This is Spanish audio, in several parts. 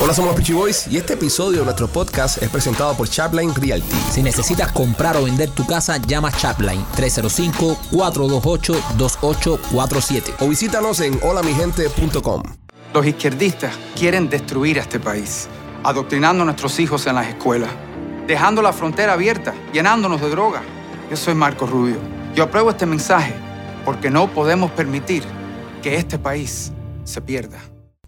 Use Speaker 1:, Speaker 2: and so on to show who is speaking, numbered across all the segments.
Speaker 1: Hola, somos los Peachy Boys y este episodio de nuestro podcast es presentado por Chapline Realty.
Speaker 2: Si necesitas comprar o vender tu casa, llama Chapline 305-428-2847.
Speaker 1: O visítanos en holamigente.com.
Speaker 3: Los izquierdistas quieren destruir a este país, adoctrinando a nuestros hijos en las escuelas, dejando la frontera abierta, llenándonos de droga. Yo soy Marco Rubio. Yo apruebo este mensaje porque no podemos permitir que este país se pierda.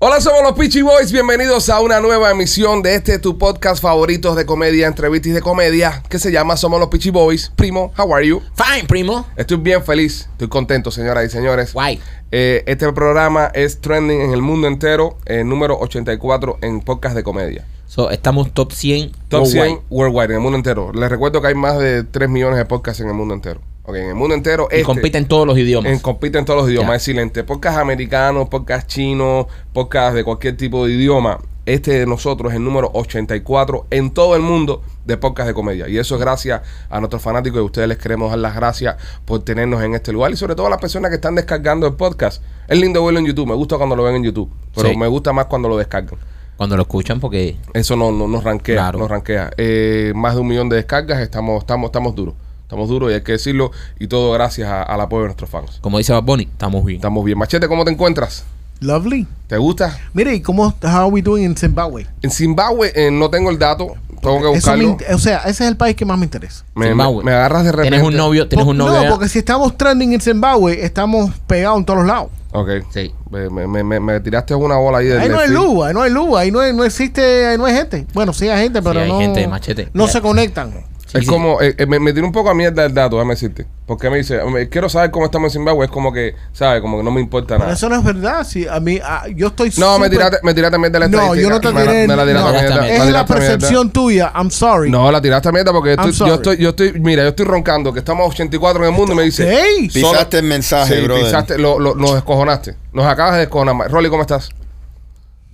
Speaker 1: Hola, somos los Peachy Boys. Bienvenidos a una nueva emisión de este tu podcast favoritos de comedia, entrevistas de comedia, que se llama Somos los Peachy Boys. Primo, how are you?
Speaker 2: Fine, primo.
Speaker 1: Estoy bien feliz, estoy contento, señoras y señores.
Speaker 2: Guay.
Speaker 1: Eh, este programa es trending en el mundo entero, eh, número 84 en podcast de comedia.
Speaker 2: So, estamos top 100.
Speaker 1: Top
Speaker 2: worldwide.
Speaker 1: 100 worldwide, en el mundo entero. Les recuerdo que hay más de 3 millones de podcasts en el mundo entero. Ok, en el mundo entero.
Speaker 2: Y compiten todos los idiomas.
Speaker 1: este, En, compiten todos los idiomas,
Speaker 2: Ya.
Speaker 1: excelente. Podcast americanos, podcast chinos, podcast de cualquier tipo de idioma. Este de nosotros es el número 84 en todo el mundo de podcast de comedia. Y eso es gracias a nuestros fanáticos y a ustedes les queremos dar las gracias por tenernos en este lugar y sobre todo a las personas que están descargando el podcast. Es lindo verlo en YouTube, me gusta cuando lo ven en YouTube, pero
Speaker 2: Sí.
Speaker 1: me gusta más cuando lo descargan.
Speaker 2: Cuando lo escuchan, porque
Speaker 1: Eso no, no, nos rankea,
Speaker 2: Claro.
Speaker 1: nos rankea. Eh, más de un millón de descargas, estamos, estamos, estamos duros. Estamos duros y hay que decirlo. Y todo gracias a- al apoyo de nuestros fans.
Speaker 2: como dice Bad Bunny, estamos bien.
Speaker 1: Estamos bien. Machete, ¿cómo te encuentras?
Speaker 4: Lovely.
Speaker 1: ¿Te gusta?
Speaker 4: Mire, ¿y cómo how are we doing in Zimbabwe?
Speaker 1: En Zimbabue eh, no tengo el dato. Tengo que
Speaker 4: Eso
Speaker 1: buscarlo.
Speaker 4: me in- o sea, ese es el país que más me interesa.
Speaker 1: Me, me,
Speaker 2: Zimbabue.
Speaker 1: me agarras de repente.
Speaker 2: Tienes un novio, tienes
Speaker 4: Po-
Speaker 2: un novio.
Speaker 4: no,
Speaker 2: allá?
Speaker 4: porque si estamos trending en Zimbabwe, estamos pegados en todos los lados.
Speaker 1: Ok.
Speaker 2: Sí.
Speaker 1: Me, me- me- me tiraste una bola ahí del
Speaker 4: Ahí no hay
Speaker 1: del-
Speaker 4: luz, ahí no hay luz, ahí no, hay- no existe, ahí no hay gente. Bueno, sí hay gente, pero
Speaker 2: hay
Speaker 4: no.
Speaker 2: gente, machete.
Speaker 4: No
Speaker 2: Ya.
Speaker 4: se conectan.
Speaker 2: Sí,
Speaker 1: Es
Speaker 2: sí.
Speaker 1: como, eh, eh, me, me tiró un poco a mierda el dato, déjame decirte. Porque me dice, "Hombre, quiero saber cómo estamos en Zimbabue. Es como que, ¿sabes? Como que no me importa
Speaker 4: Pero
Speaker 1: nada.
Speaker 4: eso no es verdad. Si a mí, a- yo estoy.
Speaker 1: Ah. No, me
Speaker 4: súper-
Speaker 1: tiraste, me tiraste mierda la
Speaker 4: No,
Speaker 1: estadística.
Speaker 4: yo no te
Speaker 1: Me la-
Speaker 4: tiré-
Speaker 1: me la tiraste
Speaker 4: no.
Speaker 1: mierda,
Speaker 2: Exactamente.
Speaker 1: me
Speaker 4: Es la
Speaker 1: tiraste mierda.
Speaker 4: percepción tuya. I'm sorry.
Speaker 1: No, la tiraste mierda porque
Speaker 4: I'm
Speaker 1: estoy, yo
Speaker 4: sorry.
Speaker 1: estoy, yo estoy, mira, yo estoy roncando, que estamos 84 en el mundo y me dice.
Speaker 4: Ey.
Speaker 1: solo-
Speaker 5: Pisaste el mensaje,
Speaker 1: Sí,
Speaker 5: brother.
Speaker 1: pisaste, lo, lo- nos descojonaste. Nos acabas de descojonar. Rolly, ¿cómo estás?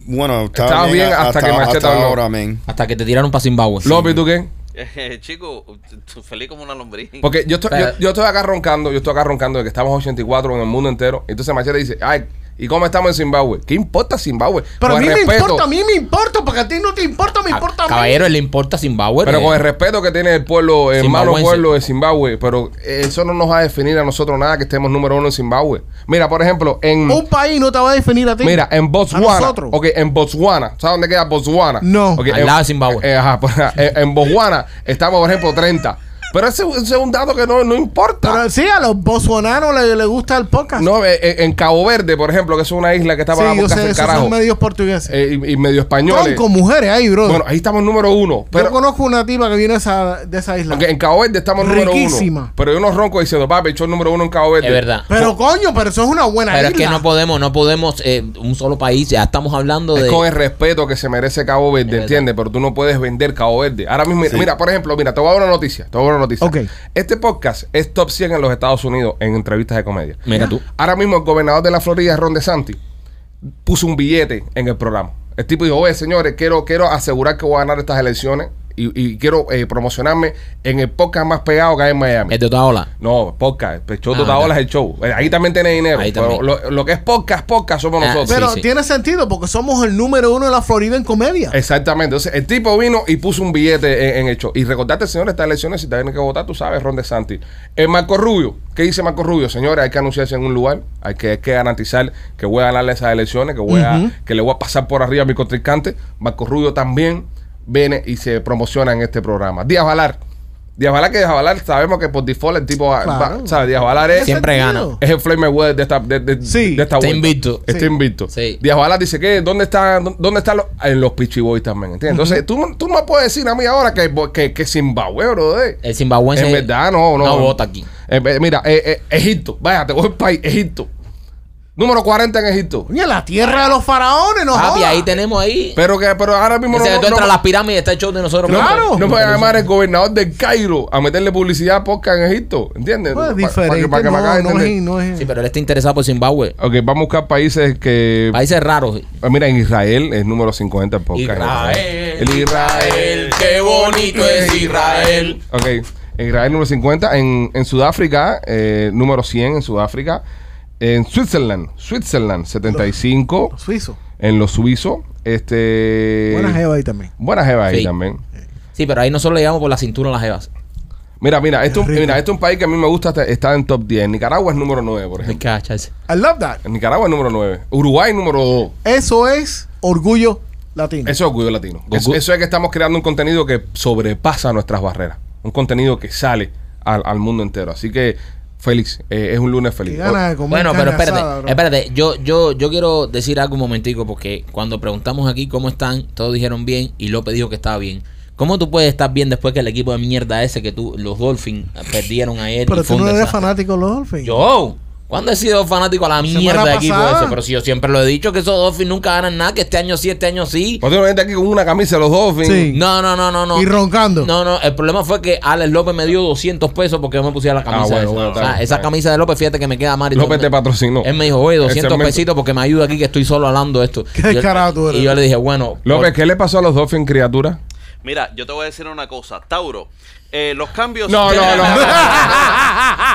Speaker 5: Bueno, estaba,
Speaker 1: Estaba bien hasta que Machete
Speaker 5: hasta
Speaker 1: habló.
Speaker 5: ahora, men.
Speaker 2: Hasta que te tiraron para Zimbabue.
Speaker 1: López, ¿tú qué?
Speaker 6: Eh, chico, t- t- feliz como una lombriz.
Speaker 1: Porque yo estoy,
Speaker 2: Pero-
Speaker 1: yo, yo estoy acá roncando, yo estoy acá roncando de que estamos 84 en el mundo entero. Entonces Machete dice, ay, ¿y cómo estamos en Zimbabue? ¿Qué importa Zimbabue?
Speaker 4: Pero a
Speaker 1: Con
Speaker 4: mí
Speaker 1: el
Speaker 4: me
Speaker 1: respeto-
Speaker 4: importa, a mí me importa, porque a ti no te importa, me
Speaker 2: A-
Speaker 4: importa a mí.
Speaker 2: Ah, Caballero, le importa Zimbabue.
Speaker 1: Pero
Speaker 2: eh.
Speaker 1: con el respeto que tiene el pueblo, el hermano
Speaker 2: Zimbabuense.
Speaker 1: pueblo de Zimbabue, pero eso no nos va a definir a nosotros nada que estemos número uno en Zimbabue. Mira, por ejemplo, en...
Speaker 4: Un país no te va a definir a ti.
Speaker 1: Mm. Mira, en
Speaker 4: A
Speaker 1: Botswana.
Speaker 4: nosotros.
Speaker 1: Ok, en Botswana. ¿Sabes dónde queda Botswana?
Speaker 4: No.
Speaker 1: Ok,
Speaker 2: Al
Speaker 1: en-
Speaker 2: lado de Zimbabue.
Speaker 1: eh, ajá, por- en, en Botswana estamos, por ejemplo, 30. Pero ese, ese es un dato que no, no importa.
Speaker 4: Pero sí, a los bolsonaros les, les gusta el podcast.
Speaker 1: no, eh, eh, en Cabo Verde, por ejemplo, que es una isla que está
Speaker 4: sí,
Speaker 1: para
Speaker 4: yo
Speaker 1: buscar
Speaker 4: sé,
Speaker 1: el
Speaker 4: esos
Speaker 1: carajo.
Speaker 4: son medios portugueses.
Speaker 1: eh, y, y medio españoles.
Speaker 4: Con, con mujeres ahí, bro.
Speaker 1: Bueno, ahí estamos número uno. Pero
Speaker 4: yo conozco una tipa que viene de esa, de esa isla.
Speaker 1: ok, en Cabo Verde estamos número uno.
Speaker 4: Riquísima.
Speaker 1: Pero yo no ronco diciendo, papi, yo soy número uno en Cabo Verde.
Speaker 2: Es verdad.
Speaker 4: Pero coño, pero eso es una buena
Speaker 2: Pero es
Speaker 4: isla.
Speaker 2: que no podemos, no podemos, eh, un solo país, ya estamos hablando
Speaker 1: Es
Speaker 2: de...
Speaker 1: con el respeto que se merece Cabo Verde,
Speaker 2: verdad.
Speaker 1: ¿entiendes? Pero tú no puedes vender Cabo Verde. Ahora mismo, mira,
Speaker 5: Sí.
Speaker 1: mira, por ejemplo, mira, te voy a dar una noticia. Te voy a dar una noticia.
Speaker 4: Ok.
Speaker 1: Este podcast es top 100 en los Estados Unidos en entrevistas de comedia.
Speaker 2: Mira tú.
Speaker 1: Ahora mismo el gobernador de la Florida, Ron DeSantis, puso un billete en el programa. El tipo dijo, oye, señores, quiero, quiero asegurar que voy a ganar estas elecciones y, y quiero eh, promocionarme en el podcast más pegado que hay en Miami.
Speaker 2: El de otra ola.
Speaker 1: No, podcast. El show
Speaker 2: Ah,
Speaker 1: de Otaola
Speaker 2: ok.
Speaker 1: es el show. Eh, Ahí también tiene dinero.
Speaker 2: Ahí
Speaker 1: pero
Speaker 2: también.
Speaker 1: Lo, lo que es podcast, podcast somos
Speaker 2: Ah,
Speaker 1: nosotros.
Speaker 2: sí.
Speaker 4: Pero tiene sentido porque somos el número uno de la Florida en comedia.
Speaker 1: Este Exactamente. Entonces, el tipo vino y puso un billete en, en el show. Y recordate, señores, estas elecciones, si te tienen que votar, tú sabes, Ron DeSantis. El Marco Rubio. ¿Qué dice Marco Rubio? Señores, hay que anunciarse en un lugar. Hay que, hay que garantizar que voy a ganarle esas elecciones, que, voy a, que le voy a pasar por arriba a mi contrincante. Marco Rubio también viene y se promociona en este programa. Díaz Valar. Díaz Valar, que Díaz Valar, sabemos que por default el tipo, va-
Speaker 4: Claro.
Speaker 1: va- ¿sabes? Díaz Valar es...
Speaker 2: Siempre
Speaker 4: Tiene
Speaker 2: gana.
Speaker 4: sentido.
Speaker 1: Es el Flame Weather de esta, de, de-
Speaker 4: Sí.
Speaker 1: de esta
Speaker 2: Está
Speaker 1: vuelta.
Speaker 2: invicto.
Speaker 1: Está
Speaker 4: Sí.
Speaker 1: invicto.
Speaker 2: Sí.
Speaker 1: Díaz Balá dice que ¿dónde están dónde están los, en los Pitchy Boys también? ¿entiendes? Entonces, tú, no- tú no me puedes decir a mí ahora que, que, que Zimbabue, bro. eh.
Speaker 2: El zimbabuense...
Speaker 1: En verdad, no, no.
Speaker 2: No vota aquí.
Speaker 1: Eh, eh, mira, eh, eh, Egipto. Vaya, te voy al país, Egipto. Número 40 en Egipto.
Speaker 4: Coño, la tierra de los faraones, no
Speaker 2: Papi,
Speaker 4: jodas.
Speaker 2: ahí tenemos ahí...
Speaker 1: Pero que pero ahora mismo
Speaker 2: Ese que
Speaker 1: no,
Speaker 2: tú
Speaker 1: no,
Speaker 2: entras a
Speaker 1: no,
Speaker 2: las pirámides, está el show de nosotros.
Speaker 1: no-
Speaker 4: Claro.
Speaker 1: no me voy a llamar el gobernador del Cairo a meterle publicidad a podcast en Egipto. ¿Entiendes?
Speaker 4: Pues,
Speaker 1: Pa- pa-
Speaker 4: diferente.
Speaker 1: pa- que me acabes de
Speaker 4: no, no es,
Speaker 1: entender.
Speaker 4: no es-
Speaker 2: Sí, pero él está interesado por Zimbabue.
Speaker 1: Ok, vamos a buscar países que
Speaker 2: Países raros.
Speaker 1: Ah, Mira, en Israel es número 50 el podcast. El Israel.
Speaker 2: qué bonito es Israel.
Speaker 1: Ok. En Israel número 50. En, en Sudáfrica, eh, número 100 en Sudáfrica. En Switzerland, Switzerland 75.
Speaker 4: Suizo.
Speaker 1: En los suizos. Este.
Speaker 4: Buena jeva ahí también.
Speaker 1: Buena jeva ahí
Speaker 2: Sí.
Speaker 1: también.
Speaker 2: Sí, pero ahí nosotros le llevamos por la cintura a las jevas.
Speaker 1: Mira, mira, esto es un-
Speaker 4: Rico.
Speaker 1: mira, esto es un país que a mí me gusta estar en top 10. Nicaragua es número 9, por
Speaker 2: Hay
Speaker 1: ejemplo.
Speaker 2: que agacharse.
Speaker 4: I love that.
Speaker 1: En Nicaragua es número 9. Uruguay número 2.
Speaker 4: Eso es orgullo latino.
Speaker 1: Eso es orgullo latino. Eso,
Speaker 2: Orgu-
Speaker 1: eso es que estamos creando un contenido que sobrepasa nuestras barreras. Un contenido que sale al, al mundo entero. Así que, Félix, eh, es un lunes
Speaker 4: Qué
Speaker 1: feliz.
Speaker 4: ganas de comer
Speaker 2: Bueno,
Speaker 4: carne
Speaker 2: pero espérate,
Speaker 4: asada, bro.
Speaker 2: espérate, yo, yo, yo quiero decir algo un momentico, porque cuando preguntamos aquí cómo están, todos dijeron bien y López dijo que estaba bien. ¿Cómo tú puedes estar bien después que el equipo de mierda ese que tú, los Dolphins, perdieron ayer? y
Speaker 4: Pero
Speaker 2: fue
Speaker 4: tú
Speaker 2: un
Speaker 4: no eres
Speaker 2: desastre?
Speaker 4: fanático de los Dolphins.
Speaker 2: Yo, ¿cuándo he sido fanático a la
Speaker 4: Semana
Speaker 2: mierda de equipo
Speaker 4: pasada.
Speaker 2: ese? Pero si yo siempre lo he dicho que esos Dolphins nunca ganan nada, que este año sí, este año sí.
Speaker 1: Porque gente aquí con una camisa de los Dolphins.
Speaker 4: Sí.
Speaker 2: No, no, no, no, no.
Speaker 4: Y roncando.
Speaker 2: No, no, el problema fue que Alex López me dio 200 pesos porque yo me pusiera la camisa.
Speaker 1: Ah, bueno,
Speaker 2: esa.
Speaker 1: bueno,
Speaker 2: O
Speaker 1: está
Speaker 2: sea,
Speaker 1: bien,
Speaker 2: esa
Speaker 1: está bien.
Speaker 2: camisa de López, fíjate que me queda mal. y
Speaker 1: López
Speaker 2: todo.
Speaker 1: te patrocinó.
Speaker 2: Él me dijo, oye,
Speaker 1: Ese
Speaker 2: 200
Speaker 1: momento.
Speaker 2: pesitos porque me ayuda aquí que estoy solo hablando de esto.
Speaker 4: Qué
Speaker 2: Yo-
Speaker 4: carajo tú eres.
Speaker 2: Y yo le dije, bueno.
Speaker 1: López,
Speaker 2: por-
Speaker 1: ¿qué le pasó a los Dolphins, criatura?
Speaker 6: Mira, yo te voy a decir una cosa. Tauro, eh, los cambios...
Speaker 1: No, no,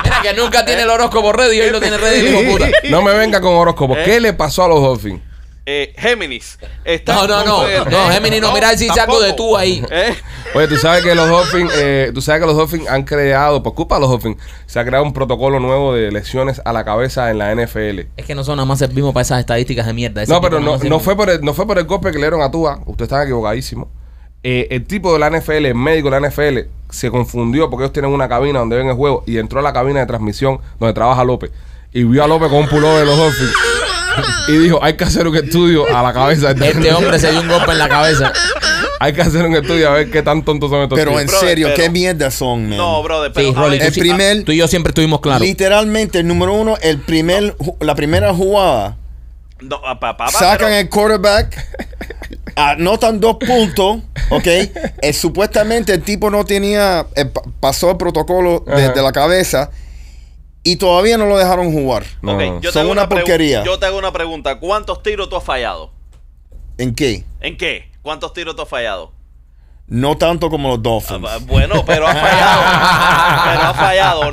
Speaker 2: Mira que nunca tiene el horóscopo ready y hoy lo tiene ready, hijo puta. ¿Eh?
Speaker 1: No me venga con horóscopo. ¿Qué le pasó a los Dolphins?
Speaker 6: Eh, Géminis. está-
Speaker 2: No, no, no. No, Géminis, no, mira si saco
Speaker 6: tampoco.
Speaker 2: de tú ahí.
Speaker 6: Eh,
Speaker 1: Oye, tú sabes que los Dolphins, eh, tú sabes que los Dolphins han creado, por culpa de los Dolphins, se ha creado un protocolo nuevo de lesiones a la cabeza en la NFL.
Speaker 2: Es que nosotros nada más servimos para esas estadísticas de mierda. Ese
Speaker 1: No,
Speaker 2: tipo
Speaker 1: pero
Speaker 2: nada
Speaker 1: no,
Speaker 2: más
Speaker 1: no
Speaker 2: sirve.
Speaker 1: fue por el, no fue por el golpe que le dieron a Tua. Usted está equivocadísimo. Eh, el tipo de la NFL, el médico de la NFL, se confundió porque ellos tienen una cabina donde ven el juego y entró a la cabina de transmisión donde trabaja López y vio a López con un pullover de los Dolphins y dijo, hay que hacer un estudio a la cabeza. de
Speaker 2: Este hombre se dio un golpe en la cabeza.
Speaker 1: Hay que hacer un estudio a ver qué tan tontos son estos
Speaker 5: Pero
Speaker 1: tíos.
Speaker 5: en
Speaker 6: Brother,
Speaker 5: serio,
Speaker 6: pero-
Speaker 5: ¿qué mierda son, man?
Speaker 6: no, brother, pero
Speaker 2: Sí,
Speaker 6: a
Speaker 2: Rolly,
Speaker 6: ver,
Speaker 5: El
Speaker 2: tú sí-
Speaker 5: primer-
Speaker 2: tú y yo siempre estuvimos claros.
Speaker 5: Literalmente, el número uno, el primer, ju- la primera jugada,
Speaker 6: no, ah, pa- pa- pa-
Speaker 5: sacan
Speaker 6: pero-
Speaker 5: el quarterback, anotan dos puntos, ¿ok? Eh, supuestamente el tipo no tenía, eh, pa- pasó el protocolo de,
Speaker 1: Ajá.
Speaker 5: de la cabeza y todavía no lo dejaron jugar.
Speaker 1: No,
Speaker 6: Ok,
Speaker 1: no, no.
Speaker 6: yo te
Speaker 5: Son
Speaker 6: hago
Speaker 5: una
Speaker 6: pregu-
Speaker 5: porquería.
Speaker 6: Yo te hago una pregunta. ¿Cuántos tiros tú has fallado?
Speaker 5: ¿En qué?
Speaker 6: ¿En qué? ¿Cuántos tiros tú has fallado?
Speaker 5: No tanto como los
Speaker 6: Ah,
Speaker 5: Dolphins.
Speaker 6: ah, Bueno, pero has fallado. pero has fallado,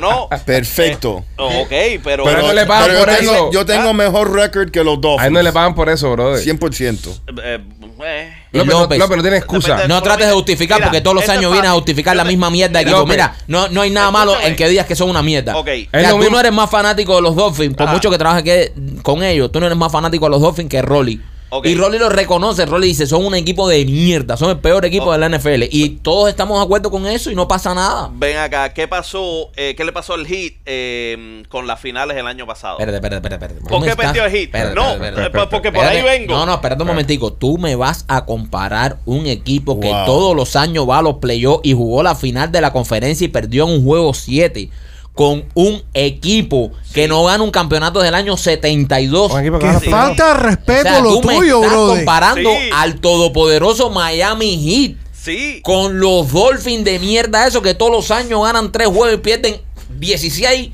Speaker 6: ¿no?
Speaker 5: Perfecto.
Speaker 6: Oh, Ok, pero...
Speaker 1: Pero no le pagan
Speaker 5: yo
Speaker 1: por
Speaker 5: tengo,
Speaker 1: eso.
Speaker 5: Yo tengo mejor record que los
Speaker 1: A él
Speaker 5: Dolphins.
Speaker 1: no le pagan por eso, brother.
Speaker 5: 100%.
Speaker 6: Eh, eh.
Speaker 1: López, no-
Speaker 2: López.
Speaker 1: López no tiene excusa.
Speaker 2: No trates de justificar
Speaker 6: Mira,
Speaker 2: porque todos los
Speaker 6: esto es
Speaker 2: años vienes a
Speaker 6: fácil.
Speaker 2: justificar la
Speaker 6: Yo te-
Speaker 2: misma mierda. Que
Speaker 1: López.
Speaker 2: mira, no, no hay nada malo
Speaker 6: Escúchame.
Speaker 2: en que digas que son una mierda.
Speaker 6: Ok. Es
Speaker 2: O sea,
Speaker 1: lo
Speaker 2: tú
Speaker 1: mismo-
Speaker 2: no eres más fanático de los Dolphins, por
Speaker 6: Ah.
Speaker 2: mucho que trabajes que- con ellos, tú no eres más fanático de los Dolphins que Rolly.
Speaker 6: Ok.
Speaker 2: Y Rolly lo reconoce, Rolly dice, son un equipo de mierda, son el peor equipo
Speaker 6: Oh.
Speaker 2: de la NFL. Y todos estamos de acuerdo con eso y no pasa nada.
Speaker 6: Ven acá, ¿qué pasó? eh, ¿Qué le pasó al Heat eh, con las finales el año pasado?
Speaker 2: Espérate, espérate, espérate. espérate. Tú
Speaker 6: Oh. ¿Por
Speaker 2: me
Speaker 6: qué
Speaker 2: estás-
Speaker 6: perdió el Heat?
Speaker 2: espérate,
Speaker 6: no,
Speaker 2: espérate, espérate.
Speaker 6: eh, porque por ahí
Speaker 2: Espérate.
Speaker 6: vengo. Ah.
Speaker 2: No, no, espérate un momentico. Tú me vas a comparar un equipo que
Speaker 5: Wow.
Speaker 2: todos los años va a los playoffs y jugó la final de la conferencia y perdió en un juego 7 con un equipo que no gana un campeonato del año 72.
Speaker 1: Un equipo que
Speaker 4: Que
Speaker 1: gana
Speaker 6: Sí.
Speaker 1: finales.
Speaker 4: falta de respeto
Speaker 2: O sea,
Speaker 4: lo
Speaker 2: tú me
Speaker 4: tuyo,
Speaker 2: estás
Speaker 4: brother.
Speaker 2: comparando
Speaker 6: Sí.
Speaker 2: al todopoderoso Miami Heat
Speaker 6: Sí.
Speaker 2: con los Dolphins de mierda eso que todos los años ganan tres juegos y pierden 16.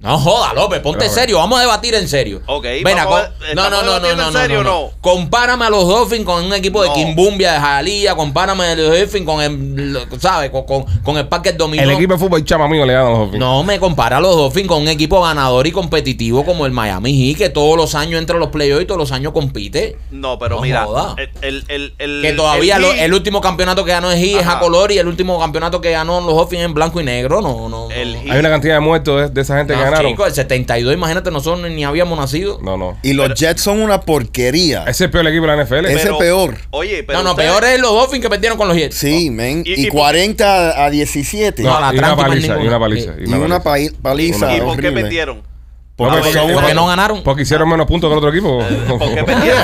Speaker 2: No joda, López, ponte
Speaker 1: Pero, a ver.
Speaker 2: serio, vamos a debatir en serio.
Speaker 6: Ok,
Speaker 2: Ven
Speaker 6: vamos
Speaker 2: acá. No,
Speaker 6: a-
Speaker 2: no,
Speaker 6: ¿estamos
Speaker 2: no, no,
Speaker 6: debatiendo
Speaker 2: no,
Speaker 6: en
Speaker 2: no,
Speaker 6: serio
Speaker 2: no,
Speaker 6: o
Speaker 2: no.
Speaker 6: no?
Speaker 2: Compárame a los Dolphins con un equipo de
Speaker 6: No.
Speaker 2: Kimbumbia, de Jalía, compárame a los Dolphins con el, lo- ¿sabes? Con, con, con el Parque Dominó.
Speaker 1: El equipo de fútbol chama mío le gana a los Dolphins.
Speaker 2: No me compara a los Dolphins con un equipo ganador y competitivo como el Miami Heat, que todos los años entra a los playoffs y todos los años compite.
Speaker 6: No, pero
Speaker 2: No
Speaker 6: mira.
Speaker 2: joda.
Speaker 6: El, el, el, el-
Speaker 2: Que todavía
Speaker 6: el
Speaker 2: lo-
Speaker 6: Heat-
Speaker 2: el último campeonato que ganó el Heat es a
Speaker 6: Ajá.
Speaker 2: color y el último campeonato que ganó los Dolphins en blanco y negro. No, no. no.
Speaker 6: el Heat-
Speaker 1: Hay una cantidad de muertos de, de esa gente
Speaker 2: No,
Speaker 1: que ganaron.
Speaker 2: chico, el 72, imagínate, nosotros ni habíamos nacido.
Speaker 1: No, no.
Speaker 5: Y los Jets son una porquería.
Speaker 1: Ese es el peor equipo de la NFL.
Speaker 5: Ese-
Speaker 6: pero-
Speaker 5: peor.
Speaker 6: Oye, pero.
Speaker 2: No, no,
Speaker 6: ustedes-
Speaker 2: peor es los Dolphins que perdieron con los Jets.
Speaker 5: Sí, men.
Speaker 6: Y-
Speaker 5: Y,
Speaker 6: y-
Speaker 5: 40 a 17.
Speaker 1: No,
Speaker 2: No, la
Speaker 1: y una
Speaker 2: tranqui más
Speaker 1: paliza, y
Speaker 2: ninguna.
Speaker 1: una paliza.
Speaker 5: y una pali- paliza
Speaker 6: ¿Y por qué
Speaker 5: horrible.
Speaker 6: perdieron?
Speaker 5: Porque
Speaker 1: No,
Speaker 5: son
Speaker 1: porque-
Speaker 5: una-
Speaker 2: Porque no ganaron.
Speaker 1: Porque hicieron menos puntos que el otro equipo.
Speaker 6: ¿Por qué perdieron?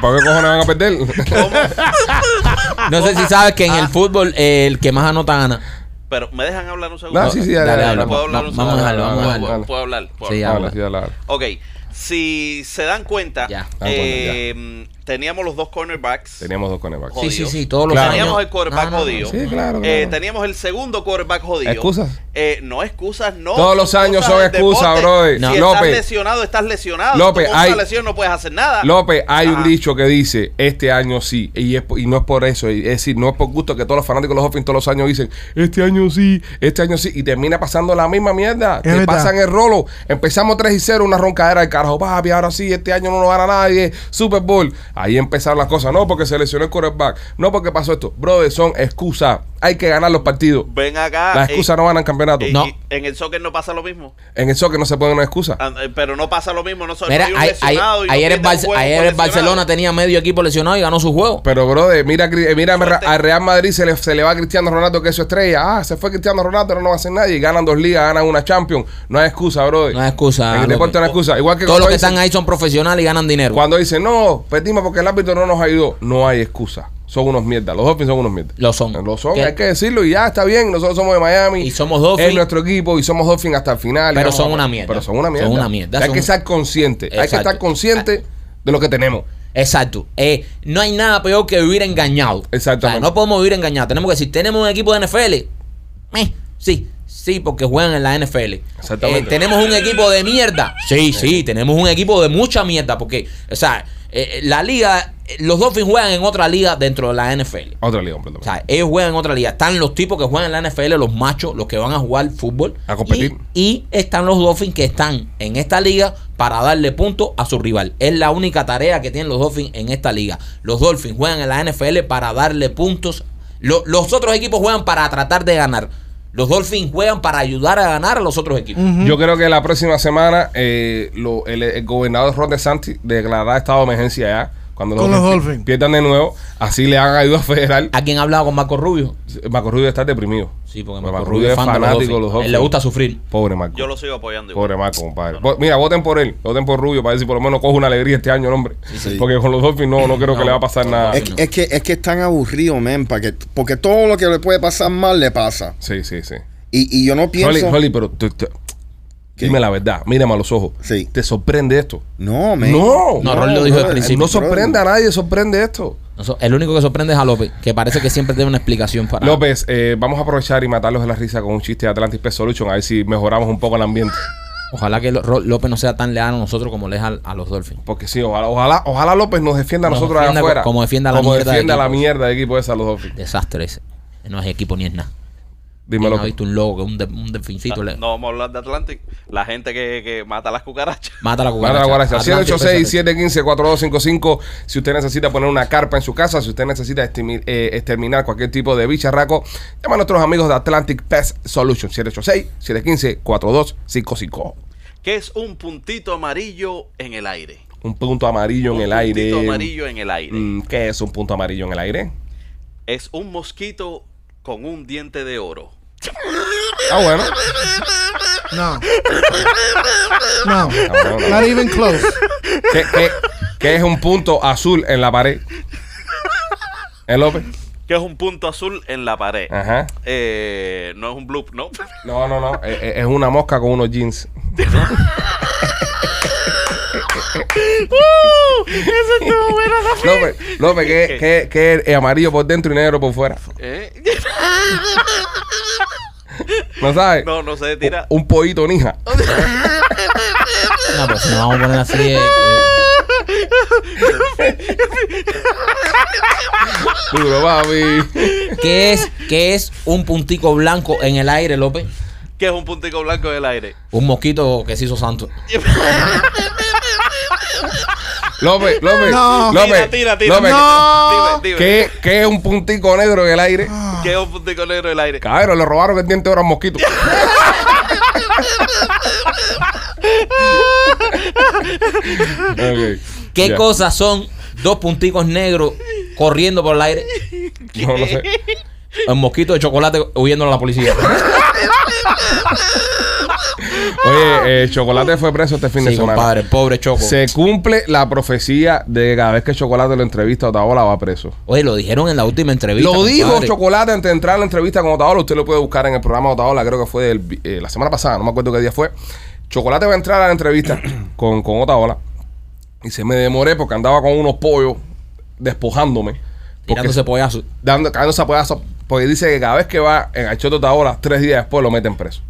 Speaker 1: ¿Para qué cojones van a perder?
Speaker 6: ¿Cómo?
Speaker 2: No sé si sabes que en el fútbol eh, el que más anota gana.
Speaker 6: Pero me dejan hablar un segundo.
Speaker 1: No, sí, sí, dale,
Speaker 2: Dale,
Speaker 1: dale,
Speaker 2: habla,
Speaker 1: dale.
Speaker 6: ¿Puedo
Speaker 2: va-
Speaker 6: hablar un
Speaker 2: vamos a
Speaker 6: segundo?
Speaker 2: dejarlo, vamos a dejarlo.
Speaker 1: Dale.
Speaker 6: ¿Puedo hablar? ¿Puedo
Speaker 2: Sí,
Speaker 6: hablar?
Speaker 1: Habla, sí, habla, habla.
Speaker 6: Ok, si se dan cuenta,
Speaker 2: Ya.
Speaker 1: Dan
Speaker 6: eh, teníamos los dos cornerbacks.
Speaker 1: Teníamos dos cornerbacks.
Speaker 2: Sí,
Speaker 6: Jodido.
Speaker 2: sí, sí, todos los
Speaker 1: Claro.
Speaker 2: años.
Speaker 6: Teníamos el quarterback
Speaker 2: No, no, no.
Speaker 6: jodido.
Speaker 1: Sí, claro.
Speaker 6: Eh,
Speaker 1: Ah, claro.
Speaker 6: teníamos el segundo quarterback jodido.
Speaker 1: ¿Excusas?
Speaker 6: Eh, no, excusas no.
Speaker 1: Todos los años
Speaker 6: cosas
Speaker 1: son
Speaker 6: del
Speaker 1: excusas,
Speaker 6: deporte.
Speaker 1: brother.
Speaker 2: No.
Speaker 6: Si
Speaker 1: López.
Speaker 6: estás lesionado, estás lesionado.
Speaker 1: López,
Speaker 6: Tú con una
Speaker 1: hay-
Speaker 6: lesión no puedes hacer nada.
Speaker 1: López, hay un
Speaker 6: Ajá.
Speaker 1: dicho que dice, este año sí, y, es po- y no es por eso, y- es decir, no es por gusto que todos los fanáticos de los Dolphins todos los años dicen, este año sí, este año sí, y termina pasando la misma mierda, te
Speaker 4: verdad.
Speaker 1: pasan el rolo, empezamos 3 y 0, una roncadera del carajo, papi, ahora sí, este año no nos gana nadie, Super Bowl, Ahí empezaron las cosas. No, porque se lesionó el quarterback. No, porque pasó esto. Brother, son excusas. Hay que ganar los partidos.
Speaker 6: Ven acá.
Speaker 1: Las excusas
Speaker 6: eh,
Speaker 1: no ganan campeonato.
Speaker 6: eh,
Speaker 2: No.
Speaker 6: y En el soccer no pasa lo mismo.
Speaker 1: En el soccer no se ponen excusas.
Speaker 6: Ah, eh, Pero no pasa lo mismo. No so-
Speaker 2: Mira,
Speaker 6: no hay un
Speaker 2: ay- ay-
Speaker 6: lesionado y no
Speaker 2: ayer, el
Speaker 6: pierden un
Speaker 2: Barce-
Speaker 6: juego
Speaker 2: ayer
Speaker 6: por
Speaker 2: el
Speaker 6: lesionado.
Speaker 2: Barcelona tenía medio equipo lesionado y ganó su juego.
Speaker 1: Pero, brother, mira, a Cri- eh, mira a Ra- a Real Madrid se le, se le va a Cristiano Ronaldo, que es su estrella. Ah, se fue Cristiano Ronaldo, no lo va a hacer nadie. Ganan dos ligas, ganan una Champions. No hay excusa, brother.
Speaker 2: No hay excusa,
Speaker 1: En el
Speaker 2: López.
Speaker 1: deporte no hay excusa. Igual que
Speaker 2: Todos los
Speaker 1: cuando
Speaker 2: que
Speaker 1: dicen-
Speaker 2: están ahí son profesionales y ganan dinero.
Speaker 1: Cuando dicen, no, perdimos porque el árbitro no nos ayudó. No hay excusa. Son unos mierdas. Los Dolphins son unos mierdas.
Speaker 2: Lo son.
Speaker 1: Lo son,
Speaker 2: ¿Qué?
Speaker 1: hay que decirlo. Y ya está bien. Nosotros somos de Miami.
Speaker 2: Y somos Dolphins.
Speaker 1: Es nuestro equipo y somos Dolphins hasta el final. Y
Speaker 2: Pero
Speaker 1: vamos
Speaker 2: son
Speaker 1: a-
Speaker 2: una mierda.
Speaker 1: Pero son una mierda.
Speaker 2: Son una mierda.
Speaker 1: Y Hay
Speaker 2: Son-
Speaker 1: que estar consciente. Hay que
Speaker 2: Exacto. Ah.
Speaker 1: estar consciente de lo que tenemos.
Speaker 2: Exacto. Eh, no hay nada peor que vivir engañado.
Speaker 1: Exactamente.
Speaker 2: O sea, no podemos vivir engañados. Tenemos que decir, tenemos un equipo de NFL. Eh, sí, sí, porque juegan en la NFL.
Speaker 1: Exactamente.
Speaker 2: Eh, tenemos un equipo de mierda. Sí, sí, tenemos un equipo de mucha mierda. Porque, o sea, eh, la liga, eh, los Dolphins juegan en otra liga dentro de la NFL.
Speaker 1: Otra liga, hombre.
Speaker 2: O sea, ellos juegan en otra liga. Están los tipos que juegan en la NFL, los machos, los que van a jugar fútbol.
Speaker 1: A competir.
Speaker 2: Y, y están los Dolphins que están en esta liga para darle puntos a su rival. Es la única tarea que tienen los Dolphins en esta liga. Los Dolphins juegan en la NFL para darle puntos. Lo- los otros equipos juegan para tratar de ganar. Los Dolphins juegan para ayudar a ganar a los otros equipos.
Speaker 1: Yo creo que la próxima semana eh, lo- el, el gobernador Ron DeSantis declarará estado de emergencia ya. Cuando
Speaker 4: Con los Dolphins.
Speaker 1: pierdan de nuevo, así le hagan ayuda federal.
Speaker 2: ¿A quién ha hablado con Marco Rubio?
Speaker 1: Marco Rubio está deprimido.
Speaker 2: Sí, porque
Speaker 1: Marco
Speaker 2: Marco,
Speaker 1: Rubio
Speaker 2: Rubio
Speaker 1: es
Speaker 2: es fan de los
Speaker 1: fanático
Speaker 2: Dolphins.
Speaker 1: de los Dolphins.
Speaker 2: Él le gusta sufrir.
Speaker 1: Pobre Marco.
Speaker 6: Yo lo sigo apoyando. igual.
Speaker 1: Pobre Marco, compadre. Vo- Mira, voten por él. Voten por Rubio para ver si por lo menos coge una alegría este año el hombre.
Speaker 5: sí.
Speaker 1: Porque con los Dolphins no, no creo que
Speaker 2: No.
Speaker 1: le va a pasar nada.
Speaker 5: Es, es que, es que es tan aburrido, man, para que, porque todo lo que le puede pasar mal le pasa.
Speaker 1: Sí, sí, sí.
Speaker 5: Y, y yo no
Speaker 1: Rolly,
Speaker 5: pienso.
Speaker 1: Rolly, pero tú- tú-
Speaker 5: ¿Qué?
Speaker 1: dime la verdad. Mírame a los ojos.
Speaker 5: Sí.
Speaker 1: ¿Te sorprende esto?
Speaker 5: No, man.
Speaker 1: No.
Speaker 2: No, Rolly lo dijo al
Speaker 5: brother.
Speaker 2: principio.
Speaker 1: No sorprende a nadie, sorprende esto.
Speaker 2: Eso- El único que sorprende es a López, que parece que siempre tiene una explicación para
Speaker 1: López, eh, vamos a aprovechar y matarlos de la risa con un chiste de Atlantic Pest Solution, a ver si mejoramos un poco el ambiente.
Speaker 2: Ojalá que Lo- Ro- López no sea tan leal a nosotros como le es al- a, los Dolphins.
Speaker 1: Porque sí, ojalá, ojalá, ojalá López nos defienda a
Speaker 2: Nos
Speaker 1: nosotros allá
Speaker 2: defienda
Speaker 1: afuera.
Speaker 2: co- como defienda la
Speaker 1: Como
Speaker 2: mierda de
Speaker 1: defienda la
Speaker 2: equipos.
Speaker 1: mierda de equipo esa a los Dolphins.
Speaker 2: Desastre ese. No es equipo ni es nada.
Speaker 1: Dímelo.
Speaker 2: no ha visto un logo, que un, de- un delfincito. le-
Speaker 6: No vamos a hablar de Atlantic. La gente que, que mata las cucarachas.
Speaker 2: Mata la cucaracha.
Speaker 1: Manda la guaracha.
Speaker 2: Atlante,
Speaker 1: 786-715-4255. Si usted necesita poner una carpa en su casa, si usted necesita estimi- eh, exterminar cualquier tipo de bicharraco, llama a nuestros amigos de Atlantic Pest Solution. 786-715-4255.
Speaker 6: Que es un puntito amarillo en el aire.
Speaker 1: Un punto amarillo en
Speaker 6: un
Speaker 1: el aire.
Speaker 6: puntito amarillo en el aire.
Speaker 1: Mm, ¿Qué es un punto amarillo en el aire?
Speaker 6: Es un mosquito con un diente de oro.
Speaker 1: Ah, bueno.
Speaker 4: No. No.
Speaker 1: no, no.
Speaker 4: Not even close.
Speaker 1: ¿Qué, qué- qué es un punto azul en la pared? ¿Eh, López?
Speaker 6: Que es un punto azul en la pared.
Speaker 1: Ajá.
Speaker 6: Eh, no es un bloop, ¿no?
Speaker 1: No, no, no. Es, es- es una mosca con unos jeans.
Speaker 6: ¡Uh!
Speaker 1: López, López, ¿qué, qué, qué es amarillo por dentro y negro por fuera?
Speaker 6: ¿Eh?
Speaker 1: ¿No sabes?
Speaker 6: No, no sé, tira.
Speaker 1: Un pollito nija.
Speaker 2: No, pero si nos vamos a poner así. eh, eh,
Speaker 1: Duro, papi.
Speaker 2: ¿qué, es, ¿Qué es un puntico blanco en el aire, López?
Speaker 6: Que es un puntico blanco en el aire.
Speaker 2: Un mosquito que se hizo santo.
Speaker 1: López, López.
Speaker 4: No.
Speaker 1: López,
Speaker 6: Tira, tira, tira.
Speaker 1: López,
Speaker 4: No.
Speaker 6: Dime, dime.
Speaker 1: ¿qué, qué es un puntico negro en el aire?
Speaker 6: Que es un puntico negro en el aire.
Speaker 1: Cabrón, le robaron el diente ahora a un mosquito. Ok.
Speaker 2: ¿Qué
Speaker 1: Ya.
Speaker 2: cosas son dos punticos negros corriendo por el aire?
Speaker 1: No, no sé.
Speaker 2: Un mosquito de chocolate huyendo a la policía.
Speaker 1: Oye, eh, Chocolate fue preso este fin de
Speaker 2: Sí,
Speaker 1: semana.
Speaker 2: compadre, pobre Choco.
Speaker 1: Se cumple la profecía de que cada vez que Chocolate lo entrevista, Otaola va preso.
Speaker 2: Oye, lo dijeron en la última entrevista.
Speaker 1: Lo dijo
Speaker 2: compadre.
Speaker 1: Chocolate antes de entrar a la entrevista con Otaola. Usted lo puede buscar en el programa Otaola, creo que fue el vi- eh, la semana pasada, no me acuerdo qué día fue. Chocolate va a entrar a la entrevista con, con Otaola. Y se me demoré porque andaba con unos pollos despojándome. Porque
Speaker 2: Tirándose pollazo.
Speaker 1: dando, cayéndose a pedazos, Porque dice que cada vez que va en el show de Otaola, tres días después lo meten preso.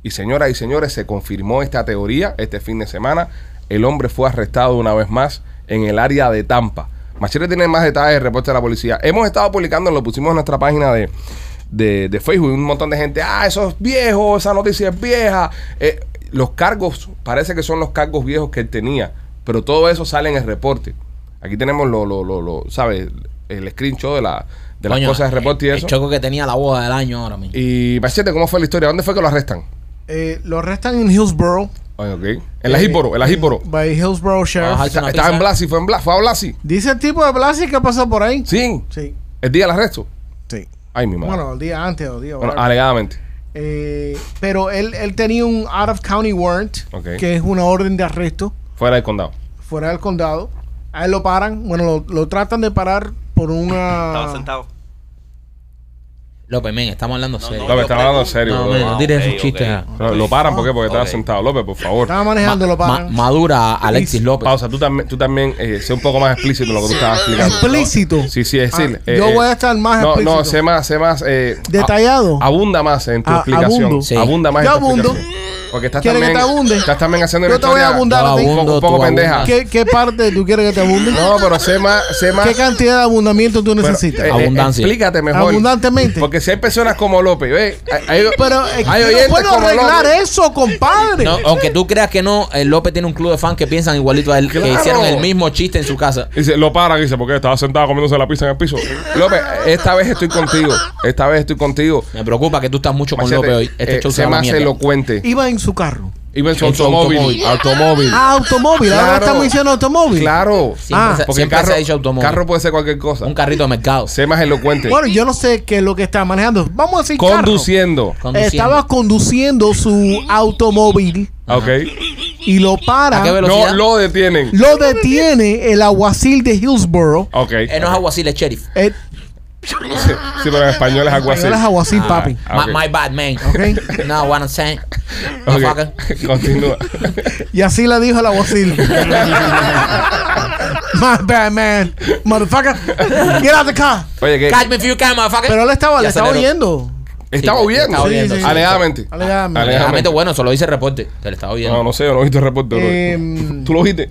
Speaker 1: Y señoras y señores, se confirmó esta teoría este fin de semana. El hombre fue arrestado una vez más en el área de Tampa. Machete tiene más detalles del reporte de la policía. Hemos estado publicando, lo pusimos en nuestra página de, de, de Facebook. Un montón de gente, ah, eso es viejo, esa noticia es vieja. Eh, los cargos, parece que son los cargos viejos que él tenía. Pero todo eso sale en el reporte. Aquí tenemos lo, lo, lo, lo- ¿sabes? El screenshot de, la, de las
Speaker 2: Coño, eh,
Speaker 1: cosas de reporte y
Speaker 2: el-
Speaker 1: eso.
Speaker 2: El choco que tenía la boda del año ahora mismo.
Speaker 1: Y Machete, ¿cómo fue la historia? ¿Dónde fue que lo arrestan?
Speaker 4: Eh, lo arrestan en Hillsborough.
Speaker 1: Ay, ok.
Speaker 2: Eh,
Speaker 1: En la Hiporo, en la Hiporo.
Speaker 4: By Hillsborough Sheriff.
Speaker 2: Ajá.
Speaker 1: Está- Estaba en Blasi, fue en Blasi, fue a Blasi.
Speaker 4: Dice el tipo de Blasi que pasó por ahí.
Speaker 1: Sí,
Speaker 4: Sí.
Speaker 1: el día del arresto.
Speaker 4: sí.
Speaker 1: Ay, mi madre.
Speaker 4: Bueno, el día antes o el día
Speaker 1: Bueno,
Speaker 4: whatever.
Speaker 1: alegadamente.
Speaker 4: Eh, pero él, él tenía un out of county warrant,
Speaker 1: Ok.
Speaker 4: que es una orden de arresto
Speaker 1: Fuera del condado.
Speaker 4: fuera del condado. A él lo paran, bueno, lo, lo tratan de parar por
Speaker 6: Estaba
Speaker 4: una.
Speaker 6: sentado.
Speaker 2: López, men, estamos hablando
Speaker 6: No,
Speaker 2: serio.
Speaker 1: López, estaba hablando en serio.
Speaker 2: No,
Speaker 1: bro.
Speaker 2: men, no tires
Speaker 6: ok,
Speaker 2: esos chistes.
Speaker 6: ok.
Speaker 1: No, Lo paran, ¿por qué? Porque estaba
Speaker 6: Ok.
Speaker 1: sentado. López, por favor.
Speaker 4: Estaba
Speaker 2: Ma-
Speaker 4: manejando, lo
Speaker 2: ma-
Speaker 4: paran.
Speaker 2: madura a Alexis López.
Speaker 1: Pausa, tú también, tú también eh, sé un poco más explícito en lo que tú estabas explicando.
Speaker 4: Explícito.
Speaker 1: Sí, sí, es decir. eh,
Speaker 4: Ah, yo voy a estar más
Speaker 1: no,
Speaker 4: explícito.
Speaker 1: No, sé más, sé más. eh,
Speaker 4: Detallado.
Speaker 1: a- abunda más en tu
Speaker 4: A-
Speaker 1: explicación.
Speaker 4: abundo.
Speaker 2: Sí.
Speaker 1: Abunda más
Speaker 4: Yo
Speaker 1: en tu
Speaker 4: abundo.
Speaker 1: explicación. Porque estás
Speaker 4: ¿Quieres
Speaker 1: también,
Speaker 4: que te abunde?
Speaker 1: estás también haciendo
Speaker 4: Yo te voy a
Speaker 1: historia
Speaker 4: abundar a ti.
Speaker 1: Un poco,
Speaker 2: Abundo,
Speaker 1: un poco
Speaker 2: tú
Speaker 1: pendeja.
Speaker 2: abundas.
Speaker 4: ¿Qué, qué parte tú quieres que te abunde?
Speaker 1: No, pero sé más, sé más.
Speaker 4: ¿Qué cantidad de abundamiento tú
Speaker 1: pero,
Speaker 4: necesitas?
Speaker 1: eh, eh,
Speaker 2: Abundancia.
Speaker 1: explícate mejor.
Speaker 4: Abundantemente.
Speaker 1: Porque si hay personas como López, ¿ves? Hay, hay-
Speaker 4: pero eh,
Speaker 1: hay
Speaker 4: yo
Speaker 1: oyentes
Speaker 4: no puedo
Speaker 1: como
Speaker 4: arreglar ¿eh?
Speaker 1: López.
Speaker 4: eso, compadre.
Speaker 2: No, aunque tú creas que no, eh, López tiene un club de fans que piensan igualito a él, que
Speaker 1: Claro.
Speaker 2: hicieron el mismo chiste en su casa.
Speaker 1: Dice, lo paran, dice, porque estaba sentado comiéndose la pizza en el piso. López, esta vez estoy contigo. Esta vez estoy contigo.
Speaker 2: Me preocupa que tú estás mucho con
Speaker 1: Machete,
Speaker 2: López hoy. Este
Speaker 1: eh,
Speaker 2: show se
Speaker 1: sé
Speaker 2: va a la
Speaker 1: más
Speaker 2: mierda.
Speaker 1: elocuente.
Speaker 4: Iba en su carro.
Speaker 1: Iba en su
Speaker 2: En su
Speaker 1: automóvil. Automóvil.
Speaker 2: automóvil.
Speaker 4: Ah, automóvil. Ahora
Speaker 1: Claro.
Speaker 4: estamos diciendo automóvil.
Speaker 1: Claro.
Speaker 2: Siempre,
Speaker 4: Ah,
Speaker 2: se,
Speaker 1: Porque el
Speaker 2: siempre se
Speaker 1: carro,
Speaker 2: ha dicho automóvil.
Speaker 1: carro puede ser cualquier cosa.
Speaker 2: un carrito de mercado.
Speaker 1: Sé más elocuente.
Speaker 4: Bueno, yo no sé qué es lo que estaba manejando. Vamos a decir carro.
Speaker 1: Conduciendo.
Speaker 2: Conduciendo.
Speaker 4: Estaba conduciendo su automóvil
Speaker 1: Ok.
Speaker 4: y lo
Speaker 2: ¿A qué
Speaker 4: para.
Speaker 2: velocidad?
Speaker 1: No lo detienen.
Speaker 4: Lo detiene el aguacil de Hillsborough.
Speaker 1: Ok.
Speaker 2: Eh, no es aguacil, es sheriff.
Speaker 4: El,
Speaker 1: Sí, sí, pero en español es algo así.
Speaker 4: Español es aguacil, papi.
Speaker 1: Ah, ok.
Speaker 2: My, my bad, man.
Speaker 4: Ok.
Speaker 2: No, what I'm saying. Motherfucker.
Speaker 1: Ok. Continúa.
Speaker 4: Y así le dijo el aguacil. My bad, man. Motherfucker. Get out the car.
Speaker 1: Oye, que
Speaker 2: Catch me if you can, motherfucker.
Speaker 4: Pero él estaba, le
Speaker 2: Ya
Speaker 4: estaba
Speaker 2: aceleró.
Speaker 4: oyendo.
Speaker 1: estaba
Speaker 2: Sí,
Speaker 1: oyendo.
Speaker 2: estaba oyendo,
Speaker 4: sí, sí.
Speaker 1: Alegadamente.
Speaker 4: Alegadamente.
Speaker 1: Ale-
Speaker 2: Realmente, bueno, eso lo dice el reporte. Te lo estaba
Speaker 1: No,
Speaker 2: oyendo.
Speaker 1: no sé, yo no he visto el reporte. bro.
Speaker 4: Em,
Speaker 1: ¿Tú lo viste?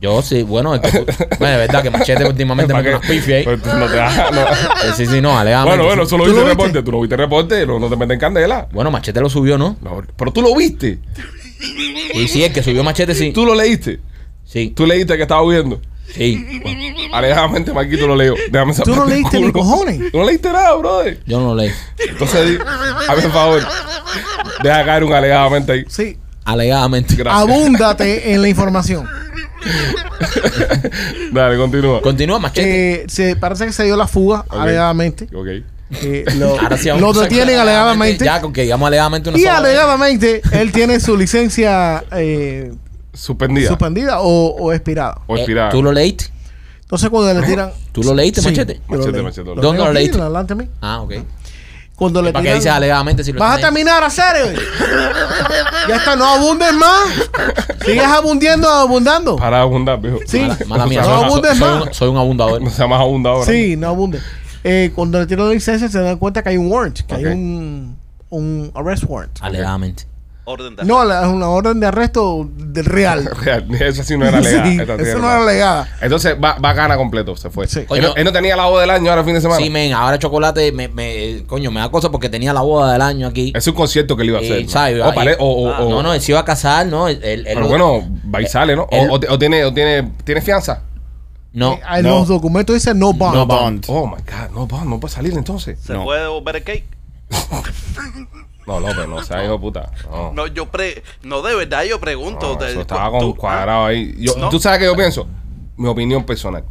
Speaker 2: Yo sí, bueno, es que, bueno, de verdad que Machete últimamente me
Speaker 1: ¿Para
Speaker 2: pone
Speaker 1: qué?
Speaker 2: unas pifias ahí.
Speaker 1: Pues tú no te das- no.
Speaker 2: Eh, Sí, sí, no, alegadamente.
Speaker 1: Bueno, bueno, eso lo
Speaker 4: ¿Tú
Speaker 1: viste
Speaker 4: lo
Speaker 1: el
Speaker 4: viste?
Speaker 1: reporte. Tú lo viste el reporte, no, no te metes en candela.
Speaker 2: Bueno, Machete lo subió, ¿no?
Speaker 1: No, pero tú lo viste.
Speaker 2: Y sí, el que subió Machete, sí.
Speaker 1: Tú lo leíste.
Speaker 2: Sí,
Speaker 1: Tú leíste que estaba viendo.
Speaker 2: sí.
Speaker 1: Alejadamente, Marquito lo leo. Déjame esa
Speaker 4: Tú no
Speaker 1: parte del
Speaker 4: leíste ni
Speaker 1: culo.
Speaker 4: cojones.
Speaker 1: Tú no leíste nada, brother.
Speaker 2: Yo no lo leí.
Speaker 1: Entonces, di- hazme el favor. Deja caer un alejadamente ahí.
Speaker 4: Sí.
Speaker 2: Alegadamente.
Speaker 1: Gracias.
Speaker 4: Abúndate en la información.
Speaker 1: Dale, continúa.
Speaker 2: Continúa, Machete.
Speaker 4: Eh, se, parece que se dio la fuga, alegadamente.
Speaker 1: Ok.
Speaker 4: Eh, lo,
Speaker 2: Ahora sí vamos
Speaker 4: lo
Speaker 2: a sacar
Speaker 4: detienen alegadamente.
Speaker 2: Ya, eh. con que digamos alegadamente una
Speaker 4: Y
Speaker 2: sola vez.
Speaker 4: alegadamente él tiene su licencia eh,
Speaker 1: Suspendida.
Speaker 4: suspendida o, o expirada.
Speaker 1: o
Speaker 2: Eh,
Speaker 1: expirada.
Speaker 2: ¿Tú lo leíste?
Speaker 4: Entonces cuando le tiran...
Speaker 2: ¿Tú lo leíste,
Speaker 4: Sí,
Speaker 2: Machete?
Speaker 4: yo lo
Speaker 1: Machete,
Speaker 4: leí.
Speaker 1: machete, lo
Speaker 2: ¿Dónde lo
Speaker 4: tengo aquí,
Speaker 2: leíste?
Speaker 4: delante de mí.
Speaker 2: Ah, ok.
Speaker 4: Cuando le
Speaker 2: ¿Para qué
Speaker 4: tiran...
Speaker 2: dices alegadamente si ah, lo
Speaker 4: Vas a
Speaker 2: estás leyendo?
Speaker 4: terminar a serio. ya está, no abundes más. Sigues abundiendo, abundando.
Speaker 1: Para de abundar, viejo.
Speaker 4: Sí.
Speaker 2: Mala, mala mía.
Speaker 1: No
Speaker 2: soy-
Speaker 4: abundes
Speaker 2: soy,
Speaker 4: más.
Speaker 2: un- soy un abundador.
Speaker 1: No sea más abundado ahora.
Speaker 4: Sí, no abunde. Eh, cuando le tiran la licencia se dan cuenta que hay un warrant, que
Speaker 1: Ok.
Speaker 4: hay un, un arrest warrant.
Speaker 2: Ah, Alegadamente.
Speaker 6: Orden de
Speaker 4: No, la- es una orden de arresto del real.
Speaker 1: Real, Esa sí no era legal.
Speaker 4: Sí,
Speaker 1: Esa sí
Speaker 4: eso
Speaker 1: era
Speaker 4: no era
Speaker 1: legal.
Speaker 4: legada.
Speaker 1: Entonces, va, va gana completo. Se fue.
Speaker 4: Sí.
Speaker 1: Él, no- él no tenía la voz del año ahora el fin de semana.
Speaker 2: Sí, men, ahora chocolate, me, me- coño, me da cosa porque tenía la boda del año aquí.
Speaker 1: es un concierto que le iba a
Speaker 2: Y,
Speaker 1: hacer. ¿no?
Speaker 2: ¿sabes?
Speaker 1: O, pare-
Speaker 2: Y-
Speaker 1: o, o-
Speaker 6: Ah,
Speaker 1: o-
Speaker 2: No, no, él se iba a casar, ¿no? Él- él- él-
Speaker 1: Pero bueno, va y sale, ¿no? O-
Speaker 2: él-
Speaker 1: o, te- o tiene, o tiene, tiene fianza.
Speaker 2: No.
Speaker 4: Eh, en
Speaker 5: no.
Speaker 4: los documentos dice no bond.
Speaker 5: No bond.
Speaker 1: Oh my God, no, pa, no puede salir entonces.
Speaker 6: ¿Se
Speaker 5: No.
Speaker 6: puede volver el cake?
Speaker 1: No, López, no sea hijo de puta. No.
Speaker 6: No, yo pre... No, de verdad, yo pregunto.
Speaker 1: No,
Speaker 6: de-
Speaker 1: eso estaba
Speaker 6: pues, tú- ah,
Speaker 1: con cuadrado ahí. Yo-
Speaker 6: No.
Speaker 1: ¿Tú sabes qué yo pienso? Mi opinión personal.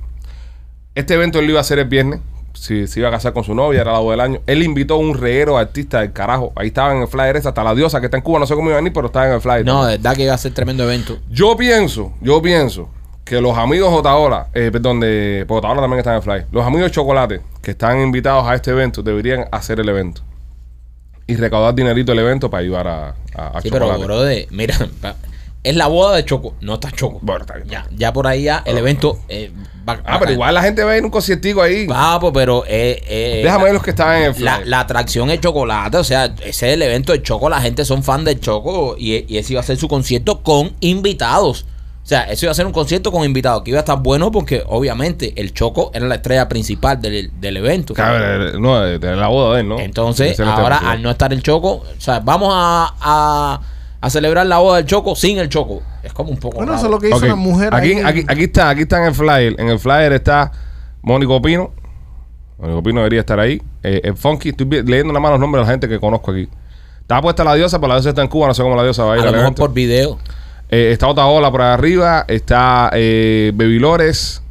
Speaker 1: Este evento él lo iba a hacer el viernes. Si se iba a casar con su novia, era la boda del año. Él invitó a un reguero de artistas del carajo. Ahí estaba en el flyer esa, hasta la diosa que está en Cuba. No sé cómo iba a venir, pero estaba en el flyer.
Speaker 2: No, de verdad que iba a ser tremendo evento.
Speaker 1: Yo pienso, yo pienso que los amigos Otaola, eh, perdón, de porque Otaola también está en el Fly, los amigos de Chocolate que están invitados a este evento deberían hacer el evento y recaudar dinerito del evento para ayudar a, a, a
Speaker 2: Sí, pero,
Speaker 1: Ah, Chocolate.
Speaker 2: bro, de, mira, pa- es la boda de Choco. No está Choco.
Speaker 1: Bueno, está bien.
Speaker 2: Ya, ya por ahí ya el evento eh, va, va
Speaker 1: ah,
Speaker 2: a caer.
Speaker 1: pero igual la gente va a ir a un conciertico ahí.
Speaker 2: Papo, pero eh, eh,
Speaker 1: Déjame ver
Speaker 2: la,
Speaker 1: los que están en el Fly.
Speaker 2: la, la atracción es chocolate. O sea, ese es el evento de Choco. La gente son fan del Choco. Y, y ese iba a ser su concierto con invitados. O sea, eso iba a ser un concierto con invitados. Que iba a estar bueno porque, obviamente, el Choco era la estrella principal del, del evento.
Speaker 1: Cabrón, eh, no, de de la boda de él, ¿no?
Speaker 2: Entonces,
Speaker 1: Ese no está
Speaker 2: ahora
Speaker 1: metido.
Speaker 2: al no estar el Choco, o sea, vamos a, a- a celebrar la boda del Choco sin el Choco. Es como un poco.
Speaker 4: Bueno, eso
Speaker 2: raro.
Speaker 4: es lo que hizo
Speaker 1: Ok.
Speaker 4: una mujer
Speaker 1: aquí,
Speaker 4: ahí.
Speaker 1: aquí, aquí está, aquí está en el flyer. En el flyer está Mónico Pino. Mónico Pino debería estar ahí. Eh, el Funky, estoy vi- leyendo nada más los nombres de la gente que conozco aquí. Está puesta la diosa, pero la diosa está en Cuba, no sé cómo la diosa va a ir.
Speaker 2: A
Speaker 1: al
Speaker 2: lo mejor
Speaker 1: evento.
Speaker 2: por video.
Speaker 1: Eh, está otra ola por arriba, está eh, Bebilores.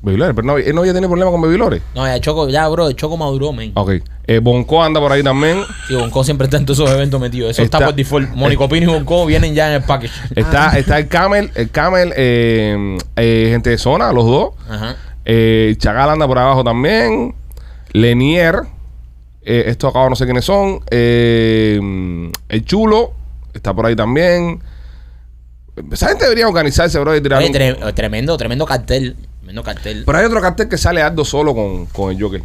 Speaker 1: Bebilores, pero no, él no había tenido problema con Bebilores.
Speaker 2: No, ya Choco, ya, bro, el Choco maduró, men.
Speaker 1: Ok. Eh, Bonco anda por ahí también.
Speaker 2: Sí, Bonco siempre está en todos esos eventos metido. Eso está,
Speaker 1: Está-
Speaker 2: por default. Mónico Pino y Bonco vienen ya en el package.
Speaker 1: Está, está el Camel, el Camel, eh, eh, gente de zona, los dos.
Speaker 2: Ajá.
Speaker 1: Eh, Chagal anda por abajo también. Lenier. Eh, estos acá no sé quiénes son. Eh, el Chulo está por ahí también. Esa gente debería organizarse, bro. Y tirar
Speaker 2: Oye,
Speaker 1: un-
Speaker 2: tre- eh, tremendo, tremendo cartel. Tremendo cartel.
Speaker 1: Pero hay otro cartel que sale Ardo solo con, con el Joker.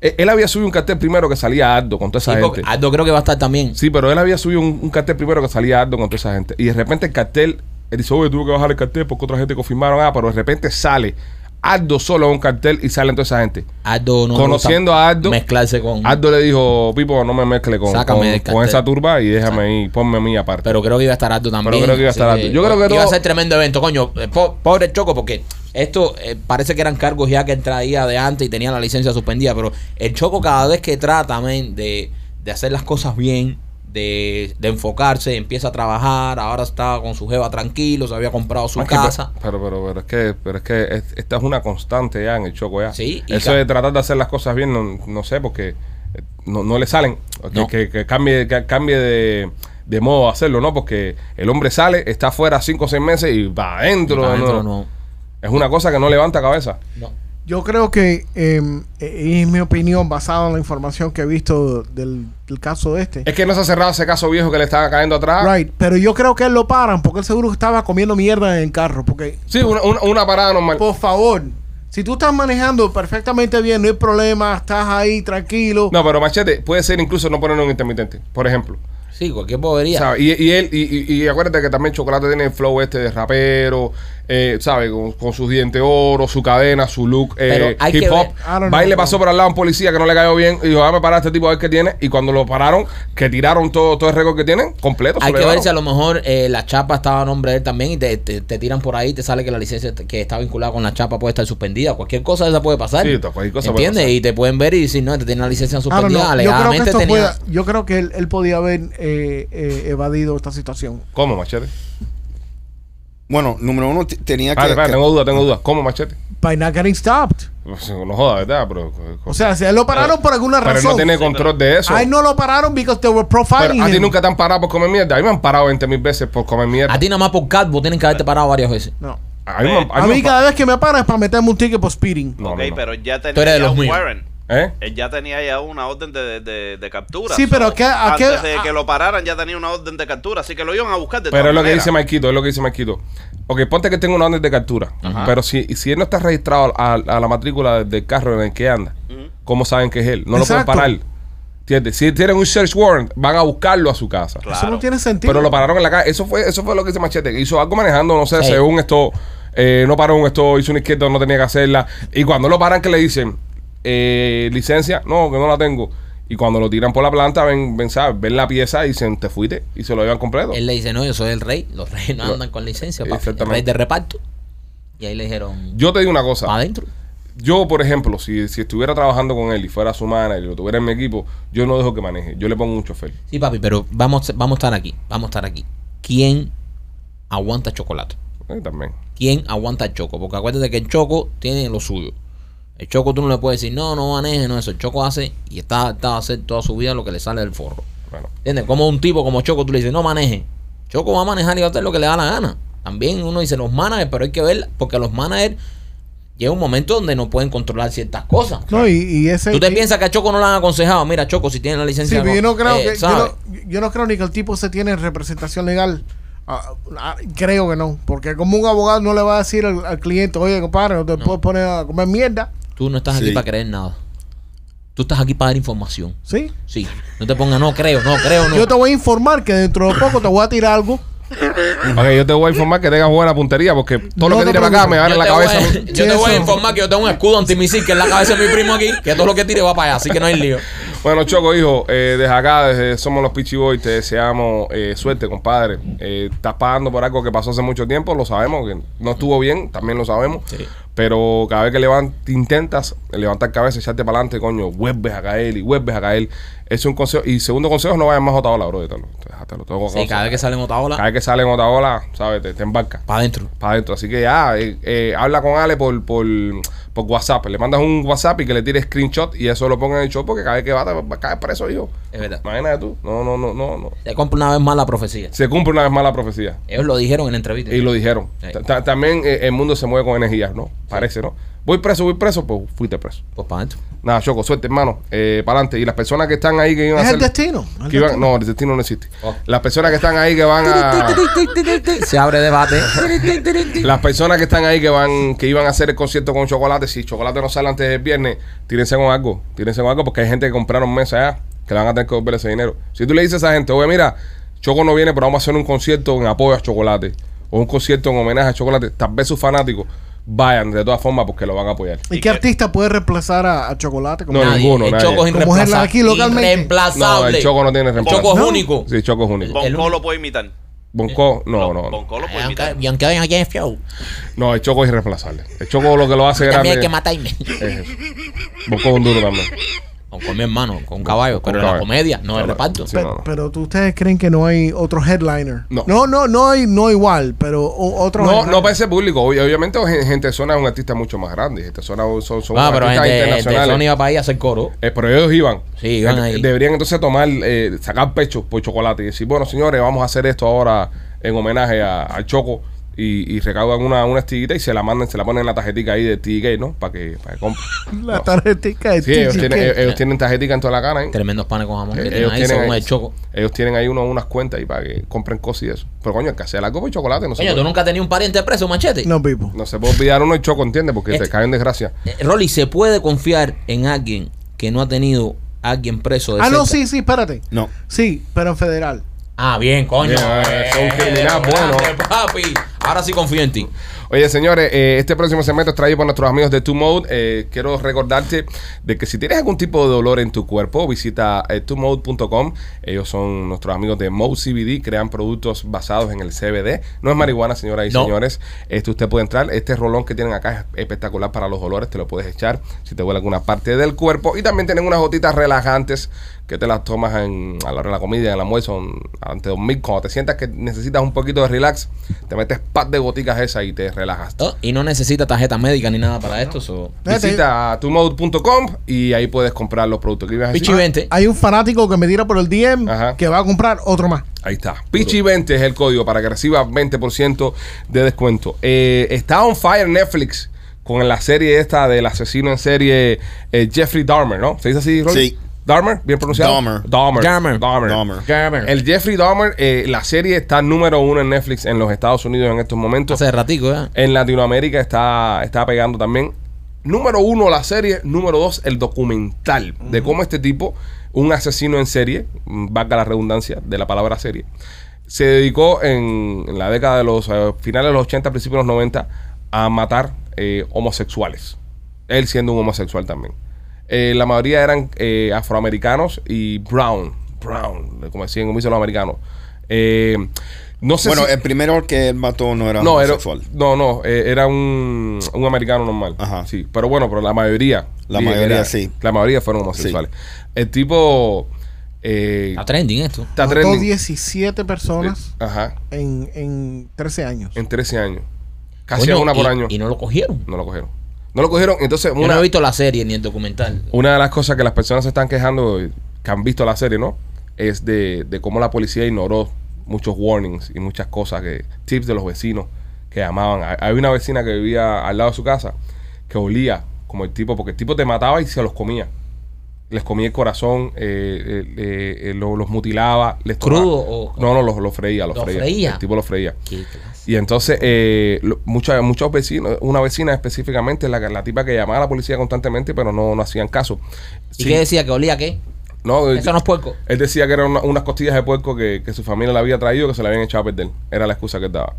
Speaker 1: Eh, Él había subido un cartel primero que salía Ardo con toda esa
Speaker 2: Sí, porque
Speaker 1: gente.
Speaker 2: Aldo creo que va a estar también.
Speaker 1: Sí, pero él había subido un, un cartel primero que salía Ardo con toda esa gente. Y de repente el cartel, él dice, oye, tuve que bajar el cartel porque otra gente confirmaron. Ah, pero de repente sale Ardo solo a un cartel y salen toda esa gente.
Speaker 2: Aldo no. le
Speaker 1: Conociendo
Speaker 2: gusta
Speaker 1: a Aldo,
Speaker 2: Mezclarse con.
Speaker 1: Ardo le dijo, Pipo, no me mezcle con,
Speaker 2: Sácame
Speaker 1: con-
Speaker 2: del
Speaker 1: con
Speaker 2: cartel.
Speaker 1: esa turba y déjame ahí, ponme a mí aparte.
Speaker 2: Pero creo que iba a estar alto también.
Speaker 1: Pero creo que iba a
Speaker 2: así
Speaker 1: estar alto. Yo creo que
Speaker 2: Iba a
Speaker 1: todo-
Speaker 2: ser tremendo evento, coño. Eh, po- Pobre Choco, porque esto eh, parece que eran cargos ya que él traía de antes y tenía la licencia suspendida. Pero el Choco, cada vez que trata, men, de, de hacer las cosas bien, de, de enfocarse, empieza a trabajar. Ahora estaba con su jeva tranquilo, se había comprado su
Speaker 1: Más que-
Speaker 2: casa.
Speaker 1: pero, pero, pero es que, pero es que es- esta es una constante ya en el choco ya.
Speaker 2: Sí, y
Speaker 1: Eso
Speaker 2: ca-
Speaker 1: de tratar de hacer las cosas bien, no, no sé, porque eh, no, no le salen. Que-
Speaker 2: No.
Speaker 1: Que, que cambie, que cambie de, de modo de hacerlo, ¿no? Porque el hombre sale, está afuera cinco o seis meses y va adentro.
Speaker 2: Para
Speaker 1: de
Speaker 2: adentro,
Speaker 1: nuevo.
Speaker 2: no.
Speaker 1: Es una cosa que no levanta cabeza.
Speaker 2: no.
Speaker 4: Yo creo que, eh, eh, es mi opinión, basada en la información que he visto del, del caso este.
Speaker 1: Es que no se ha cerrado ese caso viejo que le estaba cayendo atrás.
Speaker 4: Right, pero yo creo que él lo paran porque él seguro que estaba comiendo mierda en el carro. Porque,
Speaker 1: Sí, una, una- una parada normal.
Speaker 4: por favor, si tú estás manejando perfectamente bien, no hay problema, estás ahí tranquilo.
Speaker 1: No, pero machete, puede ser incluso no poner un intermitente, por ejemplo.
Speaker 2: Sí, cualquier bobería.
Speaker 1: ¿Sabes? Y, y él, y, y- y acuérdate que también Chocolate tiene el flow este de rapero, eh, ¿sabes? Con, con sus dientes oro, su cadena, su look eh,
Speaker 2: Pero hay que
Speaker 1: hip hop.
Speaker 2: ver-
Speaker 4: I don't know,
Speaker 1: Va y le
Speaker 4: bro.
Speaker 1: pasó por al lado a un policía que no le cayó bien y dijo, déjame parar a este tipo a ver qué tiene. Y cuando lo pararon, que tiraron todo, todo el récord que tienen, completo. se
Speaker 2: Hay
Speaker 1: lo
Speaker 2: que ver
Speaker 1: llevaron.
Speaker 2: si a lo mejor eh, la chapa estaba a nombre de él también y te, te- te tiran por ahí, te sale que la licencia te- que está vinculada con la chapa puede estar suspendida. Cualquier cosa de esa puede pasar.
Speaker 1: Sí, cualquier cosa puede
Speaker 2: ¿Entiendes?
Speaker 1: pasar.
Speaker 2: Y te pueden ver y decir, no, te tiene la licencia
Speaker 4: I don't know.
Speaker 2: suspendida.
Speaker 4: Yo creo que,
Speaker 2: Alegadamente
Speaker 4: esto
Speaker 2: tenía.
Speaker 4: pueda- yo creo que él, él podía haber eh, eh, evadido esta situación.
Speaker 1: ¿Cómo, machete?
Speaker 5: Bueno, número uno, t- tenía que.
Speaker 1: Vale, vale,
Speaker 5: que-
Speaker 1: tengo dudas, tengo dudas. ¿Cómo, machete?
Speaker 4: By not getting stopped.
Speaker 1: No jodas, ¿verdad? Pero,
Speaker 4: O sea, si a él lo pararon por alguna
Speaker 1: pero él
Speaker 4: razón.
Speaker 1: no tiene control de eso.
Speaker 4: A él no lo pararon because they were
Speaker 1: Pero
Speaker 4: profiling
Speaker 1: a ti
Speaker 4: him.
Speaker 1: nunca te han parado por comer mierda. A mí me han parado 20 mil veces por comer mierda.
Speaker 2: A ti nada más por catbo tienen que haberte parado varias veces.
Speaker 4: No.
Speaker 1: A mí me han-
Speaker 4: A,
Speaker 1: a mí me
Speaker 4: mí
Speaker 1: han pa-
Speaker 4: cada vez que me paran es para meterme un ticket por speeding.
Speaker 1: No, no,
Speaker 6: ok,
Speaker 1: no.
Speaker 6: pero él ya tenía
Speaker 2: eres de
Speaker 6: ya
Speaker 2: los
Speaker 6: un
Speaker 2: míos.
Speaker 6: warrant.
Speaker 1: ¿Eh?
Speaker 6: Él ya tenía ya una orden de, de- de captura.
Speaker 4: Sí, pero ¿a qué- a qué-
Speaker 6: antes de
Speaker 4: a-
Speaker 6: que lo pararan ya tenía una orden de captura, así que lo iban a buscar de
Speaker 1: Pero
Speaker 6: todas
Speaker 1: es lo que
Speaker 6: maneras.
Speaker 1: dice Marquito, es lo que dice Marquito. Ok, ponte que tengo una orden de captura. Pero si, si él no está registrado a, a la matrícula del carro en el que anda, ¿cómo saben que es él? No
Speaker 4: Exacto.
Speaker 1: lo pueden parar. ¿Entiendes? Si tienen un search warrant, van a buscarlo a su casa.
Speaker 6: Claro.
Speaker 4: Eso no tiene sentido.
Speaker 1: Pero lo pararon en la calle. Eso fue, eso fue lo que dice Machete. que Hizo algo manejando, no sé,
Speaker 2: Sí.
Speaker 1: según esto, eh, no paró un esto, hizo una izquierda, no tenía que hacerla. Y cuando lo paran, que le dicen, eh, licencia, no, que no la tengo. Y cuando lo tiran por la planta, ven, ven, ¿sabes? ven la pieza y dicen, te fuiste. Y se lo llevan completo.
Speaker 2: Él le dice, no, yo soy el rey. Los reyes no
Speaker 1: Lo-
Speaker 2: andan con licencia, papi. El
Speaker 1: eh, Exactamente.
Speaker 2: rey de reparto. Y ahí le dijeron,
Speaker 1: Yo te digo una cosa.
Speaker 2: para adentro.
Speaker 1: Yo, por ejemplo, si, si estuviera trabajando con él y fuera su manager y lo tuviera en mi equipo, yo no dejo que maneje. Yo le pongo un chofer.
Speaker 2: Sí, papi, pero vamos, vamos a estar aquí. Vamos a estar aquí. ¿Quién aguanta chocolate?
Speaker 1: Eh, también.
Speaker 2: quién aguanta el choco. Porque acuérdate que el choco tiene lo suyo. El choco tú no le puedes decir, no, no maneje, no eso. El choco hace y está, está a hacer toda su vida lo que le sale del forro.
Speaker 1: Bueno,
Speaker 2: ¿Entiendes? Como un tipo como Choco, tú le dices, no maneje. Choco va a manejar y va a hacer lo que le da la gana. También uno dice los managers, pero hay que ver, porque los managers llega un momento donde no pueden controlar ciertas cosas.
Speaker 4: no, y, y ese.
Speaker 2: Tú te
Speaker 4: y-
Speaker 2: piensas que a Choco no le han aconsejado. Mira, Choco, si tiene la
Speaker 4: Sí,
Speaker 2: licencia.
Speaker 4: pero yo no creo
Speaker 2: eh,
Speaker 4: que. Yo
Speaker 2: ¿sabes?
Speaker 4: no, yo no creo ni que el tipo se tiene representación legal. Ah, ah, creo que no. Porque como un abogado no le va a decir al, al cliente, oye, compadre, no te puedes poner a comer mierda.
Speaker 2: Tú no estás aquí
Speaker 5: Sí.
Speaker 2: para creer nada. Tú estás aquí para dar información.
Speaker 4: ¿Sí?
Speaker 2: Sí. No te pongas, no creo, no creo, no.
Speaker 4: Yo te voy a informar que dentro de poco te voy a tirar algo.
Speaker 1: Ok, yo te voy a informar que tengas buena puntería porque todo
Speaker 4: No
Speaker 1: lo que
Speaker 4: te
Speaker 1: tire para acá me
Speaker 4: preocupes.
Speaker 1: van en la
Speaker 2: te voy a-
Speaker 1: cabeza.
Speaker 2: yo te voy a
Speaker 4: Eso.
Speaker 2: informar que yo tengo un escudo antimisil que es la cabeza de mi primo aquí, que todo lo que tire va para allá, así que no hay lío.
Speaker 1: Bueno, Choco, hijo, eh, desde acá, desde Somos los Pitchy Boys, te deseamos eh, suerte, compadre. Eh, estás pagando por algo que pasó hace mucho tiempo, lo sabemos, que no estuvo bien, también lo sabemos.
Speaker 2: Sí.
Speaker 1: Pero cada vez que levant- intentas levantar cabeza, echarte para adelante, coño, vuelves a caer y vuelves a caer. Ese es un consejo. Y segundo consejo, no vayas más a Otaola, bro. Te lo, te- te lo tengo
Speaker 2: Sí, cada vez que sale en otra
Speaker 1: cada
Speaker 2: ola,
Speaker 1: vez que sale en Otaola, ¿sabes? Te, te embarca
Speaker 2: para adentro.
Speaker 1: para adentro. Así que ya, eh, eh, habla con Ale por, por, por WhatsApp. Le mandas un WhatsApp y que le tires screenshot y eso lo ponga en el show porque cada vez que va, te va a caer preso, hijo.
Speaker 2: Es verdad.
Speaker 1: Imagínate tú. No, no, no, no, no.
Speaker 2: Se compra una vez más la profecía.
Speaker 1: Se cumple una vez más la profecía.
Speaker 2: Ellos lo dijeron en la entrevista.
Speaker 1: Y lo dijeron. Ta- ta- También eh, el mundo se mueve con energías, ¿no? Parece, ¿no? Voy preso, voy preso, pues fuiste preso.
Speaker 2: Pues para adentro.
Speaker 1: Nada, Choco, suerte, hermano. Eh, para adelante. Y las personas que están ahí que iban a
Speaker 4: Es el
Speaker 1: hacer-
Speaker 4: destino. el
Speaker 1: que iban-
Speaker 4: destino.
Speaker 1: no, el destino no existe.
Speaker 2: Oh.
Speaker 1: Las personas que están ahí que van a.
Speaker 2: Se abre debate.
Speaker 1: Las personas que están ahí que van, que iban a hacer el concierto con chocolate, si chocolate no sale antes del viernes, tírense con algo, tírense con algo, porque hay gente que compraron mesas ya, que le van a tener que devolver ese dinero. Si tú le dices a esa gente, oye, mira, Choco no viene, pero vamos a hacer un concierto en apoyo a Chocolate, o un concierto en homenaje a Chocolate, tal vez sus fanáticos vayan de todas formas porque lo van a apoyar.
Speaker 4: ¿Y qué artista puede reemplazar a, a Chocolate? como-
Speaker 1: No,
Speaker 2: Nadie.
Speaker 1: ninguno,
Speaker 2: El
Speaker 1: nadie.
Speaker 2: Choco es
Speaker 4: Como es
Speaker 2: irreemplazable.
Speaker 4: aquí localmente.
Speaker 1: No,
Speaker 2: Irreemplazable.
Speaker 1: el Choco no tiene reemplazo.
Speaker 2: Choco es
Speaker 1: ¿No?
Speaker 2: único.
Speaker 1: Sí, Choco es único.
Speaker 2: El
Speaker 6: Bonco
Speaker 2: único.
Speaker 6: lo puede imitar.
Speaker 1: Bonco, no, no, no.
Speaker 6: Bonco lo
Speaker 2: Y
Speaker 6: puede
Speaker 2: aunque-
Speaker 6: imitar.
Speaker 2: Y aunque vayan aquí en el show,
Speaker 1: No, el Choco es irreemplazable. El Choco lo que lo hace
Speaker 2: también
Speaker 1: grande.
Speaker 2: hay que matarme.
Speaker 1: es eso. Bonco es un duro también.
Speaker 2: O con mi hermano, con un caballo.
Speaker 1: Con
Speaker 2: Pero la
Speaker 1: caballo.
Speaker 2: comedia, no
Speaker 1: Claro.
Speaker 2: el reparto. Ah,
Speaker 1: Sí.
Speaker 4: Pe-
Speaker 1: no, no.
Speaker 4: Pero ¿tú- ustedes creen que no hay otro headliner.
Speaker 1: No.
Speaker 4: no, no, no hay, no igual, pero o- otro.
Speaker 1: No,
Speaker 4: headliner.
Speaker 1: no para ese público. Obvia- Obviamente, gen- gente zona es un artista mucho más grande. Gente zona son, son
Speaker 2: Ah, pero
Speaker 1: artistas
Speaker 2: gente, gente
Speaker 1: internacionales.
Speaker 2: Sony iba para ahí a hacer coro.
Speaker 1: Eh, pero ellos iban.
Speaker 2: Sí, iban
Speaker 1: Eh,
Speaker 2: ahí.
Speaker 1: Deberían entonces tomar, eh, sacar pecho por chocolate y decir, bueno, señores, vamos a hacer esto ahora en homenaje a- al Choco. Y, y recaudan una, una estiguita y se la mandan, se la ponen en la tarjetica ahí de TK, ¿no? Para que, para que compren.
Speaker 4: La
Speaker 1: No.
Speaker 4: tarjetita de
Speaker 1: Sí, ellos
Speaker 4: TGK.
Speaker 1: tienen, eh, ellos, ellos tienen tarjetica en toda la cara, ¿eh?
Speaker 2: Tremendos panes con jamón.
Speaker 1: Eh,
Speaker 2: que tienen
Speaker 1: ellos,
Speaker 2: ahí,
Speaker 1: tienen
Speaker 2: según
Speaker 1: ahí,
Speaker 2: el choco.
Speaker 1: ellos tienen ahí uno- unas cuentas y para que compren cosas y eso. Pero coño, hay que hacer algo por chocolate, no se
Speaker 2: Coño,
Speaker 1: puede-
Speaker 2: ¿tú nunca tenías un pariente preso, machete?
Speaker 4: No, people.
Speaker 1: eh, No se puede olvidar uno el choco, ¿entiendes? Porque
Speaker 2: Este-
Speaker 1: te caen en desgracia.
Speaker 2: Eh, Rolly, ¿se puede confiar en alguien que no ha tenido a alguien preso de
Speaker 4: Ah, no,
Speaker 2: cerca?
Speaker 4: sí, sí, espérate.
Speaker 5: No.
Speaker 4: Sí, pero en federal.
Speaker 2: Ah, bien, coño.
Speaker 1: Bien, eh, son
Speaker 2: Eh,
Speaker 1: criminal, bueno.
Speaker 2: grande, papi. Ahora sí confío en ti.
Speaker 1: Oye, señores, eh, este próximo segmento es traído por nuestros amigos de Two Mode. Eh, quiero recordarte de que si tienes algún tipo de dolor en tu cuerpo, visita eh, twomode.com. Ellos son nuestros amigos de Mode CBD, crean productos basados en el CBD. No es marihuana, señoras y
Speaker 2: No.
Speaker 1: señores. Este usted puede entrar. Este rolón que tienen acá es espectacular para los dolores. Te lo puedes echar si te duele alguna parte del cuerpo. Y también tienen unas gotitas relajantes que te las tomas en, a la hora de la comida, en el almuerzo, en- antes de dormir. Cuando te sientas que necesitas un poquito de relax, te metes par de goticas esas y te relajas.
Speaker 2: Oh, y no necesita tarjeta médica ni nada para esto. so-
Speaker 1: Visita tumode.com y ahí puedes comprar los productos que ibas a decir?
Speaker 2: Pichi 20.
Speaker 4: Hay un fanático que me tira por el DM
Speaker 1: Ajá.
Speaker 4: que va a comprar otro más.
Speaker 1: Ahí está. Pichi20 es el código para que reciba 20% de descuento. Eh, está on fire Netflix con la serie esta del asesino en serie eh, Jeffrey Dahmer, ¿no? ¿Se dice así, Rolly?
Speaker 5: Sí.
Speaker 1: Dahmer, bien pronunciado.
Speaker 5: Dahmer.
Speaker 1: Dahmer.
Speaker 2: Dahmer.
Speaker 5: Dahmer.
Speaker 2: Gamer.
Speaker 1: El Jeffrey Dahmer, eh, la serie está número uno en Netflix en los Estados Unidos en estos momentos.
Speaker 2: Hace ratico, ¿eh?
Speaker 1: En Latinoamérica está, está pegando también. Número uno la serie, número dos el documental de cómo este tipo, un asesino en serie, mm, valga la redundancia de la palabra serie, se dedicó en, en la década de los eh, finales de los 80, principios de los 90 a matar eh, homosexuales. Él siendo un homosexual también. Eh, la mayoría eran eh, afroamericanos y brown, brown, como decían, como dicen los americanos. Eh, no sé
Speaker 5: Bueno, eh,
Speaker 1: si-
Speaker 5: el primero que él mató no era
Speaker 1: no, era,
Speaker 5: homosexual.
Speaker 1: no, no, eh, era un, un americano normal.
Speaker 5: Ajá.
Speaker 1: Sí, pero bueno, pero la mayoría.
Speaker 5: La
Speaker 1: dije que
Speaker 5: mayoría, sí.
Speaker 1: La mayoría fueron homosexuales. El tipo. eh,
Speaker 2: Está trending esto.
Speaker 1: está
Speaker 4: Mató
Speaker 1: trending.
Speaker 4: 17 personas
Speaker 1: Ajá,
Speaker 4: en, en 13 años.
Speaker 1: en 13 años. Casi
Speaker 2: Coño,
Speaker 1: una por
Speaker 2: y-
Speaker 1: año.
Speaker 2: Y no lo cogieron.
Speaker 1: No lo cogieron. No lo cogieron. Entonces,
Speaker 2: Yo
Speaker 1: una,
Speaker 2: no he visto la serie ni el documental.
Speaker 1: una de las cosas que las personas se están quejando, eh, que han visto la serie, ¿no? Es de, de cómo la policía ignoró muchos warnings y muchas cosas, que tips de los vecinos que llamaban. Ha- Hay una vecina que vivía al lado de su casa que olía como el tipo, porque el tipo te mataba y se los comía. Les comía el corazón, eh, eh, eh, eh, lo- los mutilaba. Les tomaba-
Speaker 2: ¿Crudo o-
Speaker 1: No, no, los, los freía, los
Speaker 2: ¿Los
Speaker 1: freía.
Speaker 2: freía?
Speaker 1: El tipo los freía.
Speaker 2: Qué clase.
Speaker 1: Y entonces, eh, lo- mucha- muchos vecinos, una vecina específicamente, la, la tipa que llamaba a la policía constantemente, pero no, no hacían caso.
Speaker 2: ¿Y
Speaker 1: Sí,
Speaker 2: qué decía? ¿Que olía a qué?
Speaker 1: No,
Speaker 2: Eso no es puerco.
Speaker 1: Él decía que eran una- unas costillas de puerco que, que su familia le había traído que se le habían echado a perder. Era la excusa que él daba.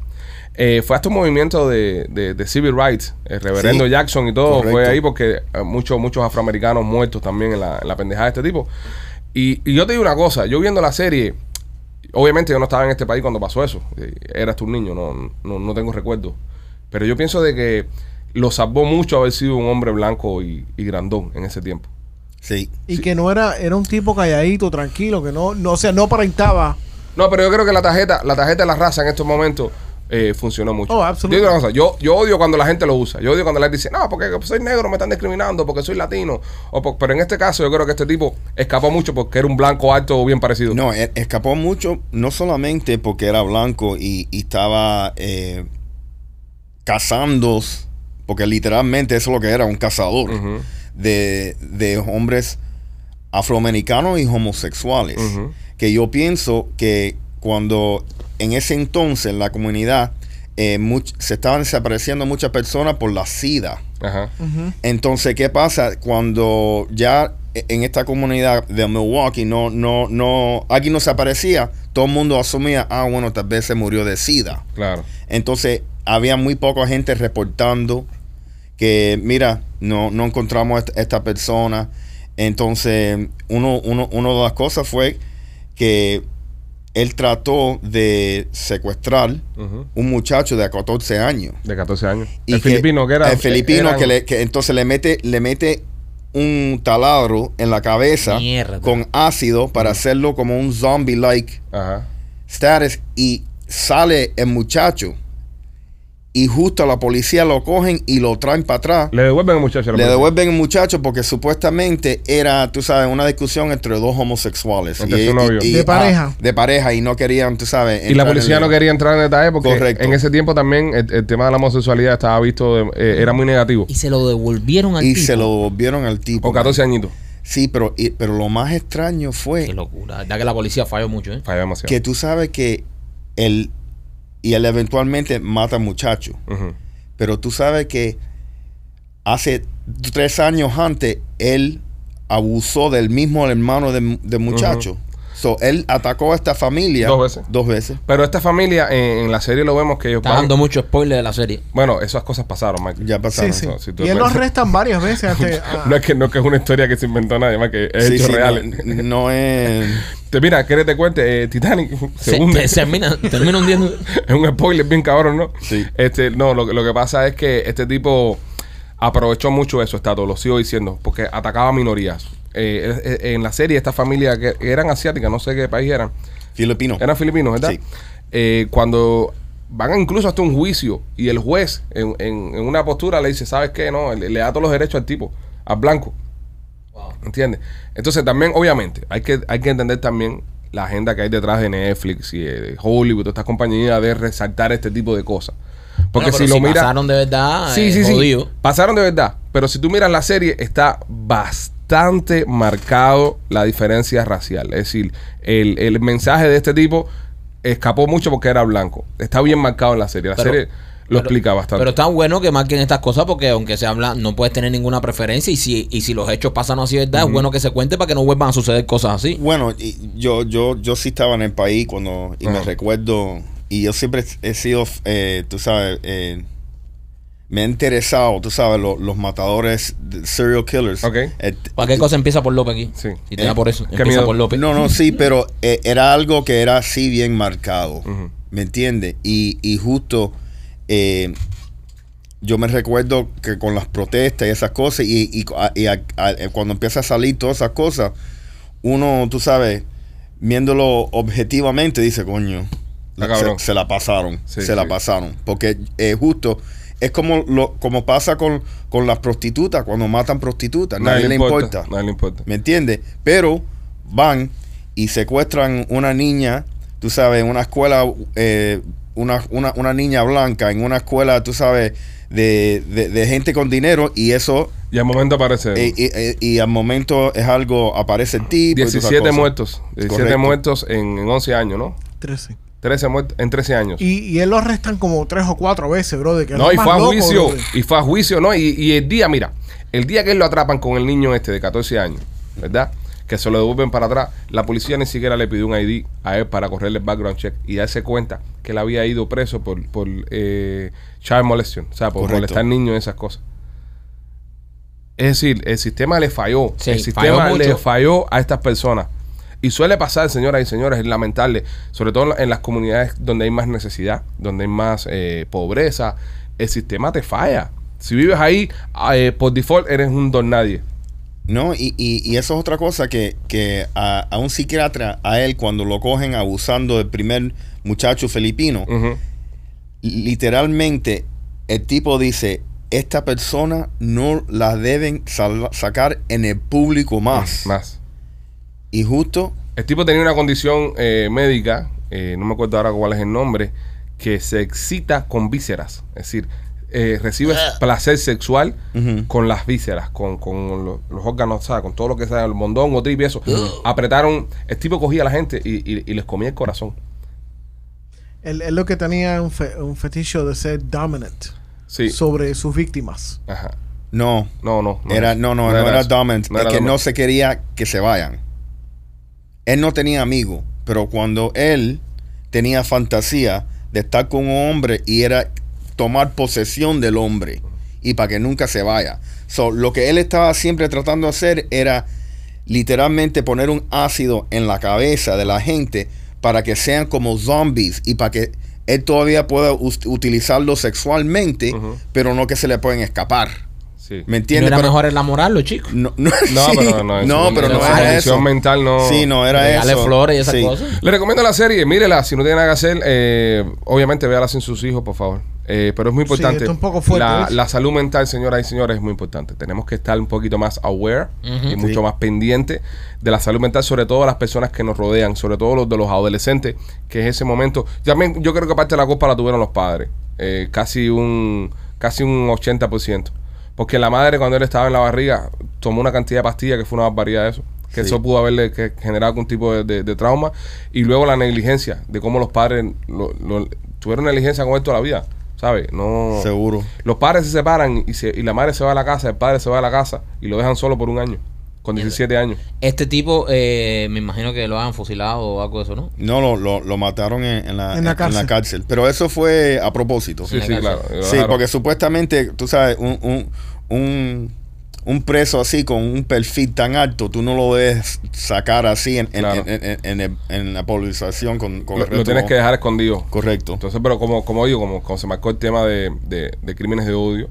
Speaker 1: Eh, fue hasta un movimiento de, de- de civil rights, el reverendo
Speaker 5: Sí,
Speaker 1: Jackson y todo. Fue
Speaker 5: correcto.
Speaker 1: ahí porque eh, muchos, muchos afroamericanos muertos también en la, en la pendejada de este tipo. Y, y yo te digo una cosa, yo viendo la serie, obviamente yo no estaba en este país cuando pasó eso. Eh, Eras tú un niño, no, no, no tengo recuerdo. Pero yo pienso de que lo salvó mucho haber sido un hombre blanco y, y grandón en ese tiempo.
Speaker 5: Sí.
Speaker 4: Y que no era, era un tipo calladito, tranquilo, que no, no, o sea, no aparentaba.
Speaker 1: No, pero yo creo que la tarjeta, la tarjeta de la raza en estos momentos eh, funcionó mucho.
Speaker 4: Oh,
Speaker 1: yo,
Speaker 4: absolutely.
Speaker 1: digo una cosa, yo, yo odio cuando la gente lo usa. Yo odio cuando la gente dice, no, porque soy negro, me están discriminando, porque soy latino. O por- pero en este caso, yo creo que este tipo escapó mucho porque era un blanco alto o bien parecido.
Speaker 5: No, e- escapó mucho, no solamente porque era blanco y, y estaba eh, cazando, porque literalmente eso es lo que era, un cazador
Speaker 1: Ujú,
Speaker 5: de, de hombres afroamericanos y homosexuales.
Speaker 1: Ujú.
Speaker 5: Que yo pienso que cuando en ese entonces la comunidad eh, much- se estaban desapareciendo muchas personas por la SIDA.
Speaker 1: Ajá.
Speaker 5: Entonces, ¿qué pasa cuando ya e-, en esta comunidad de Milwaukee no, no, no, alguien no se aparecía? Todo el mundo asumía, ah, bueno, tal vez se murió de SIDA.
Speaker 1: Claro.
Speaker 5: Entonces, había muy poca gente reportando que, mira, no, no encontramos a esta, esta persona. Entonces, uno, uno, una de las cosas fue que él trató de secuestrar
Speaker 1: Ujú.
Speaker 5: un muchacho de 14 años
Speaker 1: De 14 años.
Speaker 5: y
Speaker 1: el filipino que era.
Speaker 5: el filipino
Speaker 1: eran-
Speaker 5: que, le- que entonces le mete le mete un taladro en la cabeza
Speaker 2: Mierda.
Speaker 5: con ácido para hacerlo como un zombie like
Speaker 1: Ajá.
Speaker 5: status y sale el muchacho y justo la policía lo cogen y lo traen para atrás
Speaker 1: Le devuelven al muchacho. la
Speaker 5: le
Speaker 1: película.
Speaker 5: devuelven el muchacho porque supuestamente era, tú sabes, una discusión entre dos homosexuales.
Speaker 1: Entre su novio.
Speaker 4: De pareja.
Speaker 5: ah, de pareja y no querían, tú sabes.
Speaker 1: Y la
Speaker 5: entrar en
Speaker 1: policía
Speaker 5: el-
Speaker 1: no quería entrar en detalle porque
Speaker 5: Correcto.
Speaker 1: en ese tiempo también el, el tema de la homosexualidad estaba visto, de- eh, era muy negativo.
Speaker 2: Y se lo devolvieron al
Speaker 5: Y
Speaker 2: tipo.
Speaker 5: se lo volvieron al tipo.
Speaker 1: Con 14 añitos.
Speaker 5: Sí, pero, y- pero lo más extraño fue
Speaker 2: Qué locura. La verdad que la policía falló mucho, ¿eh?
Speaker 1: Falló demasiado.
Speaker 5: que tú sabes que él y él eventualmente mata a muchacho,
Speaker 1: Ujú.
Speaker 5: pero tú sabes que hace tres años antes él abusó del mismo hermano del, del muchacho. So, él atacó a esta familia
Speaker 1: Dos veces.
Speaker 5: Dos veces.
Speaker 1: Pero esta familia, en, en la serie lo vemos que ellos
Speaker 2: Está
Speaker 1: van-
Speaker 2: dando mucho spoiler de la serie.
Speaker 1: Bueno, esas cosas pasaron, Michael.
Speaker 5: Ya pasaron.
Speaker 4: sí, sí.
Speaker 1: no, si tú
Speaker 4: y él lo
Speaker 1: puedes-
Speaker 4: arrestan varias veces. hasta-
Speaker 1: No es, que, no es que es una historia que se inventó nadie más, que es
Speaker 5: Sí,
Speaker 1: hecho
Speaker 5: sí,
Speaker 1: real.
Speaker 5: No, no es.
Speaker 1: Te, mira, que te cuente, eh, Titanic se,
Speaker 2: Se,
Speaker 1: hunde.
Speaker 2: te- termina, termina hundiendo.
Speaker 1: es un spoiler bien cabrón, ¿no?
Speaker 5: Sí.
Speaker 1: Este, no, lo, que- lo que pasa es que este tipo aprovechó mucho eso, Estato, lo sigo diciendo, porque atacaba minorías. Eh, eh, eh, en la serie, esta familia que eran asiáticas, no sé qué país eran,
Speaker 5: Filipino.
Speaker 1: eran filipinos, ¿verdad?
Speaker 5: Sí.
Speaker 1: Eh, cuando van incluso hasta un juicio y el juez en, en- en una postura le dice, ¿sabes qué? No, le, le da todos los derechos al tipo, al blanco. ¿Entiendes? Entonces también, obviamente, hay que, hay que entender también la agenda que hay detrás de Netflix y de Hollywood, todas estas compañías, de resaltar este tipo de cosas. Porque
Speaker 2: Bueno,
Speaker 1: si
Speaker 2: pero
Speaker 1: lo miras...
Speaker 2: Pasaron de verdad.
Speaker 1: Sí,
Speaker 2: eh,
Speaker 1: sí, sí.
Speaker 2: jodido.
Speaker 1: Pasaron de verdad. Pero si tú miras la serie, está bastante marcado la diferencia racial. Es decir, el, el mensaje de este tipo escapó mucho porque era blanco. Está bien marcado en la serie. La
Speaker 2: Pero-
Speaker 1: serie lo explica bastante.
Speaker 2: Pero está bueno que marquen estas cosas porque aunque se habla, no puedes tener ninguna preferencia y si, y si los hechos pasan así, ¿verdad? Es bueno que se cuente para que no vuelvan a suceder cosas así.
Speaker 5: Bueno, y- yo, yo, yo sí estaba en el país cuando, y me
Speaker 1: Ajá.
Speaker 5: recuerdo, y yo siempre he sido, eh, tú sabes, eh, me he interesado, tú sabes, lo- los matadores, de serial killers.
Speaker 1: Ok.
Speaker 5: Eh,
Speaker 2: Cualquier cosa empieza por López aquí.
Speaker 1: Sí.
Speaker 2: Y te da
Speaker 5: Eh,
Speaker 2: por eso.
Speaker 1: qué
Speaker 2: Empieza
Speaker 1: miedo.
Speaker 2: por López.
Speaker 5: no, no, sí, pero eh, era algo que era así bien marcado, ¿me entiendes? Y, y justo, eh, yo me recuerdo que con las protestas y esas cosas, y, y- y a- a- cuando empieza a salir todas esas cosas, uno, tú sabes, viéndolo objetivamente, dice, coño,
Speaker 1: Está
Speaker 5: se,
Speaker 1: cabrón.
Speaker 5: se la pasaron,
Speaker 1: Sí,
Speaker 5: se la
Speaker 1: sí.
Speaker 5: pasaron. Porque eh, justo es como lo como pasa con, con las prostitutas, cuando matan prostitutas, nadie, le importa.
Speaker 1: Nadie le importa.
Speaker 5: ¿Me entiendes? Pero van y secuestran una niña, tú sabes, en una escuela, eh, una, una, una niña blanca, en una escuela, tú sabes, de, de- de gente con dinero y eso,
Speaker 1: Y al momento aparece.
Speaker 5: eh, y, eh, y al momento es algo, aparece el tipo. y todas esas
Speaker 1: 17
Speaker 5: cosas.
Speaker 1: muertos. 17
Speaker 5: Correcto.
Speaker 1: muertos en, en 11 años, ¿no?
Speaker 4: 13.
Speaker 1: 13 muertos en 13 años.
Speaker 4: Y, y él lo arrestan como tres o cuatro veces, brother. que es
Speaker 1: No,
Speaker 4: lo
Speaker 1: y
Speaker 4: más
Speaker 1: fue a
Speaker 4: loco,
Speaker 1: juicio.
Speaker 4: brother.
Speaker 1: Y fue a juicio, ¿no? Y, y el día, mira, el día que él lo atrapan con el niño este de 14 años, ¿verdad? que se lo devuelven para atrás. La policía ni siquiera le pidió un ID a él para correrle el background check y darse cuenta que él había ido preso por, por eh, child molestation, o sea, por
Speaker 5: Correcto.
Speaker 1: molestar niños y esas cosas. Es decir, el sistema le falló.
Speaker 2: Sí,
Speaker 1: el
Speaker 2: falló
Speaker 1: sistema le
Speaker 2: mucho.
Speaker 1: falló a estas personas. Y suele pasar, señoras y señores, es lamentable, sobre todo en la- en las comunidades donde hay más necesidad, donde hay más eh, pobreza, el sistema te falla. Si vives ahí, eh, por default eres un don nadie.
Speaker 5: No, y, y, y eso es otra cosa que, que a, a un psiquiatra, a él, cuando lo cogen abusando del primer muchacho filipino,
Speaker 1: Ujú.
Speaker 5: literalmente el tipo dice, esta persona no la deben sal- sacar en el público más.
Speaker 1: Más.
Speaker 5: Y justo,
Speaker 1: El tipo tenía una condición eh, médica, eh, no me acuerdo ahora cuál es el nombre, que se excita con vísceras. Es decir, eh, recibe placer sexual
Speaker 5: Ujú.
Speaker 1: con las vísceras, con, con lo- los órganos, ¿sabes? con todo lo que sea, el mondón o trip y eso. Apretaron, el tipo cogía a la gente y, y- y les comía el corazón.
Speaker 4: Él, él lo que tenía un, fe- un feticho de ser dominant
Speaker 1: Sí.
Speaker 4: sobre sus víctimas.
Speaker 1: Ajá.
Speaker 5: no,
Speaker 1: No, no,
Speaker 5: era, no, no, no, era
Speaker 1: eso.
Speaker 5: dominant,
Speaker 1: No
Speaker 5: es
Speaker 1: era
Speaker 5: que no
Speaker 1: dominant.
Speaker 5: se quería que se vayan. Él no tenía amigos, pero cuando él tenía fantasía de estar con un hombre y era tomar posesión del hombre y para que nunca se vaya. So, lo que él estaba siempre tratando de hacer era literalmente poner un ácido en la cabeza de la gente para que sean como zombies y para que él todavía pueda us- utilizarlo sexualmente,
Speaker 1: Ujú.
Speaker 5: pero no que se le pueden escapar.
Speaker 1: Sí.
Speaker 5: ¿Me
Speaker 2: ¿No
Speaker 5: entiendes?
Speaker 2: era
Speaker 5: Pero-
Speaker 2: mejor enamorarlo, chico?
Speaker 5: no, no,
Speaker 1: No,
Speaker 5: sí.
Speaker 1: pero no, eso
Speaker 5: No,
Speaker 1: no-
Speaker 5: pero no
Speaker 2: esa
Speaker 5: era
Speaker 1: condición
Speaker 5: eso.
Speaker 1: mental no-
Speaker 5: Sí, no era
Speaker 2: Dale
Speaker 5: eso.
Speaker 2: flores y esas
Speaker 5: Sí.
Speaker 2: cosas.
Speaker 1: Le recomiendo la serie, mírela, si no tiene nada que hacer, eh, obviamente véala sin sus hijos, por favor. Eh, pero es muy
Speaker 4: Sí,
Speaker 1: importante.
Speaker 4: está un poco fuerte,
Speaker 1: la,
Speaker 4: ¿ves?
Speaker 1: la salud mental, señoras y señores, es muy importante. Tenemos que estar un poquito más aware y mucho más pendiente de la salud mental, sobre todo las personas que nos rodean, sobre todo los de los adolescentes, que es ese momento. También yo creo que parte de la culpa la tuvieron los padres, eh, casi un casi un 80%. Porque la madre cuando él estaba en la barriga tomó una cantidad de pastillas que fue una barbaridad eso. Que
Speaker 5: Sí.
Speaker 1: eso pudo haberle que- generado algún tipo de, de- de trauma. Y luego la negligencia de cómo los padres lo- lo- tuvieron negligencia con esto toda la vida. ¿Sabes? No.
Speaker 5: Seguro.
Speaker 1: Los padres se separan y, se- y la madre se va a la casa, el padre se va a la casa y lo dejan solo por un año, con 17 años.
Speaker 2: Este tipo, eh, me imagino que lo han fusilado o algo de eso, ¿no?
Speaker 5: No, lo, lo, lo mataron en, en la, en, en la cárcel. Pero eso fue a propósito.
Speaker 1: Sí,
Speaker 5: Sí,
Speaker 2: la
Speaker 1: sí,
Speaker 2: cárcel.
Speaker 1: claro. lo dejaron.
Speaker 5: porque supuestamente, tú sabes, un, un, un, un preso así con un perfil tan alto, tú no lo debes sacar así en, en,
Speaker 1: Claro.
Speaker 5: en, en- en- en- en la polarización con, con
Speaker 1: Lo-
Speaker 5: el
Speaker 1: lo,
Speaker 5: resto,
Speaker 1: tienes
Speaker 5: ¿no?
Speaker 1: que dejar escondido.
Speaker 5: Correcto.
Speaker 1: Entonces, pero como, como digo, como, como se marcó el tema de, de- de crímenes de odio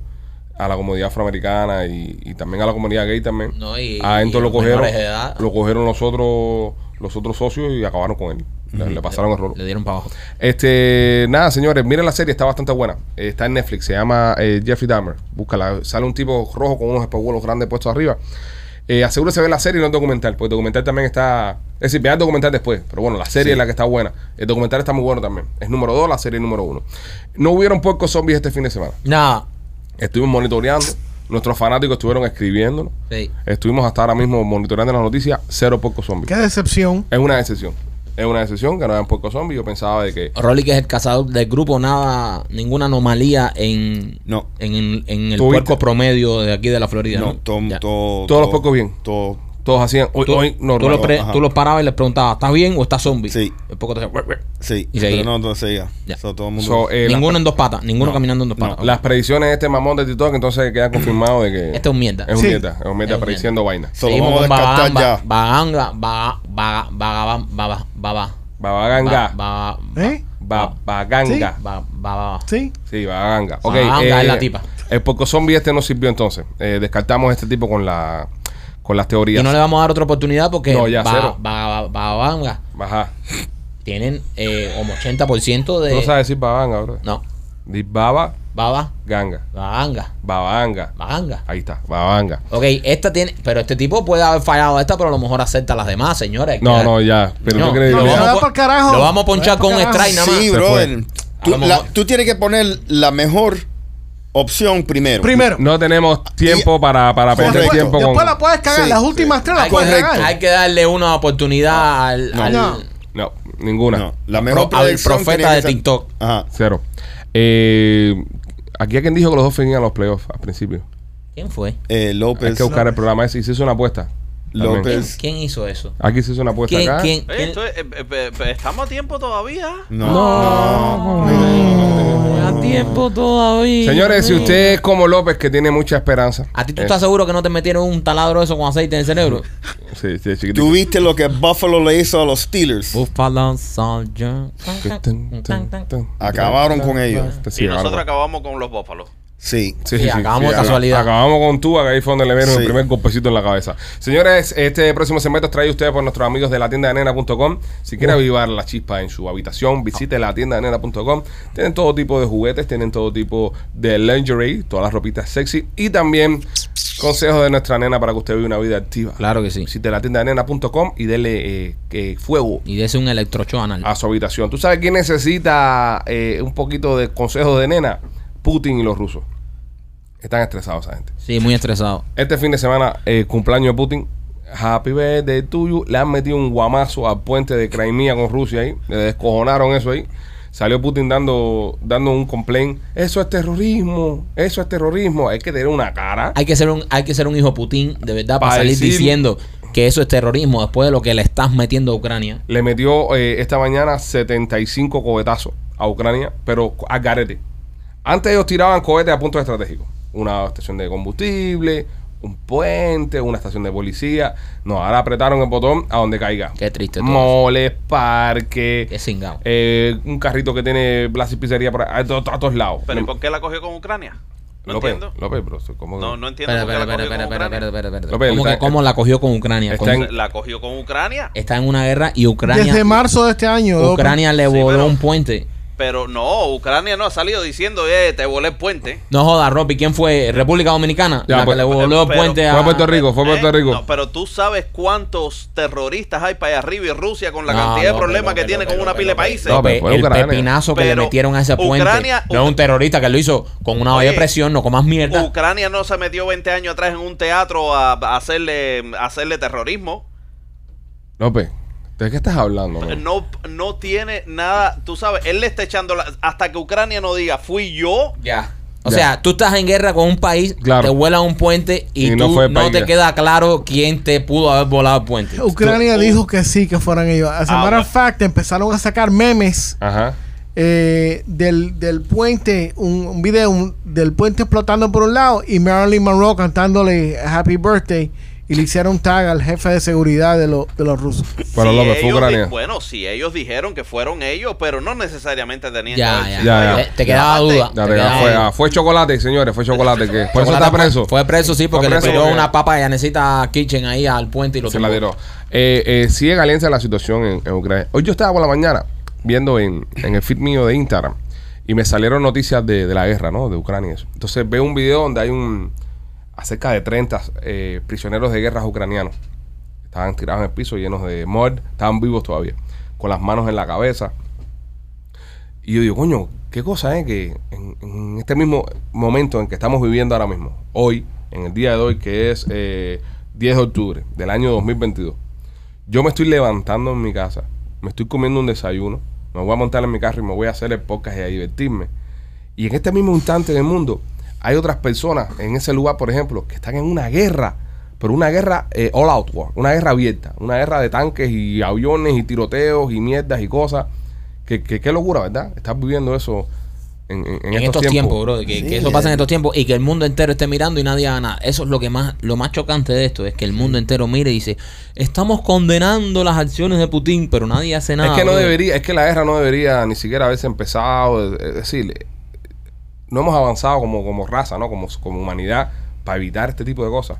Speaker 1: a la comunidad afroamericana y, y también a la comunidad gay también.
Speaker 2: No, y-
Speaker 1: a Ento Ah, lo
Speaker 2: y los
Speaker 1: cogieron,
Speaker 2: menores de edad.
Speaker 1: lo cogieron los otros, los otros socios y acabaron con él. Le, le pasaron el rolo.
Speaker 2: Le dieron para abajo.
Speaker 1: Este, nada, señores, miren la serie, está bastante buena. Eh, Está en Netflix, se llama eh, Jeffrey Dahmer. Búscala, sale un tipo rojo con unos espejuelos grandes puestos arriba. Eh, asegúrese de ver la serie y no el documental, porque el documental también está. Es decir, vea el documental después, pero bueno, la serie es la que está buena. El documental está muy bueno también. Es número 2, la serie es número 1. No hubieron pocos zombies este fin de semana.
Speaker 2: Nada.
Speaker 1: Estuvimos monitoreando, nuestros fanáticos estuvieron escribiéndonos.
Speaker 2: Sí.
Speaker 1: Estuvimos hasta ahora mismo monitoreando las noticias, cero pocos zombies.
Speaker 4: Qué decepción.
Speaker 1: Es una decepción. Es una decepción que no hayan pocos zombies. Yo pensaba de que.
Speaker 2: Rolly, que es el cazador del grupo, nada, ninguna anomalía en,
Speaker 5: No.
Speaker 2: en, en- en el
Speaker 1: Tú
Speaker 2: puerco
Speaker 1: viste-
Speaker 2: promedio de aquí de la Florida. No,
Speaker 5: No, todo,
Speaker 2: Ya.
Speaker 5: todo,
Speaker 1: Todos los pocos bien.
Speaker 5: Todo.
Speaker 1: Todos hacían hoy,
Speaker 2: Tú,
Speaker 1: hoy
Speaker 2: tú
Speaker 1: normal.
Speaker 2: los pre-
Speaker 5: Ajá.
Speaker 2: tú los parabas y les preguntabas, ¿estás bien o estás zombie?
Speaker 5: Sí.
Speaker 2: El poco te decía, "Rueh, rueh".
Speaker 5: Sí.
Speaker 2: Y seguía.
Speaker 5: Pero no, todo seguía.
Speaker 2: Ya.
Speaker 5: So, todo el mundo.
Speaker 1: So, eh,
Speaker 2: ninguno en dos patas, ninguno
Speaker 5: No,
Speaker 2: caminando en dos
Speaker 5: no.
Speaker 2: patas.
Speaker 1: las predicciones de este mamón de TikTok entonces queda confirmado de que
Speaker 2: Este es un mierda.
Speaker 1: es un
Speaker 4: Sí.
Speaker 1: mierda, es un mierda
Speaker 2: Es un
Speaker 1: prediciendo vainas.
Speaker 5: So, lo vamos a
Speaker 2: con
Speaker 5: descartar ya.
Speaker 2: Baganga, Baga- Baga- Baga- Baga- Baga-
Speaker 1: Babaganga,
Speaker 2: Baga-
Speaker 4: ¿Eh?
Speaker 1: babaganga.
Speaker 2: Baga- Baga-
Speaker 4: Sí.
Speaker 1: Sí, babaganga. Ok,
Speaker 2: Babaganga
Speaker 1: eh,
Speaker 2: es la tipa.
Speaker 1: El poco zombie este no sirvió entonces. Eh, descartamos este tipo con la con las teorías.
Speaker 2: Y no le vamos a dar otra oportunidad porque
Speaker 1: No, ya,
Speaker 2: Ba-
Speaker 1: cero.
Speaker 2: Ba- Bagabanga
Speaker 1: Ajá.
Speaker 2: tienen eh, como 80% de...
Speaker 1: Tú no sabes decir babanga, bro.
Speaker 2: No,
Speaker 1: Di baba
Speaker 2: Baba,
Speaker 1: ganga.
Speaker 2: Baganga,
Speaker 1: Babanga.
Speaker 2: Baganga.
Speaker 1: Ahí está, babanga.
Speaker 2: Ok, esta tiene... Pero este tipo puede haber fallado esta, pero a lo mejor acepta las demás, señores.
Speaker 1: No,
Speaker 2: Que-
Speaker 1: no, ya. Pero
Speaker 2: No,
Speaker 1: tú crees
Speaker 4: no,
Speaker 1: que-
Speaker 4: no,
Speaker 2: lo,
Speaker 4: va
Speaker 2: vamos a,
Speaker 4: pa'l carajo.
Speaker 2: lo vamos a ponchar
Speaker 4: Va pa'l
Speaker 2: con un
Speaker 4: carajo.
Speaker 2: strike nada más.
Speaker 5: Sí,
Speaker 1: Se
Speaker 5: brother. Tú,
Speaker 2: A lo
Speaker 5: la-
Speaker 2: mejor-
Speaker 5: tú tienes que poner la mejor opción primero.
Speaker 4: Primero.
Speaker 1: no tenemos tiempo para, para perder
Speaker 5: Correcto.
Speaker 1: tiempo
Speaker 4: después
Speaker 1: con.
Speaker 4: la puedes cagar.
Speaker 5: Sí,
Speaker 4: las últimas
Speaker 5: sí.
Speaker 4: tres las
Speaker 2: Hay que,
Speaker 4: puedes
Speaker 5: Correcto.
Speaker 2: dar-
Speaker 4: cagar.
Speaker 2: hay que darle una oportunidad al,
Speaker 5: No.
Speaker 2: al-
Speaker 4: No.
Speaker 1: No, ninguna.
Speaker 5: No, la
Speaker 2: pro-
Speaker 5: mejor
Speaker 2: al
Speaker 5: predicción
Speaker 2: profeta
Speaker 5: tenía
Speaker 2: de
Speaker 5: que ser-
Speaker 2: TikTok.
Speaker 5: Ajá.
Speaker 1: Cero. Eh, aquí hay quien dijo que los dos iban a los playoffs al principio.
Speaker 2: ¿Quién fue?
Speaker 5: Eh, López.
Speaker 1: Hay que buscar el programa ese y se hizo una apuesta.
Speaker 5: López.
Speaker 2: ¿Quién hizo eso?
Speaker 1: Aquí se hizo una apuesta
Speaker 2: ¿Quién,
Speaker 1: Pues acá.
Speaker 2: quién,
Speaker 6: Oye,
Speaker 2: quién-
Speaker 6: esto es- eh, eh, eh, ¿Estamos a tiempo todavía?
Speaker 5: No.
Speaker 2: A tiempo todavía.
Speaker 1: Señores, si usted es como López, que tiene mucha esperanza.
Speaker 2: ¿A ti tú
Speaker 1: Eh,
Speaker 2: estás seguro que no te metieron un taladro de eso con aceite en el cerebro?
Speaker 1: Sí, sí, chiquitico.
Speaker 5: ¿Tú viste lo que Buffalo le hizo a los Steelers?
Speaker 2: Buffalo Soldier.
Speaker 5: Acabaron con ellos.
Speaker 1: Sí,
Speaker 6: y nosotros
Speaker 1: acabaron.
Speaker 6: acabamos con los bófalos.
Speaker 5: Sí.
Speaker 1: Sí,
Speaker 2: Sí, acabamos de
Speaker 1: acá-
Speaker 2: casualidad.
Speaker 1: Acabamos con Tuba, que ahí fue donde le vieron
Speaker 5: Sí.
Speaker 1: el primer golpecito en la cabeza. Señores, este próximo segmento es traído a ustedes por nuestros amigos de la tienda de nena.com. Si quiere avivar la chispa en su habitación, visite la tienda de nena.com. Tienen todo tipo de juguetes, tienen todo tipo de lingerie, todas las ropitas sexy y también consejos de nuestra nena para que usted viva una vida activa.
Speaker 2: Claro que sí.
Speaker 1: Visite la tienda de nena.com y dele eh, eh, fuego
Speaker 2: Y de ese un electrocho anal.
Speaker 1: a su habitación. ¿Tú sabes quién necesita eh, un poquito de consejos de nena? Putin y los rusos. Están estresados esa gente.
Speaker 2: Sí, muy estresado.
Speaker 1: Este fin de semana, eh, cumpleaños de Putin. Happy birthday tuyo. Le han metido un guamazo al puente de Crimea con Rusia ahí. Le descojonaron eso ahí. Salió Putin dando, dando un complaint. Eso es terrorismo. Eso es terrorismo. Hay que tener una cara.
Speaker 2: Hay que ser un, hay que ser un hijo putín de verdad para
Speaker 1: Pa'
Speaker 2: salir
Speaker 1: decir-
Speaker 2: diciendo que eso es terrorismo después de lo que le estás metiendo a Ucrania.
Speaker 1: Le metió eh, esta mañana 75 cohetazos a Ucrania, pero a garete. Antes ellos tiraban cohetes a puntos estratégicos. Una estación de combustible, un puente, una estación de policía. No, ahora apretaron el botón a donde caiga.
Speaker 2: Qué triste todo
Speaker 1: Moles, parques,
Speaker 2: Qué cingado.
Speaker 1: eh, un carrito que tiene Blas y Pizzería por ahí, a, to- a todos lados. Mm,
Speaker 6: ¿Pero ¿y por qué la cogió con Ucrania? No
Speaker 1: López,
Speaker 6: entiendo.
Speaker 1: López, pero eso, ¿cómo?
Speaker 6: No, no entiendo
Speaker 2: Espera,
Speaker 6: por qué
Speaker 2: espera, espera,
Speaker 6: la cogió
Speaker 2: espera,
Speaker 6: con
Speaker 2: espera,
Speaker 6: Ucrania.
Speaker 2: espera, espera, espera.
Speaker 1: López,
Speaker 2: ¿Cómo, que-
Speaker 1: está-
Speaker 2: cómo la cogió con Ucrania?
Speaker 1: está
Speaker 2: Con-
Speaker 1: en-
Speaker 2: Está,
Speaker 6: La cogió con Ucrania.
Speaker 2: en, una guerra y Ucrania.
Speaker 4: Desde marzo de este año. López.
Speaker 2: Ucrania le
Speaker 6: Sí,
Speaker 2: voló
Speaker 6: pero-
Speaker 2: un puente.
Speaker 6: Pero no, Ucrania no ha salido diciendo, eh, te volé el puente.
Speaker 2: No joda, Ropi, ¿quién fue? ¿República Dominicana?
Speaker 1: Ya,
Speaker 2: la
Speaker 1: pues-
Speaker 2: que le voló el
Speaker 6: pero-
Speaker 2: puente
Speaker 1: Fue
Speaker 2: a...
Speaker 1: a Puerto Rico, fue a Puerto
Speaker 6: Eh,
Speaker 1: Rico.
Speaker 6: no, pero tú sabes cuántos terroristas hay para allá arriba y Rusia con la
Speaker 2: No,
Speaker 6: cantidad de
Speaker 2: no, pero,
Speaker 6: problemas que
Speaker 2: pero,
Speaker 6: tiene con
Speaker 2: pero,
Speaker 6: una
Speaker 2: pero,
Speaker 6: pila de
Speaker 2: pero,
Speaker 6: países.
Speaker 1: No,
Speaker 2: López,
Speaker 1: pero fue
Speaker 2: el
Speaker 1: Ucrania.
Speaker 2: pepinazo que
Speaker 6: Pero
Speaker 2: le metieron a ese puente.
Speaker 6: Ucrania-
Speaker 2: no es un terrorista que lo hizo con una olla de
Speaker 6: Oye,
Speaker 2: presión, no comas mierda.
Speaker 6: Ucrania no se metió 20 años atrás en un teatro a, a hacerle, a hacerle terrorismo.
Speaker 1: López, ¿de qué estás hablando? man?
Speaker 6: No, no tiene nada, tú sabes, él le está echando la- hasta que Ucrania no diga, fui yo.
Speaker 2: Ya. O
Speaker 1: Ya.
Speaker 2: sea, tú estás en guerra con un país,
Speaker 1: Claro.
Speaker 2: te vuela un puente y,
Speaker 1: Y no
Speaker 2: tú
Speaker 1: fue
Speaker 2: no,
Speaker 1: el país
Speaker 2: te
Speaker 1: que-
Speaker 2: queda claro quién te pudo haber volado el puente.
Speaker 4: Ucrania dijo que sí, que fueran ellos. As a
Speaker 6: Ah,
Speaker 4: matter
Speaker 6: bueno.
Speaker 4: of fact, empezaron a sacar memes
Speaker 1: Ajá.
Speaker 4: eh, del, del puente, un, un video un- del puente explotando por un lado y Marilyn Monroe cantándole Happy Birthday y le hicieron tag al jefe de seguridad de, lo- de los rusos.
Speaker 1: Pero
Speaker 6: Si
Speaker 1: López, fue
Speaker 6: ellos di-
Speaker 1: Ucrania.
Speaker 6: Bueno, si ellos dijeron que fueron ellos, pero no necesariamente tenían que
Speaker 2: Ya,
Speaker 6: haber
Speaker 2: ya.
Speaker 6: sido
Speaker 1: Ya,
Speaker 6: ellos.
Speaker 1: ya.
Speaker 2: Te, te quedaba duda.
Speaker 1: Ya,
Speaker 2: te
Speaker 1: te-
Speaker 2: quedaba
Speaker 1: fue,
Speaker 2: duda.
Speaker 1: ah, fue chocolate, señores, fue chocolate. que Por eso está
Speaker 2: Chocolate
Speaker 1: preso.
Speaker 2: Fue preso, sí, porque
Speaker 1: preso,
Speaker 2: le tiró
Speaker 1: porque-
Speaker 2: una papa de Yanecita Kitchen ahí al puente y lo
Speaker 1: se la
Speaker 2: tumbó.
Speaker 1: tiró. Eh, eh, sigue caliente la situación en, en Ucrania. Hoy yo estaba por la mañana viendo en, en el feed mío de Instagram y me salieron noticias de, de la guerra, ¿no? De Ucrania y eso. Entonces veo un video donde hay un acerca de 30 eh, prisioneros de guerras ucranianos. Estaban tirados en el piso llenos de mord, estaban vivos todavía, con las manos en la cabeza. Y yo digo, coño, qué cosa es que en, en este mismo momento en que estamos viviendo ahora mismo, hoy, en el día de hoy, que es eh, 10 de octubre del año 2022, yo me estoy levantando en mi casa, me estoy comiendo un desayuno, me voy a montar en mi carro y me voy a hacer el podcast y a divertirme. Y en este mismo instante en el mundo hay otras personas en ese lugar, por ejemplo, que están en una guerra, pero una guerra eh, all out war, una guerra abierta, una guerra de tanques y aviones y tiroteos y mierdas y cosas. Que, que- qué locura, ¿verdad? Estás viviendo eso en, en- en
Speaker 2: En estos, tiempos, bro, que, que eso pasa en estos tiempos y que el mundo entero esté mirando y nadie haga nada. Eso es lo que más, lo más chocante de esto, es que el mundo entero mire y dice, estamos condenando las acciones de Putin, pero nadie hace nada.
Speaker 1: es que no
Speaker 2: bro".
Speaker 1: debería, es que la guerra no debería ni siquiera haberse empezado. Es es decir, no hemos avanzado como, como raza, ¿no? Como, como humanidad para evitar este tipo de cosas.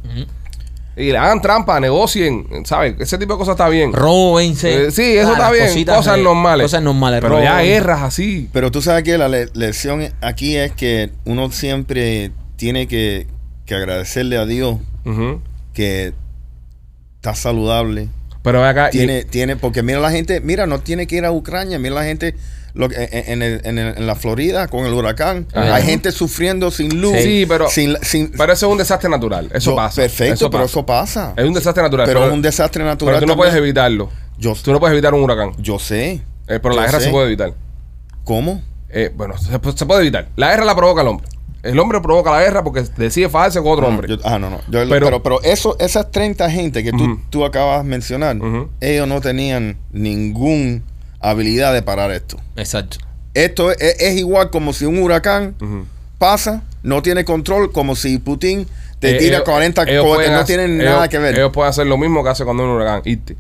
Speaker 1: Y le hagan trampa, negocien, ¿sabes? Ese tipo de cosas está bien.
Speaker 2: Róbense.
Speaker 1: Eh, sí, eso
Speaker 2: Ah,
Speaker 1: está
Speaker 2: las
Speaker 1: bien.
Speaker 2: cositas,
Speaker 1: Cosas
Speaker 2: eh,
Speaker 1: normales.
Speaker 2: Cosas normales.
Speaker 1: Pero ya
Speaker 2: roben.
Speaker 1: guerras así.
Speaker 5: Pero tú sabes que la le- lección aquí es que uno siempre tiene que, que agradecerle a Dios
Speaker 1: Ujú.
Speaker 5: que está saludable.
Speaker 1: Pero ve acá. Ah, y-
Speaker 5: Tiene, tiene, porque mira la gente, mira, no tiene que ir a Ucrania, mira la gente lo que- en, en el- en el- en la Florida con el huracán.
Speaker 1: Ajá.
Speaker 5: Hay gente sufriendo sin luz.
Speaker 1: Sí, pero-
Speaker 5: sin, la- sin-
Speaker 1: pero eso es un desastre natural. Eso
Speaker 5: yo-
Speaker 1: pasa.
Speaker 5: Perfecto, pero
Speaker 1: pasa.
Speaker 5: eso pasa.
Speaker 1: Es un desastre natural.
Speaker 5: pero es un desastre natural.
Speaker 1: Pero tú no
Speaker 5: también.
Speaker 1: puedes evitarlo.
Speaker 5: Yo,
Speaker 1: Tú no puedes evitar un huracán.
Speaker 5: yo sé.
Speaker 1: Eh, pero
Speaker 5: Yo
Speaker 1: la guerra
Speaker 5: sé.
Speaker 1: se puede evitar.
Speaker 5: ¿Cómo?
Speaker 1: pues, Eh, bueno, se, se puede evitar. La guerra la provoca el hombre. El hombre provoca la guerra porque decide fajarse con otro
Speaker 5: No,
Speaker 1: hombre.
Speaker 5: yo- ah, no, no. Yo-
Speaker 1: Pero-
Speaker 5: pero, pero, eso, esas 30 gente que tú,
Speaker 1: Ujú.
Speaker 5: tú acabas de mencionar,
Speaker 1: Ujú.
Speaker 5: ellos no tenían ninguna habilidad de parar esto.
Speaker 2: Exacto.
Speaker 5: Esto es, es- es igual como si un huracán
Speaker 1: Ujú.
Speaker 5: pasa, no tiene control, como si Putin te
Speaker 1: Eh,
Speaker 5: tira
Speaker 1: ellos-
Speaker 5: 40
Speaker 1: ellos
Speaker 5: cohetes,
Speaker 1: pueden
Speaker 5: no
Speaker 1: hacer-
Speaker 5: tienen
Speaker 1: ellos-
Speaker 5: nada que ver.
Speaker 1: Ellos pueden hacer lo mismo que hace cuando un huracán, irte.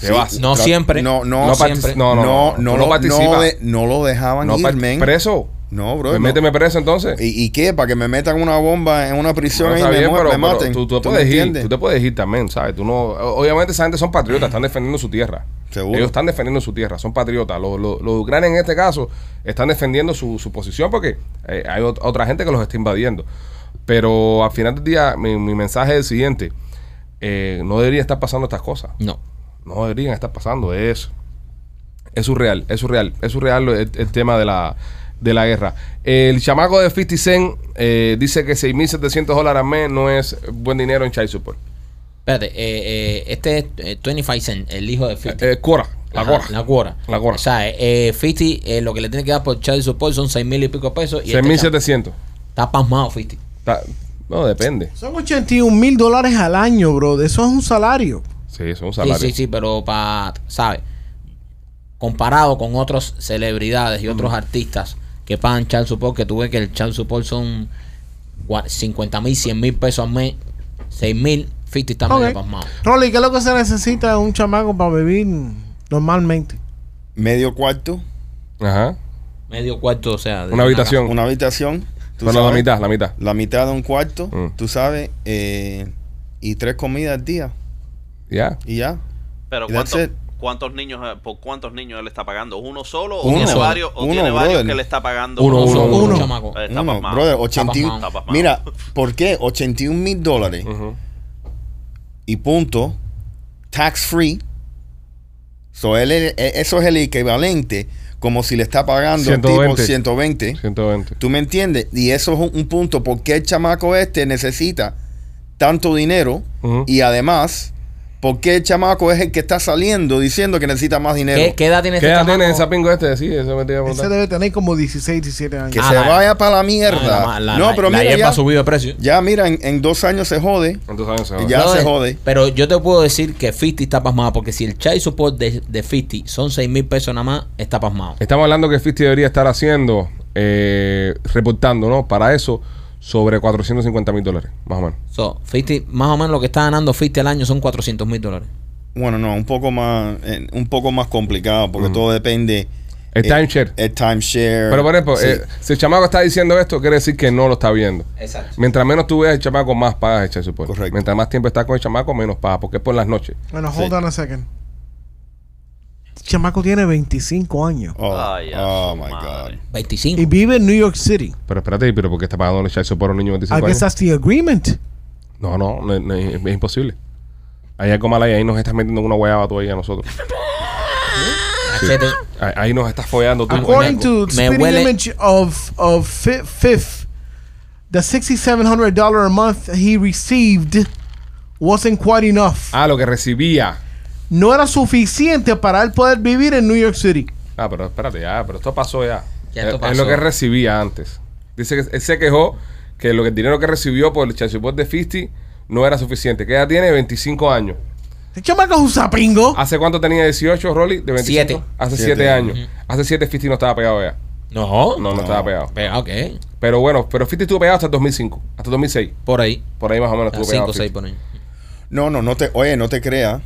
Speaker 1: Te
Speaker 5: Sí,
Speaker 1: vas.
Speaker 2: No
Speaker 5: tra-
Speaker 2: siempre.
Speaker 5: No, no,
Speaker 1: No
Speaker 5: no,
Speaker 1: partic-
Speaker 2: siempre.
Speaker 1: no, no, no,
Speaker 5: no,
Speaker 1: no,
Speaker 5: lo,
Speaker 1: participa.
Speaker 5: no de- no lo dejaban
Speaker 1: No,
Speaker 5: ir,
Speaker 1: par-
Speaker 5: men.
Speaker 1: preso.
Speaker 5: No, bro.
Speaker 1: Pues
Speaker 5: no.
Speaker 1: méteme preso entonces.
Speaker 5: ¿Y, y qué? ¿Para que me metan una bomba en una prisión
Speaker 1: Bueno,
Speaker 5: y
Speaker 1: está
Speaker 5: me,
Speaker 1: bien,
Speaker 5: mu-
Speaker 1: pero-
Speaker 5: me
Speaker 1: pero
Speaker 5: maten?
Speaker 1: tú, tú
Speaker 5: ¿Tú me
Speaker 1: puedes ir,
Speaker 5: entiendes?
Speaker 1: tú te puedes ir también, ¿sabes? Tú no, o- obviamente esa gente son patriotas, están defendiendo su tierra.
Speaker 5: Seguro.
Speaker 1: Ellos están defendiendo su tierra, son patriotas. Los, los, los ucranianos en este caso están defendiendo su, su posición porque eh, hay ot- otra gente que los está invadiendo. Pero al final del día, mi, mi mensaje es el siguiente. Eh, no debería estar pasando estas cosas.
Speaker 2: No.
Speaker 1: No deberían estar pasando eso. Es surreal, es surreal, es surreal el, el tema de la, de la guerra. El chamaco de 50 Cent eh, dice que 6.700 dólares al mes no es buen dinero en child support.
Speaker 2: Espérate, eh, eh, este es eh, 25 Cent, el hijo de 50.
Speaker 1: Eh, Cora, la
Speaker 2: Ajá,
Speaker 1: Cora.
Speaker 2: La este cuora.
Speaker 1: La cuora.
Speaker 2: O sea, eh, 50, eh, lo que le tiene que dar por child support son 6 mil y pico pesos. y este
Speaker 1: 6.700.
Speaker 2: chamo Está pasmado, 50.
Speaker 1: Está- No, depende.
Speaker 4: Son 81 mil dólares al año, bro. Eso es un salario.
Speaker 1: Sí, eso es un salario.
Speaker 2: Sí, sí, sí, pero para, ¿sabes? Comparado con otras celebridades y otros artistas que pagan child support, que tú ves que el child support son gua- 50 mil, 100 mil pesos al mes, 6 mil, 50 está
Speaker 4: Ok.
Speaker 2: medio pasmado.
Speaker 4: Rolly, ¿qué es lo que se necesita de un chamaco para vivir normalmente?
Speaker 5: Medio cuarto,
Speaker 1: Ajá.
Speaker 2: Medio cuarto, o sea. de
Speaker 1: Una habitación.
Speaker 5: una habitación. tú
Speaker 1: Pero la
Speaker 5: sabes,
Speaker 1: mitad, la mitad.
Speaker 5: La mitad de un cuarto,
Speaker 1: Mm.
Speaker 5: tú sabes, eh, y tres comidas al día,
Speaker 1: Ya.
Speaker 5: y ya.
Speaker 6: Pero
Speaker 5: Y that's
Speaker 6: ¿cuántos,
Speaker 5: it.
Speaker 6: cuántos niños, eh, por cuántos niños él está pagando? ¿Uno solo o
Speaker 5: Uno.
Speaker 6: tiene varios, o
Speaker 5: Uno,
Speaker 6: tiene varios
Speaker 5: brother.
Speaker 6: que le está pagando?
Speaker 1: Uno,
Speaker 2: casa.
Speaker 1: uno,
Speaker 2: Solo un
Speaker 4: uno.
Speaker 2: chamaco.
Speaker 6: Eh, está
Speaker 5: Uno,
Speaker 6: pasmado.
Speaker 5: brother,
Speaker 2: Está
Speaker 5: 81.
Speaker 6: pasmado.
Speaker 5: Mira, ¿por qué 81 mil dólares
Speaker 1: Ujú.
Speaker 5: y punto? Tax free. So, él es- eh, eso es el equivalente como si le está pagando al tipo
Speaker 1: 120.
Speaker 5: 120.
Speaker 1: 120.
Speaker 5: ¿Tú me entiendes? Y eso es un, un punto. ¿Por qué el chamaco este necesita tanto dinero?
Speaker 1: Ujú.
Speaker 5: Y además, ¿por qué el chamaco es el que está saliendo diciendo que necesita más dinero?
Speaker 2: ¿Qué, qué edad tiene
Speaker 1: ¿Qué
Speaker 2: este
Speaker 1: edad tiene
Speaker 2: chamaco?
Speaker 1: esa pingo este? Sí, eso me te iba a
Speaker 4: Ese
Speaker 1: preguntar.
Speaker 4: debe tener como 16, 17 años.
Speaker 5: Que
Speaker 2: Ah,
Speaker 5: se
Speaker 2: la-
Speaker 5: vaya para la
Speaker 2: Ah,
Speaker 5: mierda.
Speaker 2: la- la-
Speaker 5: no,
Speaker 2: la-
Speaker 5: pero
Speaker 2: la
Speaker 5: mira,
Speaker 2: hierba ha
Speaker 5: ya,
Speaker 2: subido de precio.
Speaker 5: ya mira, en, en dos años se jode.
Speaker 1: Entonces, años se va.
Speaker 5: Ya se
Speaker 2: Brother,
Speaker 5: jode.
Speaker 2: Pero yo te puedo decir que 50 está pasmado, porque si el child support de, de 50 son 6 mil pesos nada más, está pasmado.
Speaker 1: Estamos hablando que 50 debería estar haciendo, eh, reportando, ¿no? Para eso, sobre 450 mil dólares, más o menos.
Speaker 2: So, 50, más o menos lo que está ganando 50 al año son 400 mil dólares.
Speaker 5: Bueno, no, un poco más, eh, un poco más complicado porque todo depende.
Speaker 1: El
Speaker 5: eh,
Speaker 1: timeshare.
Speaker 5: El timeshare.
Speaker 1: Pero por ejemplo,
Speaker 5: Sí.
Speaker 1: eh, si el chamaco está diciendo esto, quiere decir que no lo está viendo.
Speaker 2: Exacto.
Speaker 1: Mientras menos tú veas el chamaco, más pagas el child support.
Speaker 5: Correcto.
Speaker 1: Mientras más tiempo estás con el chamaco, menos pagas, porque es por las noches.
Speaker 4: Bueno,
Speaker 5: Sí.
Speaker 4: hold on a second. El chamaco tiene 25 años
Speaker 5: oh,
Speaker 6: Ay, ya,
Speaker 5: oh
Speaker 6: su
Speaker 5: my
Speaker 6: madre.
Speaker 5: God.
Speaker 4: y
Speaker 2: 25.
Speaker 4: vive en New York City.
Speaker 1: Pero espérate, ¿pero por qué está pagando el child support a un niño de
Speaker 4: I
Speaker 1: 25
Speaker 4: guess
Speaker 1: años?
Speaker 4: that's the agreement.
Speaker 1: No, no, no, no, es, es imposible. Ahí algo mal ahí, ahí nos estás metiendo una guayaba todavía a nosotros.
Speaker 2: Achete.
Speaker 1: Ahí, ahí nos estás follando tú.
Speaker 4: According to
Speaker 2: me
Speaker 4: spitting
Speaker 2: huele-
Speaker 4: image of of Fi- Fifth, the $6,700 a month he received wasn't quite enough.
Speaker 1: Ah, lo que recibía.
Speaker 4: No era suficiente para él poder vivir en New York City.
Speaker 1: Ah, pero espérate, ya, pero esto pasó ya. Eh,
Speaker 2: Ya
Speaker 1: Es-
Speaker 2: esto
Speaker 1: Es
Speaker 2: pasó.
Speaker 1: lo que recibía antes. Dice que él se quejó que lo que el dinero que recibió por el child support de 50 no era suficiente. Que ya tiene 25 años.
Speaker 4: El chamaco es un sapingo.
Speaker 2: Ah,
Speaker 1: ¿Hace cuánto tenía 18, Rolly? De 25.
Speaker 2: Siete.
Speaker 1: Hace
Speaker 5: Siete.
Speaker 1: 7 años. Hace 7 50 no estaba pegado ya.
Speaker 2: No.
Speaker 1: No, no, estaba pegado.
Speaker 2: Pega, ok.
Speaker 1: Pero bueno, pero 50 estuvo pegado hasta el 2005, hasta el 2006.
Speaker 2: Por ahí.
Speaker 1: Por ahí más o menos estuvo
Speaker 2: 5
Speaker 1: pegado.
Speaker 2: o 6
Speaker 1: 50.
Speaker 2: por ahí.
Speaker 5: No, no, no te, oye, no te creas.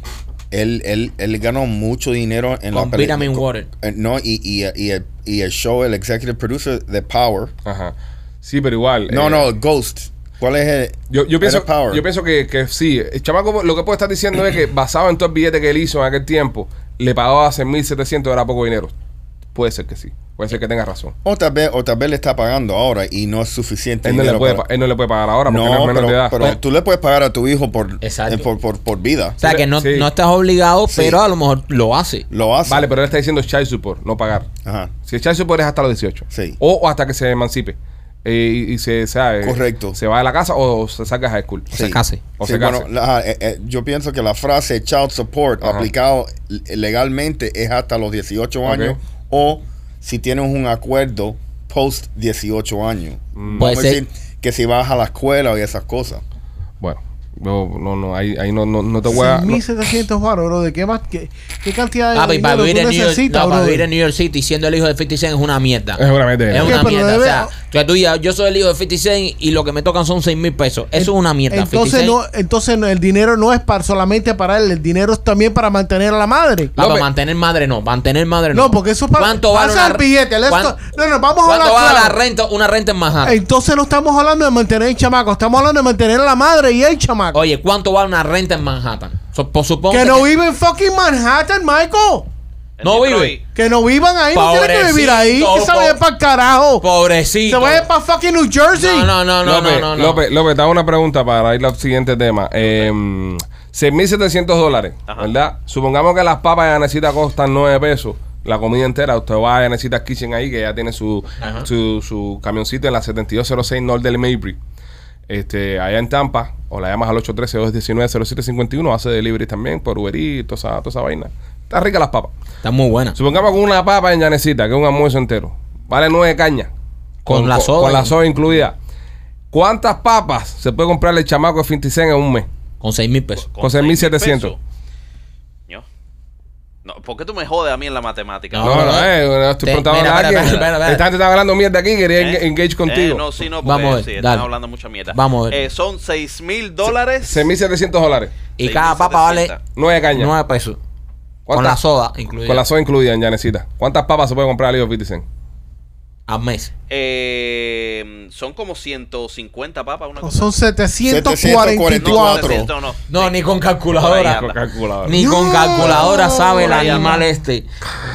Speaker 5: Él, él, él ganó mucho dinero en
Speaker 2: Con
Speaker 5: la película.
Speaker 2: Vitamin Water.
Speaker 5: Eh, No, y, y, y, el, y el show, el executive producer de Power.
Speaker 2: pues.
Speaker 1: Ajá. Sí, pero igual.
Speaker 5: No,
Speaker 1: eh,
Speaker 5: no, Ghost. ¿Cuál es el?
Speaker 1: Yo, yo pienso,
Speaker 5: Era Power.
Speaker 1: yo pienso que, que sí. El chamaco lo que puede estar diciendo es que basado en todo el billete que él hizo en aquel tiempo, le pagaba 6.700, era poco dinero. Puede ser que sí. Puede ser que tenga razón.
Speaker 5: O tal vez, o tal vez le está pagando ahora y no es suficiente.
Speaker 1: Él no, le
Speaker 5: dinero
Speaker 1: puede,
Speaker 5: para-
Speaker 1: pa- él no le puede pagar ahora porque
Speaker 5: No,
Speaker 1: no, es menor
Speaker 5: pero,
Speaker 1: de edad.
Speaker 5: pero tú le puedes pagar a tu hijo por,
Speaker 2: Exacto.
Speaker 5: eh, por, por, por vida.
Speaker 2: O sea que no,
Speaker 1: Sí.
Speaker 2: no estás obligado,
Speaker 5: Sí. Mm.
Speaker 2: pero a lo mejor lo hace.
Speaker 5: Lo hace.
Speaker 1: vale, pero él está diciendo child support, no pagar.
Speaker 5: Ajá.
Speaker 1: Si el child support es hasta los 18.
Speaker 5: Sí.
Speaker 1: O, o hasta que se emancipe. eh, y, y se, sabe,
Speaker 5: Correcto.
Speaker 1: Se va de la casa o, se salga de high school.
Speaker 5: Sí.
Speaker 2: Se case.
Speaker 1: O
Speaker 5: Sí,
Speaker 1: se case.
Speaker 5: bueno, la- ajá, eh, eh, yo pienso que la frase child support
Speaker 1: Ajá.
Speaker 5: aplicado le- legalmente es hasta los 18
Speaker 1: Ok.
Speaker 5: años o si tienes un acuerdo post 18 años.
Speaker 2: Puede
Speaker 5: Vamos a
Speaker 2: ser.
Speaker 5: decir que si vas a la escuela y esas cosas.
Speaker 1: Bueno, yo, no, no, ahí, ahí no, no, no te voy a. no-
Speaker 4: 1700 baros, bro. ¿De qué más? ¿Qué, qué cantidad de
Speaker 2: Ah, y para vivir, en
Speaker 4: dinero tú
Speaker 2: New York,
Speaker 4: necesitas,
Speaker 2: no, para
Speaker 4: brother?
Speaker 2: vivir en New York City siendo el hijo de 50 Cent es una mierda.
Speaker 1: Es una mierda.
Speaker 2: Es
Speaker 1: Ok,
Speaker 2: una
Speaker 4: pero
Speaker 2: mierda.
Speaker 4: debe-
Speaker 2: O sea, tú- tú ya- yo soy el hijo de 50 Cent y lo que me tocan son 6 mil pesos. Eso es una mierda. 50
Speaker 4: Entonces,
Speaker 2: Cent-
Speaker 4: no, entonces no, el dinero no es para, solamente para él, el dinero es también para mantener a la madre.
Speaker 2: Papá,
Speaker 1: López.
Speaker 2: Ah, mantener madre no, mantener madre no.
Speaker 4: No, porque eso es para-
Speaker 2: ¿Cuánto vale
Speaker 4: pasa
Speaker 2: una
Speaker 4: el
Speaker 2: re-
Speaker 4: billete, let's
Speaker 2: cuán-
Speaker 4: go- no, no, vamos a
Speaker 2: ¿Cuánto
Speaker 4: hablar
Speaker 2: vale la
Speaker 4: claro.
Speaker 2: renta, una renta en Manhattan?
Speaker 4: Entonces no estamos hablando de mantener el chamaco, estamos hablando de mantener a la madre y el chamaco.
Speaker 2: Oye, ¿cuánto vale una renta en Manhattan? So- por supuesto
Speaker 4: que no vive en fucking Manhattan, Michael.
Speaker 6: En
Speaker 2: No vive.
Speaker 6: Detroit.
Speaker 4: Que no vivan ahí, no tienen que vivir ahí.
Speaker 2: Pobrecito,
Speaker 4: Que se vayan
Speaker 2: po-
Speaker 4: para el carajo. se
Speaker 2: Pobrecito.
Speaker 4: vayan para fucking New Jersey.
Speaker 2: no, no, no, no,
Speaker 1: López,
Speaker 2: no, no, no.
Speaker 1: López, López, te hago una pregunta para ir al siguiente tema. Eh, 6.700 dólares,
Speaker 6: Ajá.
Speaker 1: ¿verdad? Supongamos que las papas de Anecita costan 9 pesos. La comida entera, usted va a Anecita Kitchen ahí, que ya tiene su,
Speaker 2: Ajá.
Speaker 1: su, su camioncito en la 7206 North del Mabry. Este, allá en Tampa, o la llamas al 813-219-0751, hace delivery también por Uber Eats, toda esa, toda esa vaina. Está rica las papas.
Speaker 2: Está muy buena.
Speaker 1: Supongamos que una papa en llanecita, que es un almuerzo entero, vale nueve cañas.
Speaker 2: Con la soda.
Speaker 1: Con la soda incluida. ¿Cuántas papas se puede comprarle el chamaco de 50 cent en un mes?
Speaker 2: Con 6 mil pesos.
Speaker 1: Con 6,700.
Speaker 6: pesos. No. No, ¿por qué tú me jodes a mí en la matemática?
Speaker 2: No,
Speaker 1: No, no,
Speaker 2: no,
Speaker 1: eh, no,
Speaker 2: Te-
Speaker 1: estoy preguntando
Speaker 2: mira,
Speaker 1: a
Speaker 2: espera,
Speaker 1: alguien.
Speaker 2: espera, espera, espera.
Speaker 1: Esta gente está hablando mierda aquí, quería
Speaker 6: ¿Eh?
Speaker 1: en- engage
Speaker 6: Eh,
Speaker 1: contigo.
Speaker 6: no, sí, no, porque
Speaker 2: Vamos a ver,
Speaker 6: sí,
Speaker 2: dale.
Speaker 6: están hablando mucha mierda.
Speaker 2: Vamos a ver.
Speaker 6: Eh, son 6 mil dólares.
Speaker 1: 6.700 dólares.
Speaker 2: Y cada papa vale
Speaker 6: 6.700.
Speaker 1: Nueve cañas.
Speaker 2: 9 pesos. Con
Speaker 1: ¿Cuántas-
Speaker 2: la soda incluida.
Speaker 1: Con la soda incluida en llanecita. ¿Cuántas papas se puede comprar al hijo de 50 cent?
Speaker 2: Al mes.
Speaker 6: Eh, son como 150 papas. Una cosa.
Speaker 4: Son
Speaker 5: 744.
Speaker 4: 744.
Speaker 6: No, no, no,
Speaker 2: No,
Speaker 6: Sí.
Speaker 2: ni con
Speaker 6: Por ahí
Speaker 2: calculadora.
Speaker 6: anda.
Speaker 1: Con calculadora.
Speaker 2: Ni con
Speaker 4: No.
Speaker 2: calculadora sabe el
Speaker 6: Por ahí
Speaker 2: animal
Speaker 6: anda.
Speaker 2: este.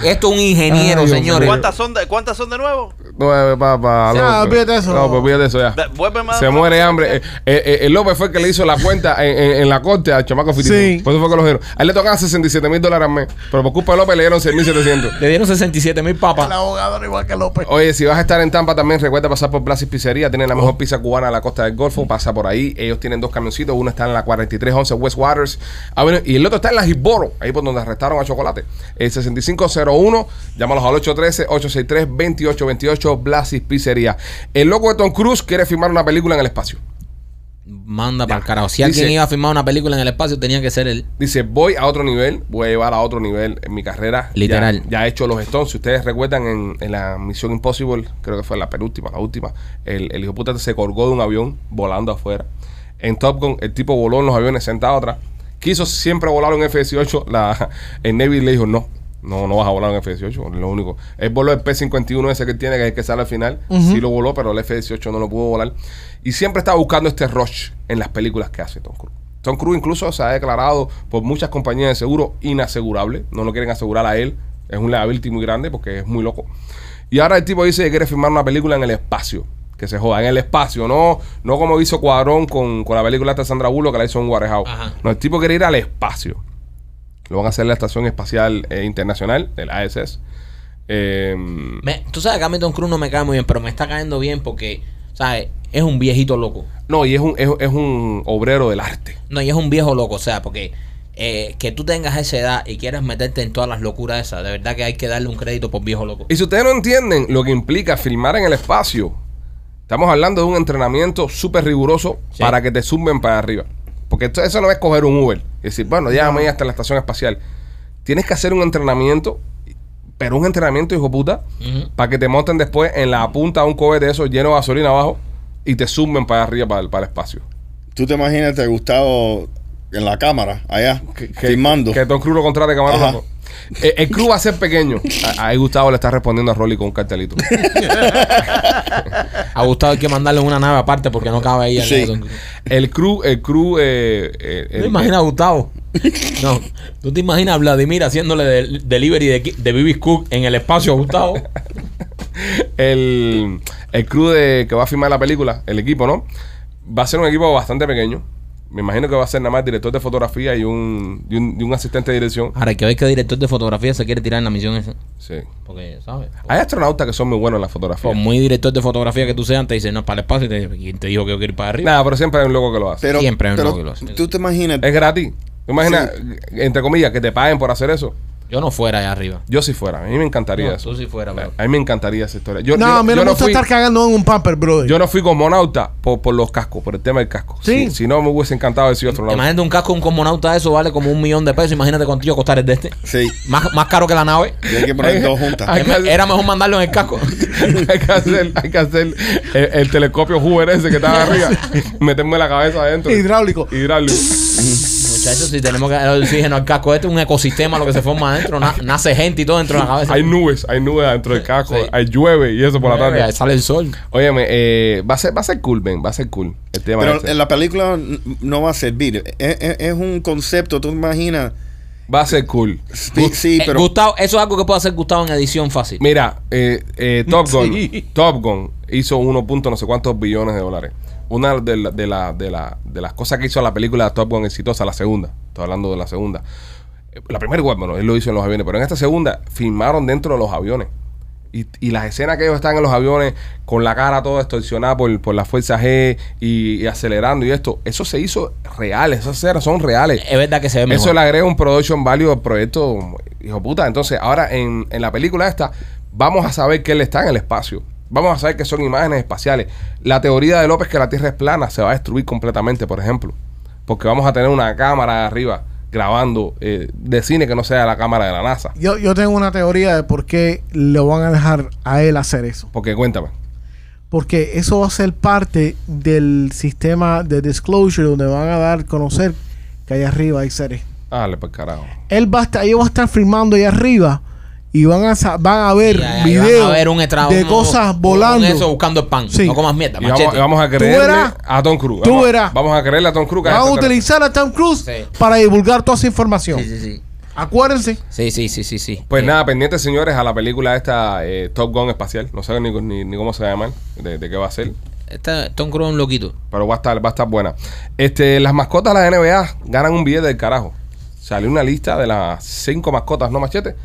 Speaker 2: Esto es un ingeniero,
Speaker 1: Ay, Dios
Speaker 2: señores.
Speaker 6: ¿Cuántas son, de, ¿Cuántas son de nuevo?
Speaker 1: Nueve papas.
Speaker 4: Ya,
Speaker 1: López.
Speaker 4: olvídate de eso.
Speaker 1: No, pues olvídate de eso ya.
Speaker 6: Ve- vuelve más-
Speaker 1: Se muere de hambre. Eh, eh, eh, el López fue el que le hizo la cuenta en, en- en la corte al chamaco Fitipín.
Speaker 4: Sí.
Speaker 1: Por eso fue que lo dieron. A él le tocaban 67 mil dólares al mes. Pero por culpa de López le dieron 6.700.
Speaker 2: Le dieron 67 mil
Speaker 4: El
Speaker 2: papas.
Speaker 4: abogado era igual que López.
Speaker 1: Oye, si vas a estar en Tampa también, recuerda pasar por Blasis Pizzería. Tienen la mejor pizza cubana de la costa del Golfo. Pasa por ahí. Ellos tienen dos camioncitos. Uno está en la 4311 West Waters. Avenue, y el otro está en la Hiboro, ahí por donde arrestaron a Chocolate. Eh, El 6501. Llámalos al 813-863-2828 Blasis Pizzería. El loco de Tom Cruise quiere filmar una película en el espacio.
Speaker 2: Manda para el carajo. Si
Speaker 1: Dice-
Speaker 2: alguien iba a filmar una película en el espacio, tenía que ser él.
Speaker 1: Dice, voy a otro nivel, voy a llevar a otro nivel en mi carrera.
Speaker 2: Literal.
Speaker 1: Ya, ya he hecho los stones. Si ustedes recuerdan en, en la Misión Impossible, creo que fue la penúltima, la última, el, el hijo puta se colgó de un avión volando afuera. En Top Gun, el tipo voló en los aviones sentado atrás. Quiso siempre volar un F-18. La, el Navy le dijo, no, no, no vas a volar un F-18. Lo único. Él voló el P-51 ese que él tiene, que es el que sale al final. Sí lo voló, pero el F-18 no lo pudo volar. Y siempre está buscando este rush en las películas que hace Tom Cruise. Tom Cruise incluso se ha declarado por muchas compañías de seguro inasegurable. No lo quieren asegurar a él. Es un liability muy grande porque es muy loco. Y ahora el tipo dice que quiere filmar una película en el espacio. Que se joda, en el espacio, no, no como hizo Cuadrón con, con la película esta de Sandra Bullock que la hizo en Guarejao.
Speaker 2: Ajá.
Speaker 1: No, el tipo quiere ir al espacio. Lo van a hacer en la Estación Espacial eh, Internacional, el ASS. Eh,
Speaker 2: Me- tú sabes que a mí Tom Cruise no me cae muy bien, pero me está cayendo bien porque, ¿sabes? Es un viejito loco.
Speaker 1: no, y es un, es, es un obrero del arte.
Speaker 2: No, y es un viejo loco, o sea, porque eh, que tú tengas esa edad y quieras meterte en todas las locuras esas, de verdad que hay que darle un crédito por viejo loco.
Speaker 1: Y si ustedes no entienden lo que implica filmar en el espacio, estamos hablando de un entrenamiento súper riguroso
Speaker 2: Sí.
Speaker 1: para que te suben para arriba. Porque esto- eso no es coger un Uber y decir, bueno, ya me voy hasta la estación espacial. Tienes que hacer un entrenamiento, pero un entrenamiento, hijo puta,
Speaker 2: Ujú.
Speaker 1: para que te monten después en la punta de un cohete de esos lleno de gasolina abajo y te suben para arriba, para el, para el espacio.
Speaker 5: ¿Tú te imaginas te gustado en la cámara allá
Speaker 1: Que- que-
Speaker 5: filmando?
Speaker 1: Que Tom Cruise lo contrate, camarón.
Speaker 5: Ajá.
Speaker 1: loco. Eh, El, club va a ser pequeño. A- Ahí Gustavo le está respondiendo a Rolly con un cartelito.
Speaker 2: A Gustavo hay que mandarle una nave aparte porque no cabe ahí. al
Speaker 5: Sí.
Speaker 2: lado de Tom Cruise.
Speaker 1: El crew, el crew, eh, eh,
Speaker 2: ¿Tú te
Speaker 1: el-
Speaker 2: imaginas a Gustavo? No. ¿Tú te imaginas a Vladimir haciéndole del- delivery de, ki- de Bibis Cook en el espacio a Gustavo?
Speaker 1: el, el crew de, que va a filmar la película, el equipo, ¿no? Va a ser un equipo bastante pequeño. Me imagino que va a ser nada más director de fotografía y un, y un, y un asistente de dirección.
Speaker 2: Ahora hay que ver qué director de fotografía se quiere tirar en la misión esa.
Speaker 1: Sí.
Speaker 2: Porque, ¿sabes?
Speaker 1: Hay astronautas que son muy buenos en la fotografía.
Speaker 2: Por muy director de fotografía que tú seas, te dicen, no, para el espacio. Y te, ¿quién te dijo que yo quiero ir para arriba?
Speaker 1: Nada, pero siempre hay un loco que lo hace.
Speaker 5: Pero,
Speaker 2: Siempre hay uno
Speaker 5: pero
Speaker 2: que lo hace.
Speaker 5: tú te imaginas
Speaker 1: Es gratis. Imagina, entre comillas, que te paguen por hacer eso.
Speaker 2: Yo no fuera allá arriba.
Speaker 1: Yo si fuera, a mí me encantaría
Speaker 2: No,
Speaker 1: eso.
Speaker 2: tú si fuera, pero-
Speaker 1: A mí me encantaría esa historia. Yo,
Speaker 4: no,
Speaker 1: yo
Speaker 4: a mí no
Speaker 1: yo
Speaker 4: me gusta
Speaker 1: fui-
Speaker 4: estar cagando en un pamper, brother.
Speaker 1: Yo no fui cosmonauta por, por los cascos, por el tema del casco.
Speaker 4: Sí.
Speaker 1: Si, si no, me hubiese encantado decir otro lado.
Speaker 2: Imagínate un casco, un cosmonauta, eso vale como un millón de pesos. Imagínate cuánto iba a costar el de este.
Speaker 5: Sí,
Speaker 2: Más, más caro que la nave.
Speaker 5: y hay que poner dos juntas.
Speaker 1: Ay,
Speaker 2: Es me- Era mejor mandarlo en el casco.
Speaker 1: hay que hacer, hay que hacer el, el telescopio Hoover ese que estaba arriba, meterme la cabeza adentro.
Speaker 4: Hidráulico.
Speaker 1: Hidráulico.
Speaker 2: Muchachos, si tenemos que dar oxígeno al casco, este es un ecosistema lo que se forma adentro. na- nace gente y todo dentro de la cabeza.
Speaker 1: Hay nubes, hay nubes adentro del casco,
Speaker 2: Sí.
Speaker 1: hay llueve y eso por la
Speaker 2: Ahí
Speaker 1: tarde.
Speaker 2: Sale el sol.
Speaker 1: Óyeme, eh, va a ser, va a ser cool, Ben, va a ser cool el tema.
Speaker 5: Pero
Speaker 1: este.
Speaker 5: en la película n- no va a servir. Es, es- es un concepto, tú te imaginas.
Speaker 1: Va a ser cool.
Speaker 5: Sí, sí,
Speaker 2: Eh,
Speaker 5: pero
Speaker 2: Gustavo, eso es algo que puede hacer Gustavo en edición fácil.
Speaker 1: Mira, eh, eh, Top Gun,
Speaker 4: Sí.
Speaker 1: Top Gun hizo 1. punto no sé cuántos billones de dólares. Una de, la- de, la- de la- de las cosas que hizo la película Top Gun exitosa, la segunda. Estoy hablando de la segunda. Eh, La primera, igual, bueno, él lo hizo en los aviones, pero en esta segunda filmaron dentro de los aviones. Y, y las escenas que ellos están en los aviones con la cara toda extorsionada por, por la fuerza G y, y acelerando y esto, eso se hizo real, esas escenas son reales.
Speaker 2: Es verdad que se ve mejor.
Speaker 1: Eso le agrega un production value al proyecto, hijo puta. Entonces, ahora en, en la película esta, vamos a saber que él está en el espacio. Vamos a saber que son imágenes espaciales. La teoría de López que la Tierra es plana se va a destruir completamente, por ejemplo. Porque vamos a tener una cámara arriba grabando eh, de cine que no sea la cámara de la NASA.
Speaker 4: Yo, yo tengo una teoría de por qué lo van a dejar a él hacer eso.
Speaker 1: Porque cuéntame.
Speaker 4: Porque eso va a ser parte del sistema de disclosure donde van a dar a conocer que allá arriba hay seres.
Speaker 1: Dale, pues carajo.
Speaker 4: Él va a estar, ellos van a estar filmando allá arriba y van a, sa- van a ver
Speaker 2: Y ahí
Speaker 4: videos
Speaker 2: van a ver un estrado,
Speaker 4: de
Speaker 2: un-
Speaker 4: cosas
Speaker 2: un-
Speaker 4: volando.
Speaker 2: Eso buscando el pan.
Speaker 4: Sí.
Speaker 2: No comas mierda,
Speaker 1: Y vamos,
Speaker 2: machete.
Speaker 1: y vamos a creerle
Speaker 4: verás.
Speaker 1: a Tom Cruise.
Speaker 4: Tú
Speaker 1: Vamos-
Speaker 4: verás.
Speaker 1: Vamos a creerle a Tom Cruise. que
Speaker 4: Van a
Speaker 1: es
Speaker 4: utilizar a Tom Cruise
Speaker 2: Sí.
Speaker 4: para divulgar toda esa información.
Speaker 2: Sí, sí, sí.
Speaker 4: Acuérdense.
Speaker 2: Sí, sí, sí, sí, sí.
Speaker 1: Pues
Speaker 2: Eh,
Speaker 1: nada, pendientes señores a la película esta eh, Top Gun espacial. No sé ni, ni, ni cómo se llama, de, de qué va a ser,
Speaker 2: Está Tom Cruise es un loquito.
Speaker 1: pero va a estar, va a estar buena. Este, las mascotas de la NBA ganan un billete del carajo. Salió una lista de las cinco mascotas, no machete,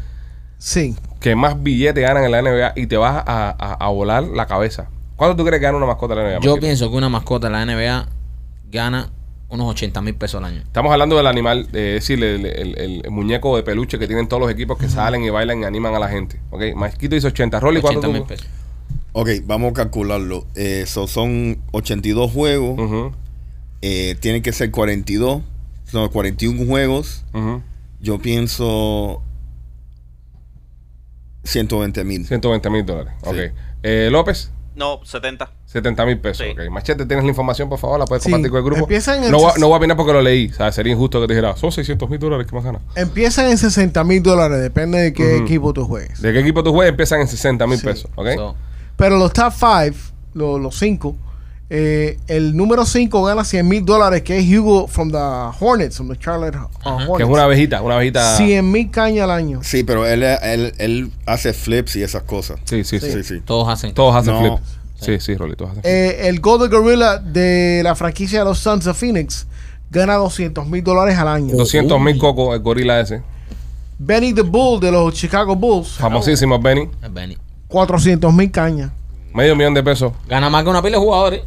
Speaker 4: Sí.
Speaker 1: que más billete ganan en la NBA y te vas a, a- a volar la cabeza. ¿Cuánto tú crees que gana una mascota de la NBA?
Speaker 2: Yo
Speaker 1: Machete?
Speaker 2: pienso que una mascota de la NBA gana unos 80 mil pesos al año.
Speaker 1: Estamos hablando del animal, eh, es decir, el, el- el- el muñeco de peluche que tienen todos los equipos que salen y bailan y animan a la gente. ¿Ok? Masquito hizo 80 roles.
Speaker 2: 80
Speaker 1: ¿Cuánto
Speaker 2: mil
Speaker 1: tú?
Speaker 2: pesos.
Speaker 5: ok, vamos a calcularlo. Eh, so son 82 juegos,
Speaker 1: Ujú,
Speaker 5: eh, tienen que ser 42, son 41 juegos.
Speaker 1: ujú.
Speaker 5: Yo pienso 120 mil.
Speaker 1: 120 mil dólares.
Speaker 5: Sí.
Speaker 1: Ok. Eh, López.
Speaker 6: No, 70.
Speaker 1: 70 mil pesos.
Speaker 6: Sí.
Speaker 1: ok. Machete, ¿tienes la información, por favor? ¿La puedes
Speaker 4: Sí.
Speaker 1: compartir con el grupo?
Speaker 4: Empieza en el
Speaker 1: no, voy,
Speaker 4: ses-
Speaker 1: no voy a opinar porque lo leí. O sea, sería injusto que te dijera, son 600 mil dólares que más ganas.
Speaker 4: Empiezan en 60 mil dólares, depende de qué
Speaker 1: Ujú.
Speaker 4: equipo tú juegues.
Speaker 1: ¿De qué equipo tú juegas? Empiezan en 60 mil pesos. ¿Ok?
Speaker 2: So,
Speaker 4: Pero los top 5, los 5, el número 5 gana 100 mil dólares, que es Hugo from the Hornets, from the Charlotte uh,
Speaker 1: que es
Speaker 4: Hornets.
Speaker 1: una abejita, una abejita.
Speaker 4: 100 mil cañas al año.
Speaker 5: Sí, pero él, él, él hace flips y esas cosas.
Speaker 1: Sí, sí, sí.
Speaker 5: Sí, sí.
Speaker 2: todos hacen.
Speaker 1: Todos hacen
Speaker 5: No.
Speaker 1: flip. Sí, sí, Rolly, todos hacen flip.
Speaker 4: Eh, el Golden Gorilla de la franquicia de los Suns de Phoenix gana 200 mil dólares al año.
Speaker 1: 200 mil cocos, el gorila ese.
Speaker 4: Benny the Bull de los Chicago Bulls,
Speaker 1: Famosísimo, Benny.
Speaker 2: Es Benny.
Speaker 4: 400 mil cañas.
Speaker 1: Medio millón de pesos.
Speaker 2: Gana más que una pila de jugadores.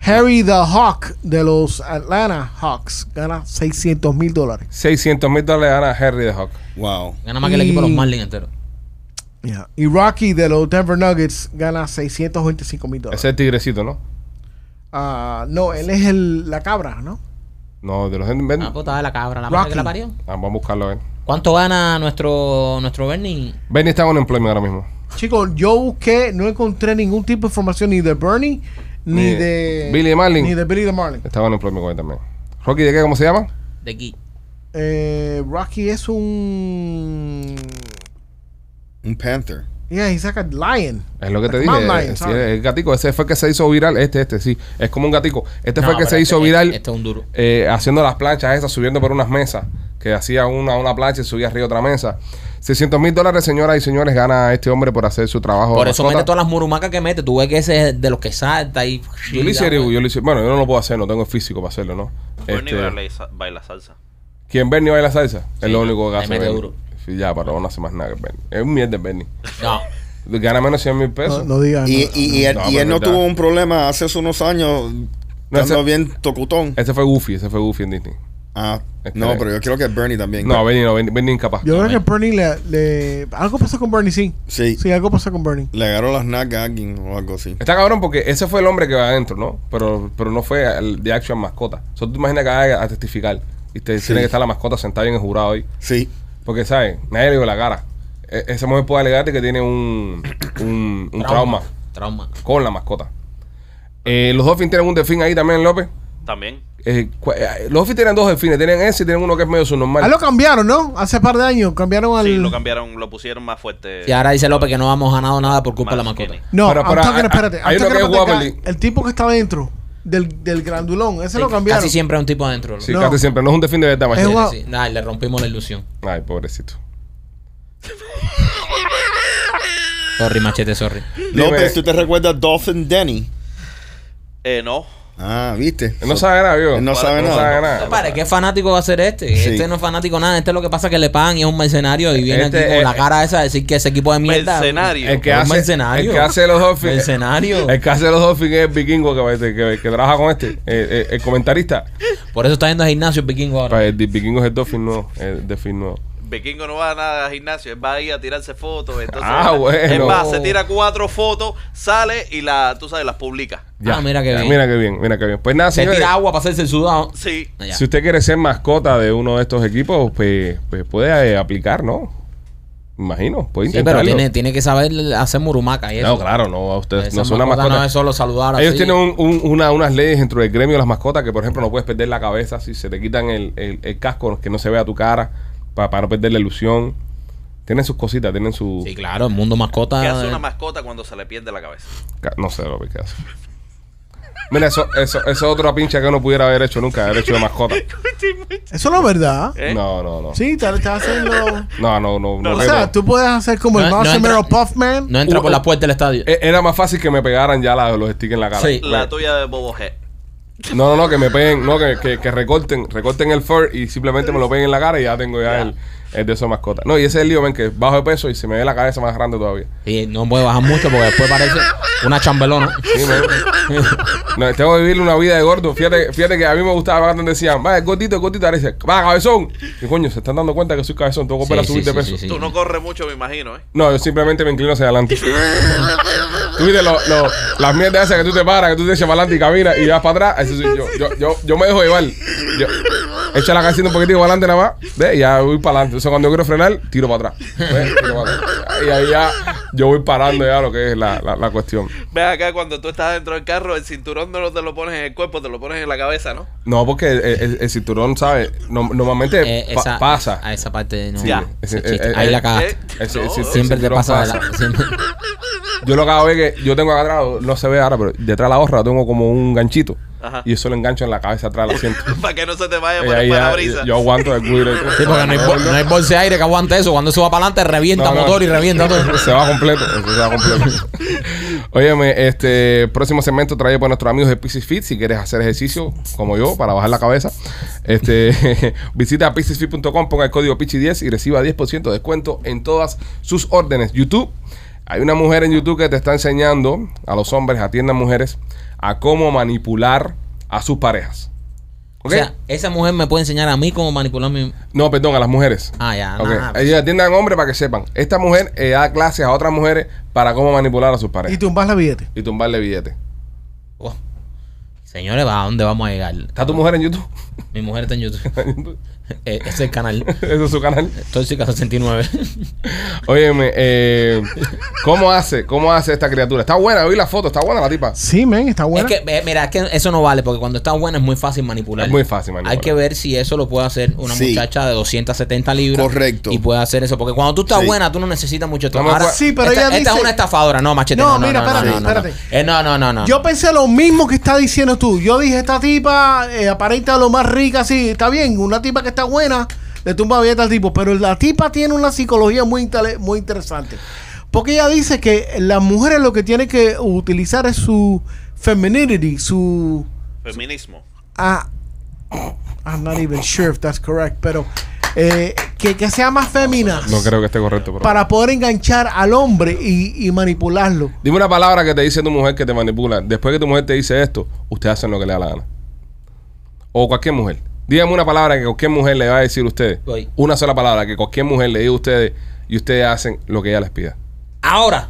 Speaker 4: Harry the Hawk de los Atlanta Hawks gana 600 mil dólares.
Speaker 1: 600 mil dólares gana Harry the Hawk.
Speaker 5: Wow.
Speaker 2: Gana más que el equipo de
Speaker 4: Y-
Speaker 2: los Marlins entero.
Speaker 4: Ya. Y Rocky de los Denver Nuggets gana 625 mil dólares.
Speaker 1: Ese es el tigrecito, ¿no?
Speaker 4: Ah, no, él es el, la cabra, ¿no?
Speaker 1: No, de los Denver.
Speaker 2: Ah, puta, la cabra, la
Speaker 4: Rocky.
Speaker 2: madre que la parió.
Speaker 1: Ah, vamos a buscarlo a ver.
Speaker 2: ¿Cuánto gana nuestro, nuestro Bernie?
Speaker 1: Benny está en employment ahora mismo.
Speaker 4: Chicos, yo busqué, no encontré ningún tipo de información ni de Bernie, ni,
Speaker 1: Ni
Speaker 4: de
Speaker 1: Billy the Marlin.
Speaker 4: Ni de Billy the Marlin.
Speaker 1: Estaba en employment con él también. Rocky, ¿de qué? ¿Cómo se llama?
Speaker 2: De aquí.
Speaker 4: Eh, Rocky es un.
Speaker 5: Un Panther.
Speaker 4: Yeah, he's like a lion.
Speaker 1: Es lo que te
Speaker 4: Like
Speaker 1: dije.
Speaker 4: mountain lion,
Speaker 1: eh, sí,
Speaker 4: sorry.
Speaker 1: el gatico, ese fue el que se hizo viral. Este, este, sí. Es como un gatico. Este
Speaker 2: No,
Speaker 1: fue el que
Speaker 2: pero
Speaker 1: se hizo
Speaker 2: este-
Speaker 1: viral
Speaker 2: Este, es un duro.
Speaker 1: eh, haciendo las planchas esas, subiendo por unas mesas. Que hacía una, una plancha y subía arriba otra mesa. 600 mil dólares, señoras y señores, gana este hombre por hacer su trabajo.
Speaker 2: Por
Speaker 1: de
Speaker 2: eso
Speaker 1: mascota.
Speaker 2: mete todas las murumacas que mete. Tú ves que ese es de los que salta y. pues.
Speaker 1: Yo le hice, yo le hice- bueno, yo no lo puedo hacer, no tengo el físico para hacerlo, ¿no?
Speaker 6: Bernie
Speaker 1: Este,
Speaker 6: baila, sa- baila salsa.
Speaker 1: ¿Quién Bernie baila salsa? es
Speaker 2: Sí,
Speaker 1: lo único que
Speaker 2: le
Speaker 1: hace.
Speaker 2: mete
Speaker 1: Bernie.
Speaker 2: duro.
Speaker 1: Sí, ya, pero no hace más nada que Bernie. Es un mierda el Bernie.
Speaker 2: No.
Speaker 1: Gana menos 100 mil pesos.
Speaker 4: No, no digas.
Speaker 5: Y,
Speaker 4: no.
Speaker 5: y, y él,
Speaker 1: Ah, No,
Speaker 5: y él
Speaker 1: pero
Speaker 5: no
Speaker 1: verdad.
Speaker 5: tuvo un problema hace unos años.
Speaker 1: No,
Speaker 5: No,
Speaker 1: ese-
Speaker 5: bien tocutón.
Speaker 1: Ese fue Goofy, ese fue Goofy en Disney.
Speaker 5: Ah, no, pero yo creo que Bernie también.
Speaker 1: No, Benny no, Benny, Benny incapaz.
Speaker 4: Yo creo que Bernie le, le- Algo pasó con Bernie, sí.
Speaker 5: Sí.
Speaker 4: Sí, algo pasó con Bernie.
Speaker 5: Le agarró las nalgas a alguien o algo así.
Speaker 1: Está cabrón porque ese fue el hombre que va adentro, ¿no? Pero, pero no fue el de Action Mascota. Solo tú imaginas que vaya a testificar y te
Speaker 5: Sí.
Speaker 1: tiene que estar la mascota sentada en el jurado ahí.
Speaker 5: Sí.
Speaker 1: Porque, ¿sabes? Nadie le dio la cara. E- esa mujer puede alegarte que tiene un, un, un trauma.
Speaker 2: Trauma.
Speaker 1: con la mascota. Eh, los Dolphins tienen un delfín ahí también, López.
Speaker 6: También.
Speaker 1: Eh, cua- eh, los Dolphins tienen dos delfines. Tienen ese y tienen uno que es medio subnormal.
Speaker 4: Ah, lo cambiaron, ¿no? Hace par de años cambiaron al.
Speaker 6: Sí, lo cambiaron, lo pusieron más fuerte.
Speaker 2: Y ahora dice López que no vamos ganado nada por culpa de la
Speaker 6: Más
Speaker 2: mascota.
Speaker 6: skinny.
Speaker 4: No,
Speaker 1: Pero,
Speaker 4: I'm
Speaker 1: pero,
Speaker 4: talking-
Speaker 1: ah,
Speaker 4: espérate.
Speaker 1: ah, hay
Speaker 4: I'm
Speaker 1: uno
Speaker 4: talking
Speaker 1: que es
Speaker 4: about the
Speaker 1: Waverly.
Speaker 4: guy- el tipo que está adentro del, del grandulón, ese lo
Speaker 2: Sí,
Speaker 4: cambiaron.
Speaker 2: Casi siempre hay un tipo adentro.
Speaker 1: Sí,
Speaker 4: no.
Speaker 1: casi siempre. No es un delfín de verdad,
Speaker 4: Es
Speaker 1: machete.
Speaker 4: guau.
Speaker 2: Sí, sí. Nah, le rompimos la ilusión.
Speaker 1: Ay, pobrecito.
Speaker 2: Sorry, machete, sorry.
Speaker 5: López, ¿tú te recuerdas Dolphin Denny?
Speaker 6: Eh, no.
Speaker 5: Ah, ¿viste?
Speaker 1: Él no sabe nada, yo.
Speaker 5: Él no sabe nada.
Speaker 1: nada.
Speaker 2: ¿Para qué fanático va a ser este?
Speaker 5: Sí.
Speaker 2: Este no es fanático nada. Este lo que pasa es que le pagan y es un mercenario y viene
Speaker 1: Este
Speaker 2: aquí con
Speaker 1: es-
Speaker 2: la cara esa a decir que ese equipo de mierda.
Speaker 6: Mercenario.
Speaker 1: El que
Speaker 2: Es
Speaker 1: hace,
Speaker 2: mercenario.
Speaker 1: el que hace los Dolphins.
Speaker 2: Mercenario.
Speaker 1: El que hace los Dolphins es el vikingo que, que, que- que trabaja con este. Eh, eh, el comentarista.
Speaker 2: Por eso está yendo al gimnasio el vikingo ahora.
Speaker 1: Pues, El vikingo es el Dolphin nuevo. El Dolphin nuevo.
Speaker 6: Vikingo no va a nada al gimnasio, él va ahí a tirarse fotos. Entonces,
Speaker 1: Ah, bueno.
Speaker 6: Es más, se tira cuatro fotos, sale y la, tú sabes, las publica.
Speaker 2: Ah, mira qué
Speaker 1: Ya,
Speaker 2: bien.
Speaker 1: Mira qué bien, mira qué bien. Pues nada,
Speaker 2: Se
Speaker 1: señores.
Speaker 2: tira agua para hacerse el sudado.
Speaker 6: Sí.
Speaker 2: Ah, ya.
Speaker 1: Si usted quiere ser mascota de uno de estos equipos, pues, pues puede eh, aplicar, ¿no? Imagino, puede
Speaker 2: Sí, pero
Speaker 1: intentarlo.
Speaker 2: tiene, tiene que saber hacer murumaca y eso.
Speaker 1: No, claro, no, ustedes
Speaker 2: Esa
Speaker 1: no son una
Speaker 2: mascota
Speaker 1: mascota.
Speaker 2: No es solo saludar
Speaker 1: Ellos
Speaker 2: así.
Speaker 1: tienen un- un- una- unas leyes dentro del gremio de las mascotas que, por ejemplo, no puedes perder la cabeza si se te quitan el, el- el casco, que no se vea tu cara, para, para no perder la ilusión. Tienen sus cositas, tienen su...
Speaker 2: Sí, claro, el mundo mascota.
Speaker 6: ¿Qué hace
Speaker 2: eh,
Speaker 6: una mascota cuando se le pierde la cabeza?
Speaker 1: ca- No sé lo que hace. Mira, eso eso, eso es otra pincha que uno pudiera haber hecho nunca, haber hecho de mascota.
Speaker 4: Eso no es verdad.
Speaker 6: ¿Eh?
Speaker 1: No, no, no.
Speaker 4: Sí, te, te hacen lo.
Speaker 1: No, no, no. no,
Speaker 4: o
Speaker 1: no.
Speaker 4: sea, tú puedes hacer como el
Speaker 2: No, no
Speaker 4: Marshmallow
Speaker 2: entra-
Speaker 4: Puffman.
Speaker 2: no entra por la puerta del estadio.
Speaker 1: E- Era más fácil que me pegaran ya la- los stickers en la cara.
Speaker 2: Sí.
Speaker 6: La tuya de Bobo G.
Speaker 1: No, no, no, que me peguen, no, que, que- que recorten, recorten el fur y simplemente me lo peguen en la cara y ya tengo ya, El, el de esos mascotas. No, y ese es el lío, ven, que bajo de peso y se me ve la cabeza más grande todavía.
Speaker 2: Y no puede bajar mucho porque después parece una chambelona.
Speaker 1: Sí, men. No, tengo que vivir una vida de gordo. Fíjate, fíjate que a mí me gustaba cuando decían, va, es gordito, es gordito. Ahora dice, va, cabezón. Y coño, se están dando cuenta que soy cabezón, tengo que volver
Speaker 2: Sí,
Speaker 1: a subir de
Speaker 2: sí, sí,
Speaker 1: peso.
Speaker 2: sí, sí.
Speaker 6: Tú no corres mucho, me imagino, ¿eh?
Speaker 1: No, yo simplemente me inclino hacia adelante. tú viste lo- lo- las mierdas esas que tú te paras, que tú te echas para adelante y caminas y vas para atrás. Eso sí, yo, yo, yo, yo me dejo llevar. Yo, echa la cabecita un poquitico para adelante nada más. ¿ves? Y ya voy para adelante. Entonces cuando yo quiero frenar, tiro para atrás. ¿ves? Tiro para atrás. Y ahí ya yo voy parando ya lo que es la, la, la cuestión.
Speaker 6: Ve acá, cuando tú estás dentro del carro, el cinturón no te lo pones en el cuerpo, te lo pones en la cabeza, ¿no?
Speaker 1: No, porque el, el- el cinturón, ¿sabes? No- normalmente
Speaker 2: Eh,
Speaker 1: pa-
Speaker 2: esa-
Speaker 1: pasa.
Speaker 2: A esa parte no.
Speaker 1: Sí,
Speaker 2: Ya.
Speaker 1: ese-
Speaker 2: Ese chiste.
Speaker 1: eh,
Speaker 2: Ahí
Speaker 1: eh,
Speaker 2: la cagaste.
Speaker 6: eh,
Speaker 1: El- el-
Speaker 6: No,
Speaker 1: el-
Speaker 2: Siempre
Speaker 1: el
Speaker 2: te
Speaker 1: cinturón
Speaker 2: pasa de la. siempre-
Speaker 1: Yo lo que hago es que yo tengo acá atrás, no se ve ahora, pero detrás de la gorra tengo como un ganchito.
Speaker 6: Ajá.
Speaker 1: Y eso lo engancho en la cabeza atrás del asiento.
Speaker 6: Para que no se te vaya
Speaker 1: Y
Speaker 6: por el
Speaker 1: ahí ya,
Speaker 6: parabrisas.
Speaker 1: yo aguanto el cuiro. y-
Speaker 2: Sí, porque no hay, bol- no hay bolsa de aire que aguante eso. Cuando eso va para adelante, revienta
Speaker 1: No, no.
Speaker 2: motor y revienta todo.
Speaker 1: Se va completo, eso se va completo. Óyeme, este próximo segmento traído por nuestros amigos de PC Fit. Si quieres hacer ejercicio como yo para bajar la cabeza, este visita pcsfit.com, ponga el código PICHI10 y reciba 10% de descuento en todas sus órdenes. YouTube, hay una mujer en YouTube que te está enseñando a los hombres, atiendan mujeres, a cómo manipular a sus parejas. ¿Ok?
Speaker 2: O sea, esa mujer me puede enseñar a mí cómo manipular mi.
Speaker 1: No, perdón, a las mujeres.
Speaker 2: Ah, ya.
Speaker 1: Ok,
Speaker 2: nah,
Speaker 1: Ellos atiendan hombres para que sepan. Esta mujer eh, da clases a otras mujeres para cómo manipular a sus
Speaker 4: Y
Speaker 1: parejas
Speaker 4: tumbas la billete.
Speaker 1: y, tumbarle billetes.
Speaker 2: oh. Señores, ¿a dónde vamos a llegar?
Speaker 1: ¿Está tu mujer en YouTube?
Speaker 2: Mi mujer está en YouTube. Eh, ese es el canal.
Speaker 1: Ese es su canal.
Speaker 2: Tóxica 69.
Speaker 1: Óyeme, eh, ¿cómo hace? ¿Cómo hace esta criatura? Está buena, vi la foto, está buena la tipa.
Speaker 4: Sí, men, está
Speaker 2: es
Speaker 4: bueno.
Speaker 2: que, eh, mira, es que eso no vale porque cuando está buena es muy fácil manipular.
Speaker 1: Es muy fácil manipular.
Speaker 2: Hay que ver si eso lo puede hacer una
Speaker 5: Sí.
Speaker 2: muchacha de 270 libras.
Speaker 5: Correcto.
Speaker 2: Y puede hacer eso. Porque cuando tú estás
Speaker 5: Sí.
Speaker 2: buena, tú no necesitas mucho
Speaker 1: No me
Speaker 2: tiempo.
Speaker 1: acuerdo.
Speaker 4: Sí, pero
Speaker 2: esta,
Speaker 4: ella
Speaker 2: esta es
Speaker 4: dice-
Speaker 2: una estafadora. No, machete.
Speaker 4: No,
Speaker 2: No, no,
Speaker 4: mira,
Speaker 2: no,
Speaker 4: espérate,
Speaker 2: no, no, no.
Speaker 4: espérate.
Speaker 2: Eh, no, no, no, no.
Speaker 4: Yo pensé lo mismo que estás diciendo tú. Yo dije, esta tipa eh, aparenta lo más rica, sí, está bien. Una tipa que está buena, le tumba billete al tipo. Pero la tipa tiene una psicología muy, intele- muy interesante. Porque ella dice que las mujeres lo que tienen que utilizar es su femininity, su...
Speaker 6: Feminismo.
Speaker 4: ah, I'm not even sure if that's correct, pero eh, que, que sea más fémina
Speaker 1: No creo que esté correcto, pero.
Speaker 4: para poder enganchar al hombre y, y manipularlo.
Speaker 1: Dime una palabra que te dice tu mujer que te manipula. Después que tu mujer te dice esto, ustedes hacen lo que le da la gana. O cualquier mujer. Díganme una palabra que cualquier mujer le va a decir a ustedes.
Speaker 2: Voy.
Speaker 1: Una sola palabra que cualquier mujer le diga a ustedes y ustedes hacen lo que ella les pida.
Speaker 2: Ahora.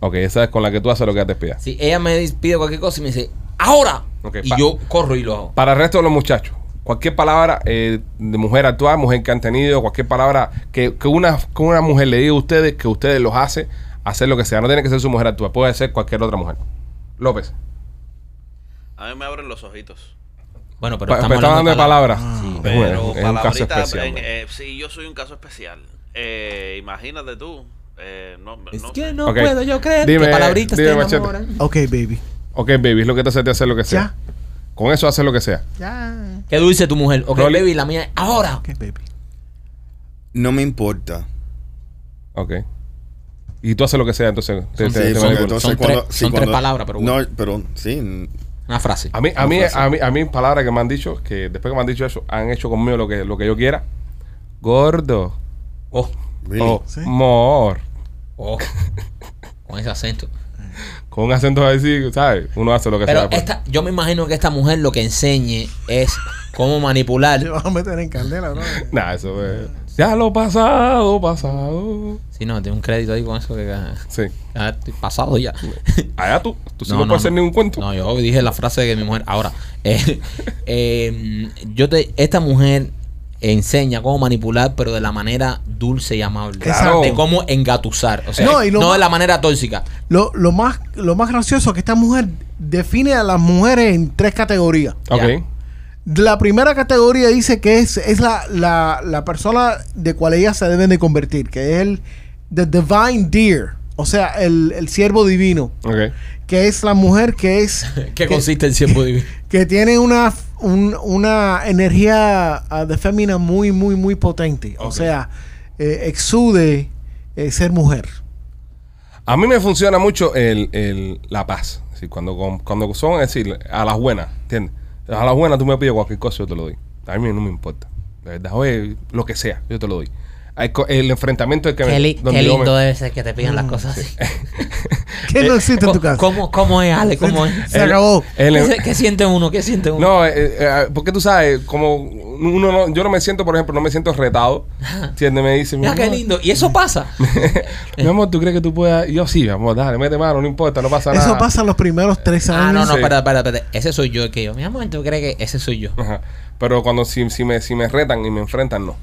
Speaker 1: Ok, esa es con la que tú haces lo que ella te pida.
Speaker 2: Si ella me dis- pide cualquier cosa y me dice, ahora.
Speaker 1: Ok,
Speaker 2: y
Speaker 1: pa-
Speaker 2: yo corro y lo hago.
Speaker 1: Para el resto de los muchachos, cualquier palabra eh, de mujer actual, mujer que han tenido, cualquier palabra que, que una, que una mujer le diga a ustedes, que ustedes los hace hacer lo que sea. No tiene que ser su mujer actual, puede ser cualquier otra mujer. López.
Speaker 6: A mí me abren los ojitos.
Speaker 2: Bueno, pero
Speaker 1: Pa-
Speaker 2: estamos
Speaker 1: estamos
Speaker 2: hablando de palabras.
Speaker 1: hablando de
Speaker 2: Sí.
Speaker 1: palabras. Es
Speaker 6: Pero
Speaker 1: un- es un caso
Speaker 6: palabritas,
Speaker 1: especial,
Speaker 6: en-
Speaker 1: bro.
Speaker 6: eh, sí, yo soy un caso especial. Eh, imagínate tú. eh, no, no
Speaker 2: Es
Speaker 6: sé.
Speaker 2: que no
Speaker 1: Ok.
Speaker 2: puedo yo creer
Speaker 1: Dime,
Speaker 2: que palabritas
Speaker 1: dime,
Speaker 2: te
Speaker 1: machete.
Speaker 2: enamoran.
Speaker 4: Ok, baby.
Speaker 1: Ok, baby, es lo que te hace te hacer lo que sea.
Speaker 4: Ya.
Speaker 1: Con eso haces lo que sea.
Speaker 4: Ya.
Speaker 2: ¿Qué dulce tu mujer? Ok,
Speaker 1: Rolly.
Speaker 2: baby, la mía es ahora.
Speaker 4: Ok, baby.
Speaker 5: No me importa.
Speaker 1: Ok. Y tú haces lo que sea, entonces. te- te- te
Speaker 2: Son-
Speaker 5: Sí, porque
Speaker 1: manipulan.
Speaker 5: entonces
Speaker 2: Son
Speaker 5: cuando-
Speaker 2: tres-
Speaker 5: sí,
Speaker 2: son tres
Speaker 5: cuando-
Speaker 2: palabras, pero bueno.
Speaker 5: No, pero sí.
Speaker 2: Una frase.
Speaker 1: A mí, a mí,
Speaker 5: Frase.
Speaker 1: a mí, a mí palabras que me han dicho, que después que me han dicho eso, han hecho conmigo lo que, lo que yo quiera. Gordo.
Speaker 2: Oh,
Speaker 5: really.
Speaker 1: o
Speaker 4: Sí.
Speaker 1: mor.
Speaker 2: oh. Con ese acento.
Speaker 1: Con un acento así, ¿sabes? Uno hace lo que
Speaker 2: Pero
Speaker 1: sea. pues.
Speaker 2: esta, yo me imagino que esta mujer lo que enseñe es cómo manipular.
Speaker 4: Te vas a meter en candela, bro.
Speaker 1: Nah, eso es. Ya lo pasado, pasado.
Speaker 2: Sí, no, tiene un crédito ahí con eso que ah,
Speaker 1: Sí.
Speaker 2: ah, estoy pasado ya.
Speaker 1: Allá tú. Tú sí no, puedes hacer ningún cuento.
Speaker 2: No, yo dije la frase de que mi mujer. Ahora, eh, eh, yo te, esta mujer enseña cómo manipular, pero de la manera dulce y amable.
Speaker 1: Claro.
Speaker 2: De cómo engatusar. O sea, no,
Speaker 4: No, y lo más-
Speaker 2: de la manera tóxica.
Speaker 4: Lo, lo más, lo más gracioso es que esta mujer define a las mujeres en tres categorías.
Speaker 1: ok.
Speaker 2: ya.
Speaker 4: La primera categoría dice que es, es la, la, la persona de cual ellas se deben de convertir, que es el the divine deer, o sea, el, el siervo divino,
Speaker 1: Ok.
Speaker 4: que es la mujer que es
Speaker 2: ¿Qué consiste el tiempo divino?
Speaker 4: que tiene una, f- un- una energía ah, de fémina muy, muy, muy potente. O sea, eh, exude eh, ser mujer.
Speaker 1: A mí me funciona mucho el, el- la paz. Es decir, cuando, con- cuando son, es decir, a las buenas, ¿entiendes? A las buenas tú me pides cualquier cosa, yo te lo doy. A mí no me importa. De verdad, oye, lo que sea, yo te lo doy. Hay co- El enfrentamiento es que...
Speaker 2: Qué, li-
Speaker 1: donde
Speaker 2: qué
Speaker 1: yo me-
Speaker 2: lindo debe ser que te
Speaker 4: Mm,
Speaker 2: pidan las cosas así.
Speaker 4: Que no existe en tu casa.
Speaker 2: Eh, ¿Cómo, cómo es, Ale? ¿Cómo es?
Speaker 4: Se acabó.
Speaker 1: el-
Speaker 2: ¿Qué, se- qué siente uno? ¿Qué siente uno?
Speaker 1: No, eh, eh, eh, porque tú sabes, como uno no- yo no me siento, por ejemplo, no me siento retado. ¿Entiendes? Me dice, mi
Speaker 2: Mira Ah, qué
Speaker 1: amor,
Speaker 2: lindo. Y eso pasa.
Speaker 1: mi amor, ¿tú crees que tú puedas? Y yo sí, amor, dale, mete mano, no importa, no pasa nada.
Speaker 4: Eso pasa en los primeros tres años.
Speaker 2: Ah, no, no,
Speaker 1: Sí.
Speaker 2: espera, espera, espera. Ese soy yo el que yo. Mi amor, ¿tú crees que ese soy yo?
Speaker 1: Ajá. Pero cuando si, si, me, si me retan y me enfrentan, no.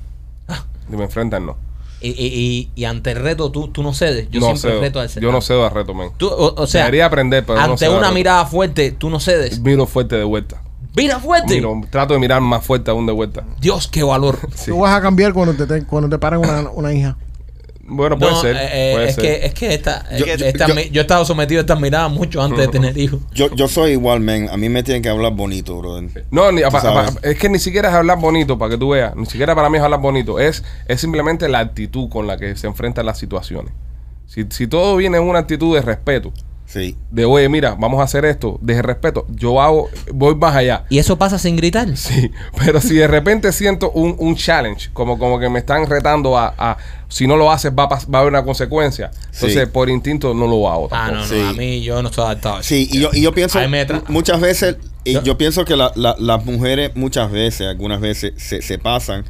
Speaker 2: Ah.
Speaker 1: Si me enfrentan, no.
Speaker 2: Y, y, y, y ante el reto tú, tú no cedes. Yo
Speaker 1: no
Speaker 2: siempre
Speaker 1: cedo.
Speaker 2: reto al Ah.
Speaker 1: Yo no cedo a reto, men.
Speaker 2: Tú, o, o sea,
Speaker 1: Debería aprender, pero no
Speaker 2: ante
Speaker 1: cedo al
Speaker 2: una
Speaker 1: reto.
Speaker 2: mirada fuerte, tú no cedes.
Speaker 1: Miro fuerte de vuelta.
Speaker 2: Mira fuerte.
Speaker 1: Miro- trato de mirar más fuerte aún de vuelta.
Speaker 2: Dios, qué valor.
Speaker 1: Sí.
Speaker 4: Tú vas a cambiar cuando te, te- cuando te paran una, una hija.
Speaker 1: Bueno, puede
Speaker 2: No,
Speaker 1: ser.
Speaker 2: eh, eh,
Speaker 1: puede
Speaker 2: es,
Speaker 1: ser.
Speaker 2: Que, es que esta,
Speaker 5: Yo-
Speaker 2: eh,
Speaker 5: yo-
Speaker 2: esta
Speaker 5: yo-
Speaker 2: mi- yo, he estado sometido a estas miradas mucho antes de tener hijos.
Speaker 5: Yo, yo soy igual, man. A mí me tienen que hablar bonito, brother.
Speaker 1: No, ni- pa- pa-
Speaker 5: sabes.
Speaker 1: es que ni siquiera es hablar bonito, para que tú veas. Ni siquiera para mí es hablar bonito. Es, es simplemente la actitud con la que se enfrentan las situaciones. Si, si todo viene en una actitud de respeto,
Speaker 5: Sí.
Speaker 1: de oye, mira, vamos a hacer esto, desde respeto, yo hago, voy más allá.
Speaker 2: Y eso pasa sin gritar.
Speaker 1: Sí, pero si de repente siento un, un challenge, como, como que me están retando a, a- si no lo haces va a, pas- va a haber una consecuencia. Entonces,
Speaker 5: Sí.
Speaker 1: por instinto no lo hago
Speaker 2: Ah,
Speaker 1: tampoco.
Speaker 2: no, no,
Speaker 5: Sí.
Speaker 2: a mí yo no estoy adaptado. a eso.
Speaker 5: Sí, y yo, y yo pienso,
Speaker 2: Ahí me tra-
Speaker 5: muchas veces, y
Speaker 2: Yo-
Speaker 5: yo pienso que la- la- las mujeres muchas veces, algunas veces, se, se pasan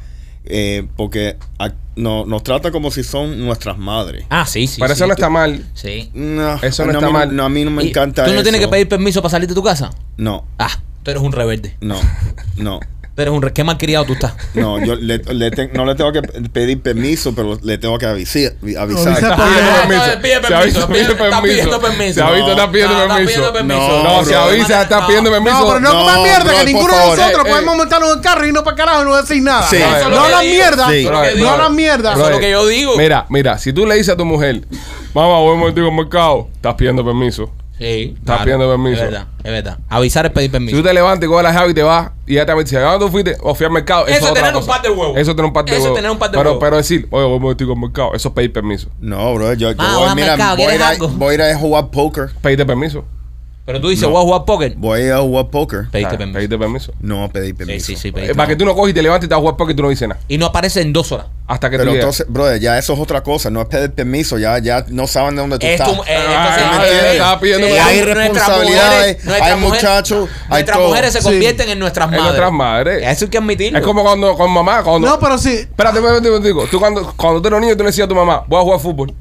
Speaker 5: eh, porque a- no- nos tratan como si son nuestras madres.
Speaker 2: Ah, sí, sí.
Speaker 1: Pero
Speaker 2: sí.
Speaker 1: eso no está mal.
Speaker 2: Sí.
Speaker 5: No,
Speaker 1: Eso no
Speaker 5: a
Speaker 1: está
Speaker 5: mí
Speaker 1: mal.
Speaker 5: no, a mí no me
Speaker 2: Y
Speaker 5: encanta
Speaker 2: ¿Tú no tienes
Speaker 5: eso.
Speaker 2: que pedir permiso para salir de tu casa?
Speaker 5: No,
Speaker 2: Ah, tú eres un rebelde.
Speaker 5: no, no.
Speaker 2: Tú eres un re... Qué mal criado tú estás.
Speaker 5: No, yo le, le te- no le tengo que pedir permiso, pero le tengo que avisar.
Speaker 4: Avisar.
Speaker 5: avisar.
Speaker 1: Está pidiendo
Speaker 2: Ah,
Speaker 1: permiso.
Speaker 2: entonces pide
Speaker 1: Se
Speaker 2: permiso,
Speaker 1: avisa,
Speaker 2: pide-
Speaker 1: pide
Speaker 2: está pidiendo
Speaker 1: permiso. Se
Speaker 2: permiso.
Speaker 1: avisa, está
Speaker 2: No,
Speaker 1: pidiendo
Speaker 2: no, está
Speaker 1: permiso.
Speaker 2: pidiendo permiso.
Speaker 1: No,
Speaker 5: No,
Speaker 1: se
Speaker 5: bro.
Speaker 1: avisa, está
Speaker 2: No.
Speaker 1: pidiendo permiso.
Speaker 4: No, pero no,
Speaker 5: No,
Speaker 4: comas mierda,
Speaker 5: brother,
Speaker 4: que
Speaker 5: por
Speaker 4: ninguno de
Speaker 5: favor.
Speaker 4: nosotros
Speaker 1: Eh,
Speaker 4: podemos
Speaker 1: eh.
Speaker 4: montarnos en el carro y irnos para carajo y no decir nada.
Speaker 5: Sí. Eso es
Speaker 4: No
Speaker 2: lo que
Speaker 4: hablan
Speaker 2: digo.
Speaker 4: mierda.
Speaker 5: Sí.
Speaker 4: No
Speaker 1: Brother,
Speaker 4: hablan mierda.
Speaker 2: Eso es lo que yo digo.
Speaker 1: Mira, mira, si tú le dices a tu mujer, mamá, voy a contigo al mercado, estás pidiendo permiso.
Speaker 2: Sí.
Speaker 1: Estás pidiendo permiso.
Speaker 2: Es verdad, es verdad. Avisar es
Speaker 1: Si
Speaker 2: pedir
Speaker 1: tú
Speaker 2: permiso.
Speaker 1: te levantas y coges la llave y te vas, y ya te dice, ¿a dónde tú fuiste? O fui al mercado.
Speaker 2: Eso es
Speaker 1: otra
Speaker 2: tener un
Speaker 1: cosa.
Speaker 2: par de huevos.
Speaker 1: Eso es tener un par de
Speaker 2: Eso es
Speaker 1: huevos.
Speaker 2: tener un par de
Speaker 1: pero,
Speaker 2: huevos.
Speaker 1: Pero decir, oye, voy contigo al mercado, eso es pedir permiso.
Speaker 5: No, bro, yo, yo
Speaker 2: Ma,
Speaker 5: voy,
Speaker 2: vamos al
Speaker 5: mira,
Speaker 2: mercado,
Speaker 5: voy, a ir
Speaker 2: ¿quieres
Speaker 5: a-
Speaker 2: algo?
Speaker 5: voy a ir a jugar poker.
Speaker 1: Pedirte permiso.
Speaker 2: Pero tú dices, voy a jugar póker.
Speaker 5: Voy a ir a jugar poker.
Speaker 2: Pediste
Speaker 1: Ah,
Speaker 2: permiso.
Speaker 1: Pedirte permiso.
Speaker 5: No, pedí
Speaker 2: Sí,
Speaker 5: permiso.
Speaker 2: sí, sí,
Speaker 1: Eh,
Speaker 2: pediste
Speaker 1: para que tú no coges y te levantes y te vas a jugar porque tú no dices nada.
Speaker 2: Y no aparece en dos horas.
Speaker 1: hasta que
Speaker 5: Pero
Speaker 1: tú llegas.
Speaker 5: entonces, brother, ya eso es otra cosa. No es pedir permiso, ya, ya no saben de dónde tú
Speaker 2: Es
Speaker 5: estás.
Speaker 2: como-
Speaker 1: Ah,
Speaker 2: eh, entonces,
Speaker 1: me
Speaker 2: al
Speaker 1: entiendes,
Speaker 2: revés.
Speaker 1: estaba pidiendo-
Speaker 2: Sí,
Speaker 1: Y hay
Speaker 2: nuestras
Speaker 5: responsabilidades,
Speaker 2: mujeres- nuestras
Speaker 5: hay
Speaker 2: mujeres-
Speaker 5: muchachos, hay
Speaker 2: Nuestras
Speaker 5: todo.
Speaker 2: mujeres se
Speaker 4: Sí.
Speaker 2: convierten en nuestras
Speaker 1: En
Speaker 2: madres.
Speaker 1: nuestras madres.
Speaker 2: Eso hay que admitirlo.
Speaker 1: Es como cuando con mamá, cuando.
Speaker 4: No, pero sí.
Speaker 1: Espérate, espérate, espérate, digo. Tú cuando, cuando tú eras niño, tú le decías a tu mamá, voy a jugar fútbol.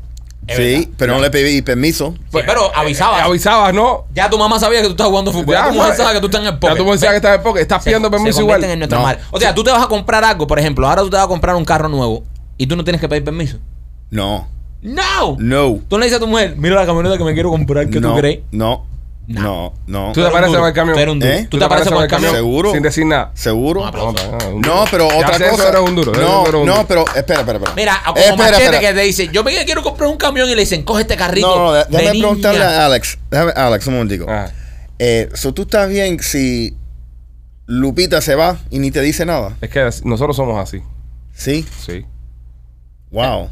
Speaker 2: Es verdad.
Speaker 5: Sí, pero no le pedí permiso.
Speaker 2: Sí, pero avisabas.
Speaker 1: Eh, avisabas, ¿no?
Speaker 2: ya tu mamá sabía que tú estás jugando fútbol. Ya, tu
Speaker 1: sabes.
Speaker 2: mujer sabía que tú estás en el
Speaker 1: Ya
Speaker 2: poker.
Speaker 1: tu mujer sabe que estás en el poker. Estás
Speaker 2: Se-
Speaker 1: pidiendo permiso
Speaker 2: se
Speaker 1: igual.
Speaker 2: convierten en nuestras
Speaker 5: No.
Speaker 2: madres. O sea, tú te vas a comprar algo, por ejemplo. Ahora tú te vas a comprar un carro nuevo y tú no tienes que pedir permiso.
Speaker 5: No,
Speaker 2: ¡No!
Speaker 5: no,
Speaker 2: Tú le dices a tu mujer, mira la camioneta que me quiero comprar, ¿qué
Speaker 5: no,
Speaker 2: tú crees?
Speaker 5: no,
Speaker 2: Nah.
Speaker 5: no, no.
Speaker 1: Tú te
Speaker 2: eres un
Speaker 1: apareces
Speaker 2: duro,
Speaker 1: en el camión.
Speaker 2: tú eres un duro.
Speaker 5: ¿Eh?
Speaker 2: Tú te apareces en el camión.
Speaker 5: Seguro.
Speaker 1: Sin decir nada.
Speaker 5: ¿Seguro?
Speaker 2: aplauso.
Speaker 5: No, pero
Speaker 1: Ya
Speaker 5: otra
Speaker 1: sé, eso
Speaker 5: cosa.
Speaker 1: era un duro, eso
Speaker 5: No,
Speaker 1: era un
Speaker 5: no,
Speaker 1: duro.
Speaker 5: pero espera, espera, espera.
Speaker 2: Mira, como
Speaker 5: Eh, espera,
Speaker 2: machete
Speaker 5: espera.
Speaker 2: que te dice, yo me quiero comprar un camión y le dicen, coge este carrito.
Speaker 5: No, no,
Speaker 2: de
Speaker 5: déjame
Speaker 2: niña".
Speaker 5: preguntarle a Alex. Déjame, Alex, un momentico.
Speaker 1: Ajá.
Speaker 5: Eh, so, ¿Tú estás bien si Lupita se va y ni te dice nada?
Speaker 1: Es que as- nosotros somos así.
Speaker 5: Sí.
Speaker 1: Sí.
Speaker 5: Wow.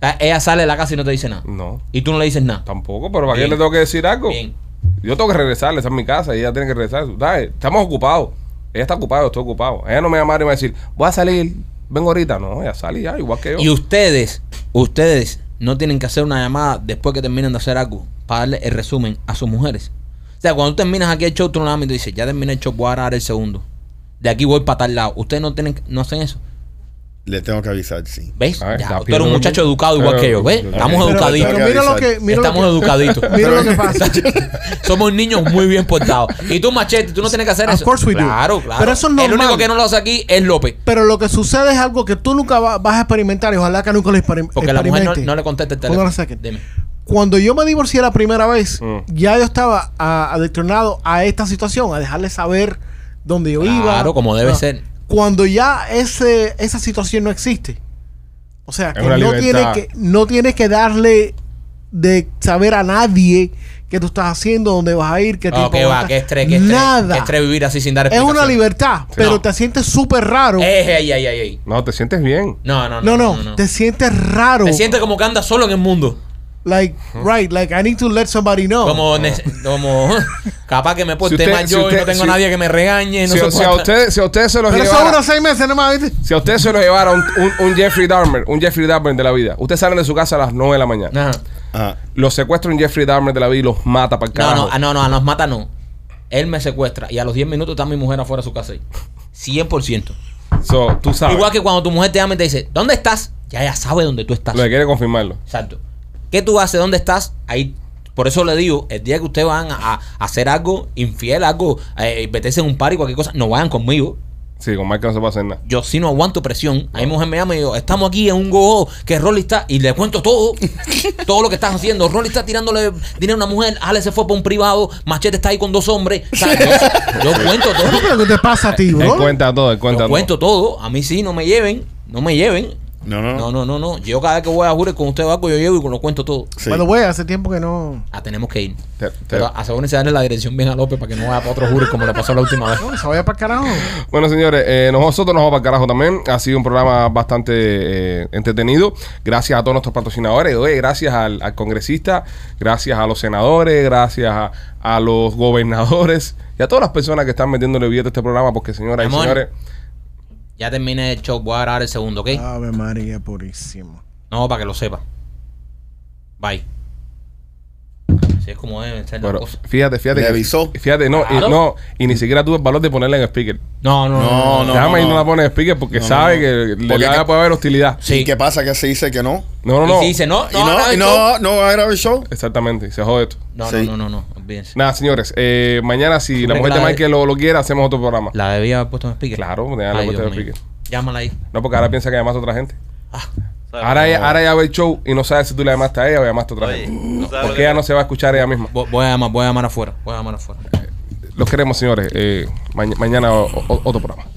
Speaker 2: Ah, Ella sale de la casa y no te dice nada.
Speaker 5: Mm.
Speaker 1: No.
Speaker 2: Y tú no le dices nada.
Speaker 1: Tampoco, pero ¿para qué
Speaker 2: Bien.
Speaker 1: le tengo que decir algo?
Speaker 2: Bien.
Speaker 1: Yo tengo que regresarle, esa es mi casa y ella tiene que regresar. ¿Sabes? Estamos ocupados. Ella está ocupada, yo estoy ocupado. Ella no me llama y me va a decir, voy a salir, vengo ahorita. No, ella sale ya, igual que yo.
Speaker 2: Y ustedes, ustedes no tienen que hacer una llamada después que terminen de hacer algo para darle el resumen a sus mujeres. O sea, cuando tú terminas aquí el show, tú no la llamas y tú dices, ya terminé el show, voy a dar el segundo. De aquí voy para tal lado. Ustedes no tienen, no hacen eso.
Speaker 5: Le tengo que avisar, sí.
Speaker 2: ¿Ves?
Speaker 1: A ver,
Speaker 2: Ya,
Speaker 1: está
Speaker 2: tú eres un
Speaker 1: pidiendo
Speaker 2: muchacho
Speaker 1: mucho.
Speaker 2: educado igual
Speaker 1: Pero-
Speaker 2: que yo. ¿Ves?
Speaker 1: Ok.
Speaker 2: Estamos
Speaker 5: Pero-
Speaker 2: educaditos.
Speaker 5: pero
Speaker 4: mira lo que, mira lo
Speaker 2: Estamos
Speaker 4: que-
Speaker 2: educaditos.
Speaker 4: Mira lo que pasa.
Speaker 2: Somos niños muy bien portados. Y tú, Machete, tú no tienes que hacer
Speaker 4: Of
Speaker 2: eso.
Speaker 4: course we do.
Speaker 2: claro, claro.
Speaker 4: Pero eso es
Speaker 2: El único
Speaker 4: normal.
Speaker 2: que no lo hace aquí es López.
Speaker 4: Pero lo que sucede es algo que tú nunca va- vas a experimentar y ojalá que nunca lo experim-
Speaker 2: Porque la mujer no,
Speaker 4: experimente.
Speaker 2: no le contesta el
Speaker 4: Hold
Speaker 2: teléfono.
Speaker 4: on a second.
Speaker 2: Dime.
Speaker 4: Cuando yo me divorcié la primera vez,
Speaker 1: Mm.
Speaker 4: ya yo estaba a- adoctrinado a esta situación, a dejarle saber dónde yo iba.
Speaker 2: Claro, como debe
Speaker 4: Ah.
Speaker 2: ser.
Speaker 4: Cuando ya ese, esa situación no existe. O sea, que
Speaker 1: una
Speaker 4: no, tienes
Speaker 1: libertad.
Speaker 4: que no tienes que darle de saber a nadie que tú estás haciendo, dónde vas a ir, qué
Speaker 2: Oh,
Speaker 4: este tipo
Speaker 2: que
Speaker 4: vas
Speaker 2: va,
Speaker 4: a
Speaker 2: que
Speaker 4: estar.
Speaker 2: estrés, que estrés.
Speaker 4: Nada.
Speaker 2: Que estrés vivir así sin dar
Speaker 4: es una
Speaker 2: explicación.
Speaker 4: libertad, pero
Speaker 2: No.
Speaker 4: te sientes súper raro.
Speaker 2: Ey, ey, ey, ey, ey.
Speaker 1: No, te sientes bien.
Speaker 2: No, no,
Speaker 4: no,
Speaker 2: no.
Speaker 4: no, te sientes raro.
Speaker 2: Te sientes como que andas solo en el mundo.
Speaker 4: Like, right, like I need to let somebody know.
Speaker 2: Como, nece- como capaz que me porté
Speaker 1: usted-
Speaker 2: mal
Speaker 1: si
Speaker 2: yo y
Speaker 1: usted-
Speaker 2: no tengo
Speaker 1: si-
Speaker 2: nadie que me regañe. Eh, No
Speaker 1: si,
Speaker 2: sé
Speaker 1: si a
Speaker 2: cuánta-
Speaker 1: ustedes si a ustedes se los
Speaker 4: Pero eso
Speaker 1: llevara-
Speaker 4: unos seis meses nomás, ¿viste?
Speaker 1: Si a usted se lo llevara un, un- un Jeffrey Dahmer, un Jeffrey Dahmer de la vida, usted sale de su casa a las 9 de la mañana.
Speaker 2: Ajá.
Speaker 5: Ajá.
Speaker 1: Los secuestra un Jeffrey Dahmer de la vida y los mata para el
Speaker 2: No,
Speaker 1: carajo.
Speaker 2: no, ah, no, no, a los mata no. Él me secuestra y a los 10 minutos está mi mujer afuera de su casa ahí. 100%.
Speaker 1: So, tú sabes.
Speaker 2: Igual que cuando tu mujer te llama y te dice, ¿dónde estás? Ya ella sabe dónde tú estás.
Speaker 1: Lo que quiere confirmarlo.
Speaker 2: Exacto. ¿Qué tú haces? ¿Dónde estás? Ahí. Por eso le digo, el día que ustedes van a, a hacer algo infiel, algo, eh, meterse en un par y cualquier cosa, no vayan conmigo.
Speaker 1: Sí, con Mike no se puede hacer nada.
Speaker 2: Yo sí no aguanto presión. A mi mujer me llama y yo, estamos aquí en un go que Rolly está, y le cuento todo, todo lo que estás haciendo. Rolly está tirándole dinero a una mujer, Ale se fue para un privado, Machete está ahí con dos hombres. O sea, yo, yo cuento
Speaker 4: ¿Qué es
Speaker 2: todo.
Speaker 4: lo que te pasa a ti,
Speaker 1: Él
Speaker 4: bro?
Speaker 1: cuenta todo, él cuenta
Speaker 2: Yo
Speaker 1: todo.
Speaker 2: cuento todo. A mí sí, no me lleven, no me lleven.
Speaker 5: No, no,
Speaker 2: No, no, no, no. Yo cada vez que voy a Jure con usted o algo, yo llevo y lo cuento todo.
Speaker 5: Sí.
Speaker 4: By the way, hace tiempo que no.
Speaker 2: Ah, tenemos que ir.
Speaker 1: Te- te-
Speaker 2: Pero asegúrense de darle la dirección bien a López para que no vaya para otro jure como le pasó la última vez.
Speaker 4: No, se vaya para carajo.
Speaker 1: Bueno, señores, eh, nosotros nos vamos para el carajo también. Ha sido un programa bastante eh, entretenido. Gracias a todos nuestros patrocinadores. Oye, gracias al, al congresista, gracias a los senadores, gracias a, a los gobernadores y a todas las personas que están metiéndole billete a este programa, porque, señoras y
Speaker 2: Amor.
Speaker 1: señores,
Speaker 2: Ya terminé el show, voy a grabar el segundo, ¿ok?
Speaker 4: Ave María purísima.
Speaker 2: No, para que lo sepa. Bye. Así es como deben ser
Speaker 1: bueno,
Speaker 2: las cosas.
Speaker 1: fíjate, fíjate.
Speaker 5: Le
Speaker 1: que-
Speaker 5: avisó.
Speaker 1: Fíjate, no,
Speaker 2: Claro.
Speaker 1: y, no, y ni siquiera tuve el valor de ponerla en speaker.
Speaker 2: No, no, no. no,
Speaker 5: No,
Speaker 2: no.
Speaker 1: No,
Speaker 5: no.
Speaker 1: Déjame y no la pone en speaker porque sabe que le
Speaker 5: Porque-
Speaker 1: le va a poder haber hostilidad.
Speaker 2: Sí.
Speaker 5: ¿Y qué pasa que se dice que no?
Speaker 1: No, no,
Speaker 2: Y
Speaker 1: no.
Speaker 2: si dice, no,
Speaker 5: Y
Speaker 2: no,
Speaker 5: no,
Speaker 2: no,
Speaker 5: y no, no va a grabar el show.
Speaker 1: Exactamente, se jode esto.
Speaker 2: No, no,
Speaker 5: Sí.
Speaker 2: no, no, no, olvídense.
Speaker 1: Nada, señores, eh, mañana si la
Speaker 2: Creo
Speaker 1: mujer
Speaker 2: que
Speaker 1: de
Speaker 2: la-
Speaker 1: Michael lo, lo quiera, hacemos otro programa.
Speaker 2: La debía haber puesto en speaker.
Speaker 1: Claro, déjala
Speaker 2: Ay,
Speaker 1: puesta en
Speaker 2: Dios mío.
Speaker 1: speaker.
Speaker 2: Llámala ahí.
Speaker 1: No, porque ahora piensa que llamaste a otra gente.
Speaker 2: Ah,
Speaker 1: Ahora ella, ahora ella ve el show y no sabe si tú le llamaste a ella o llamaste a otra
Speaker 6: Oye,
Speaker 1: gente.
Speaker 6: ¿tú sabes lo
Speaker 1: Porque
Speaker 6: que-
Speaker 1: ella no se va a escuchar ella misma.
Speaker 2: vo- voy a llamar, voy a llamar afuera. Voy a llamar afuera.
Speaker 1: Los queremos, señores. Eh, ma- mañana o- o- otro programa.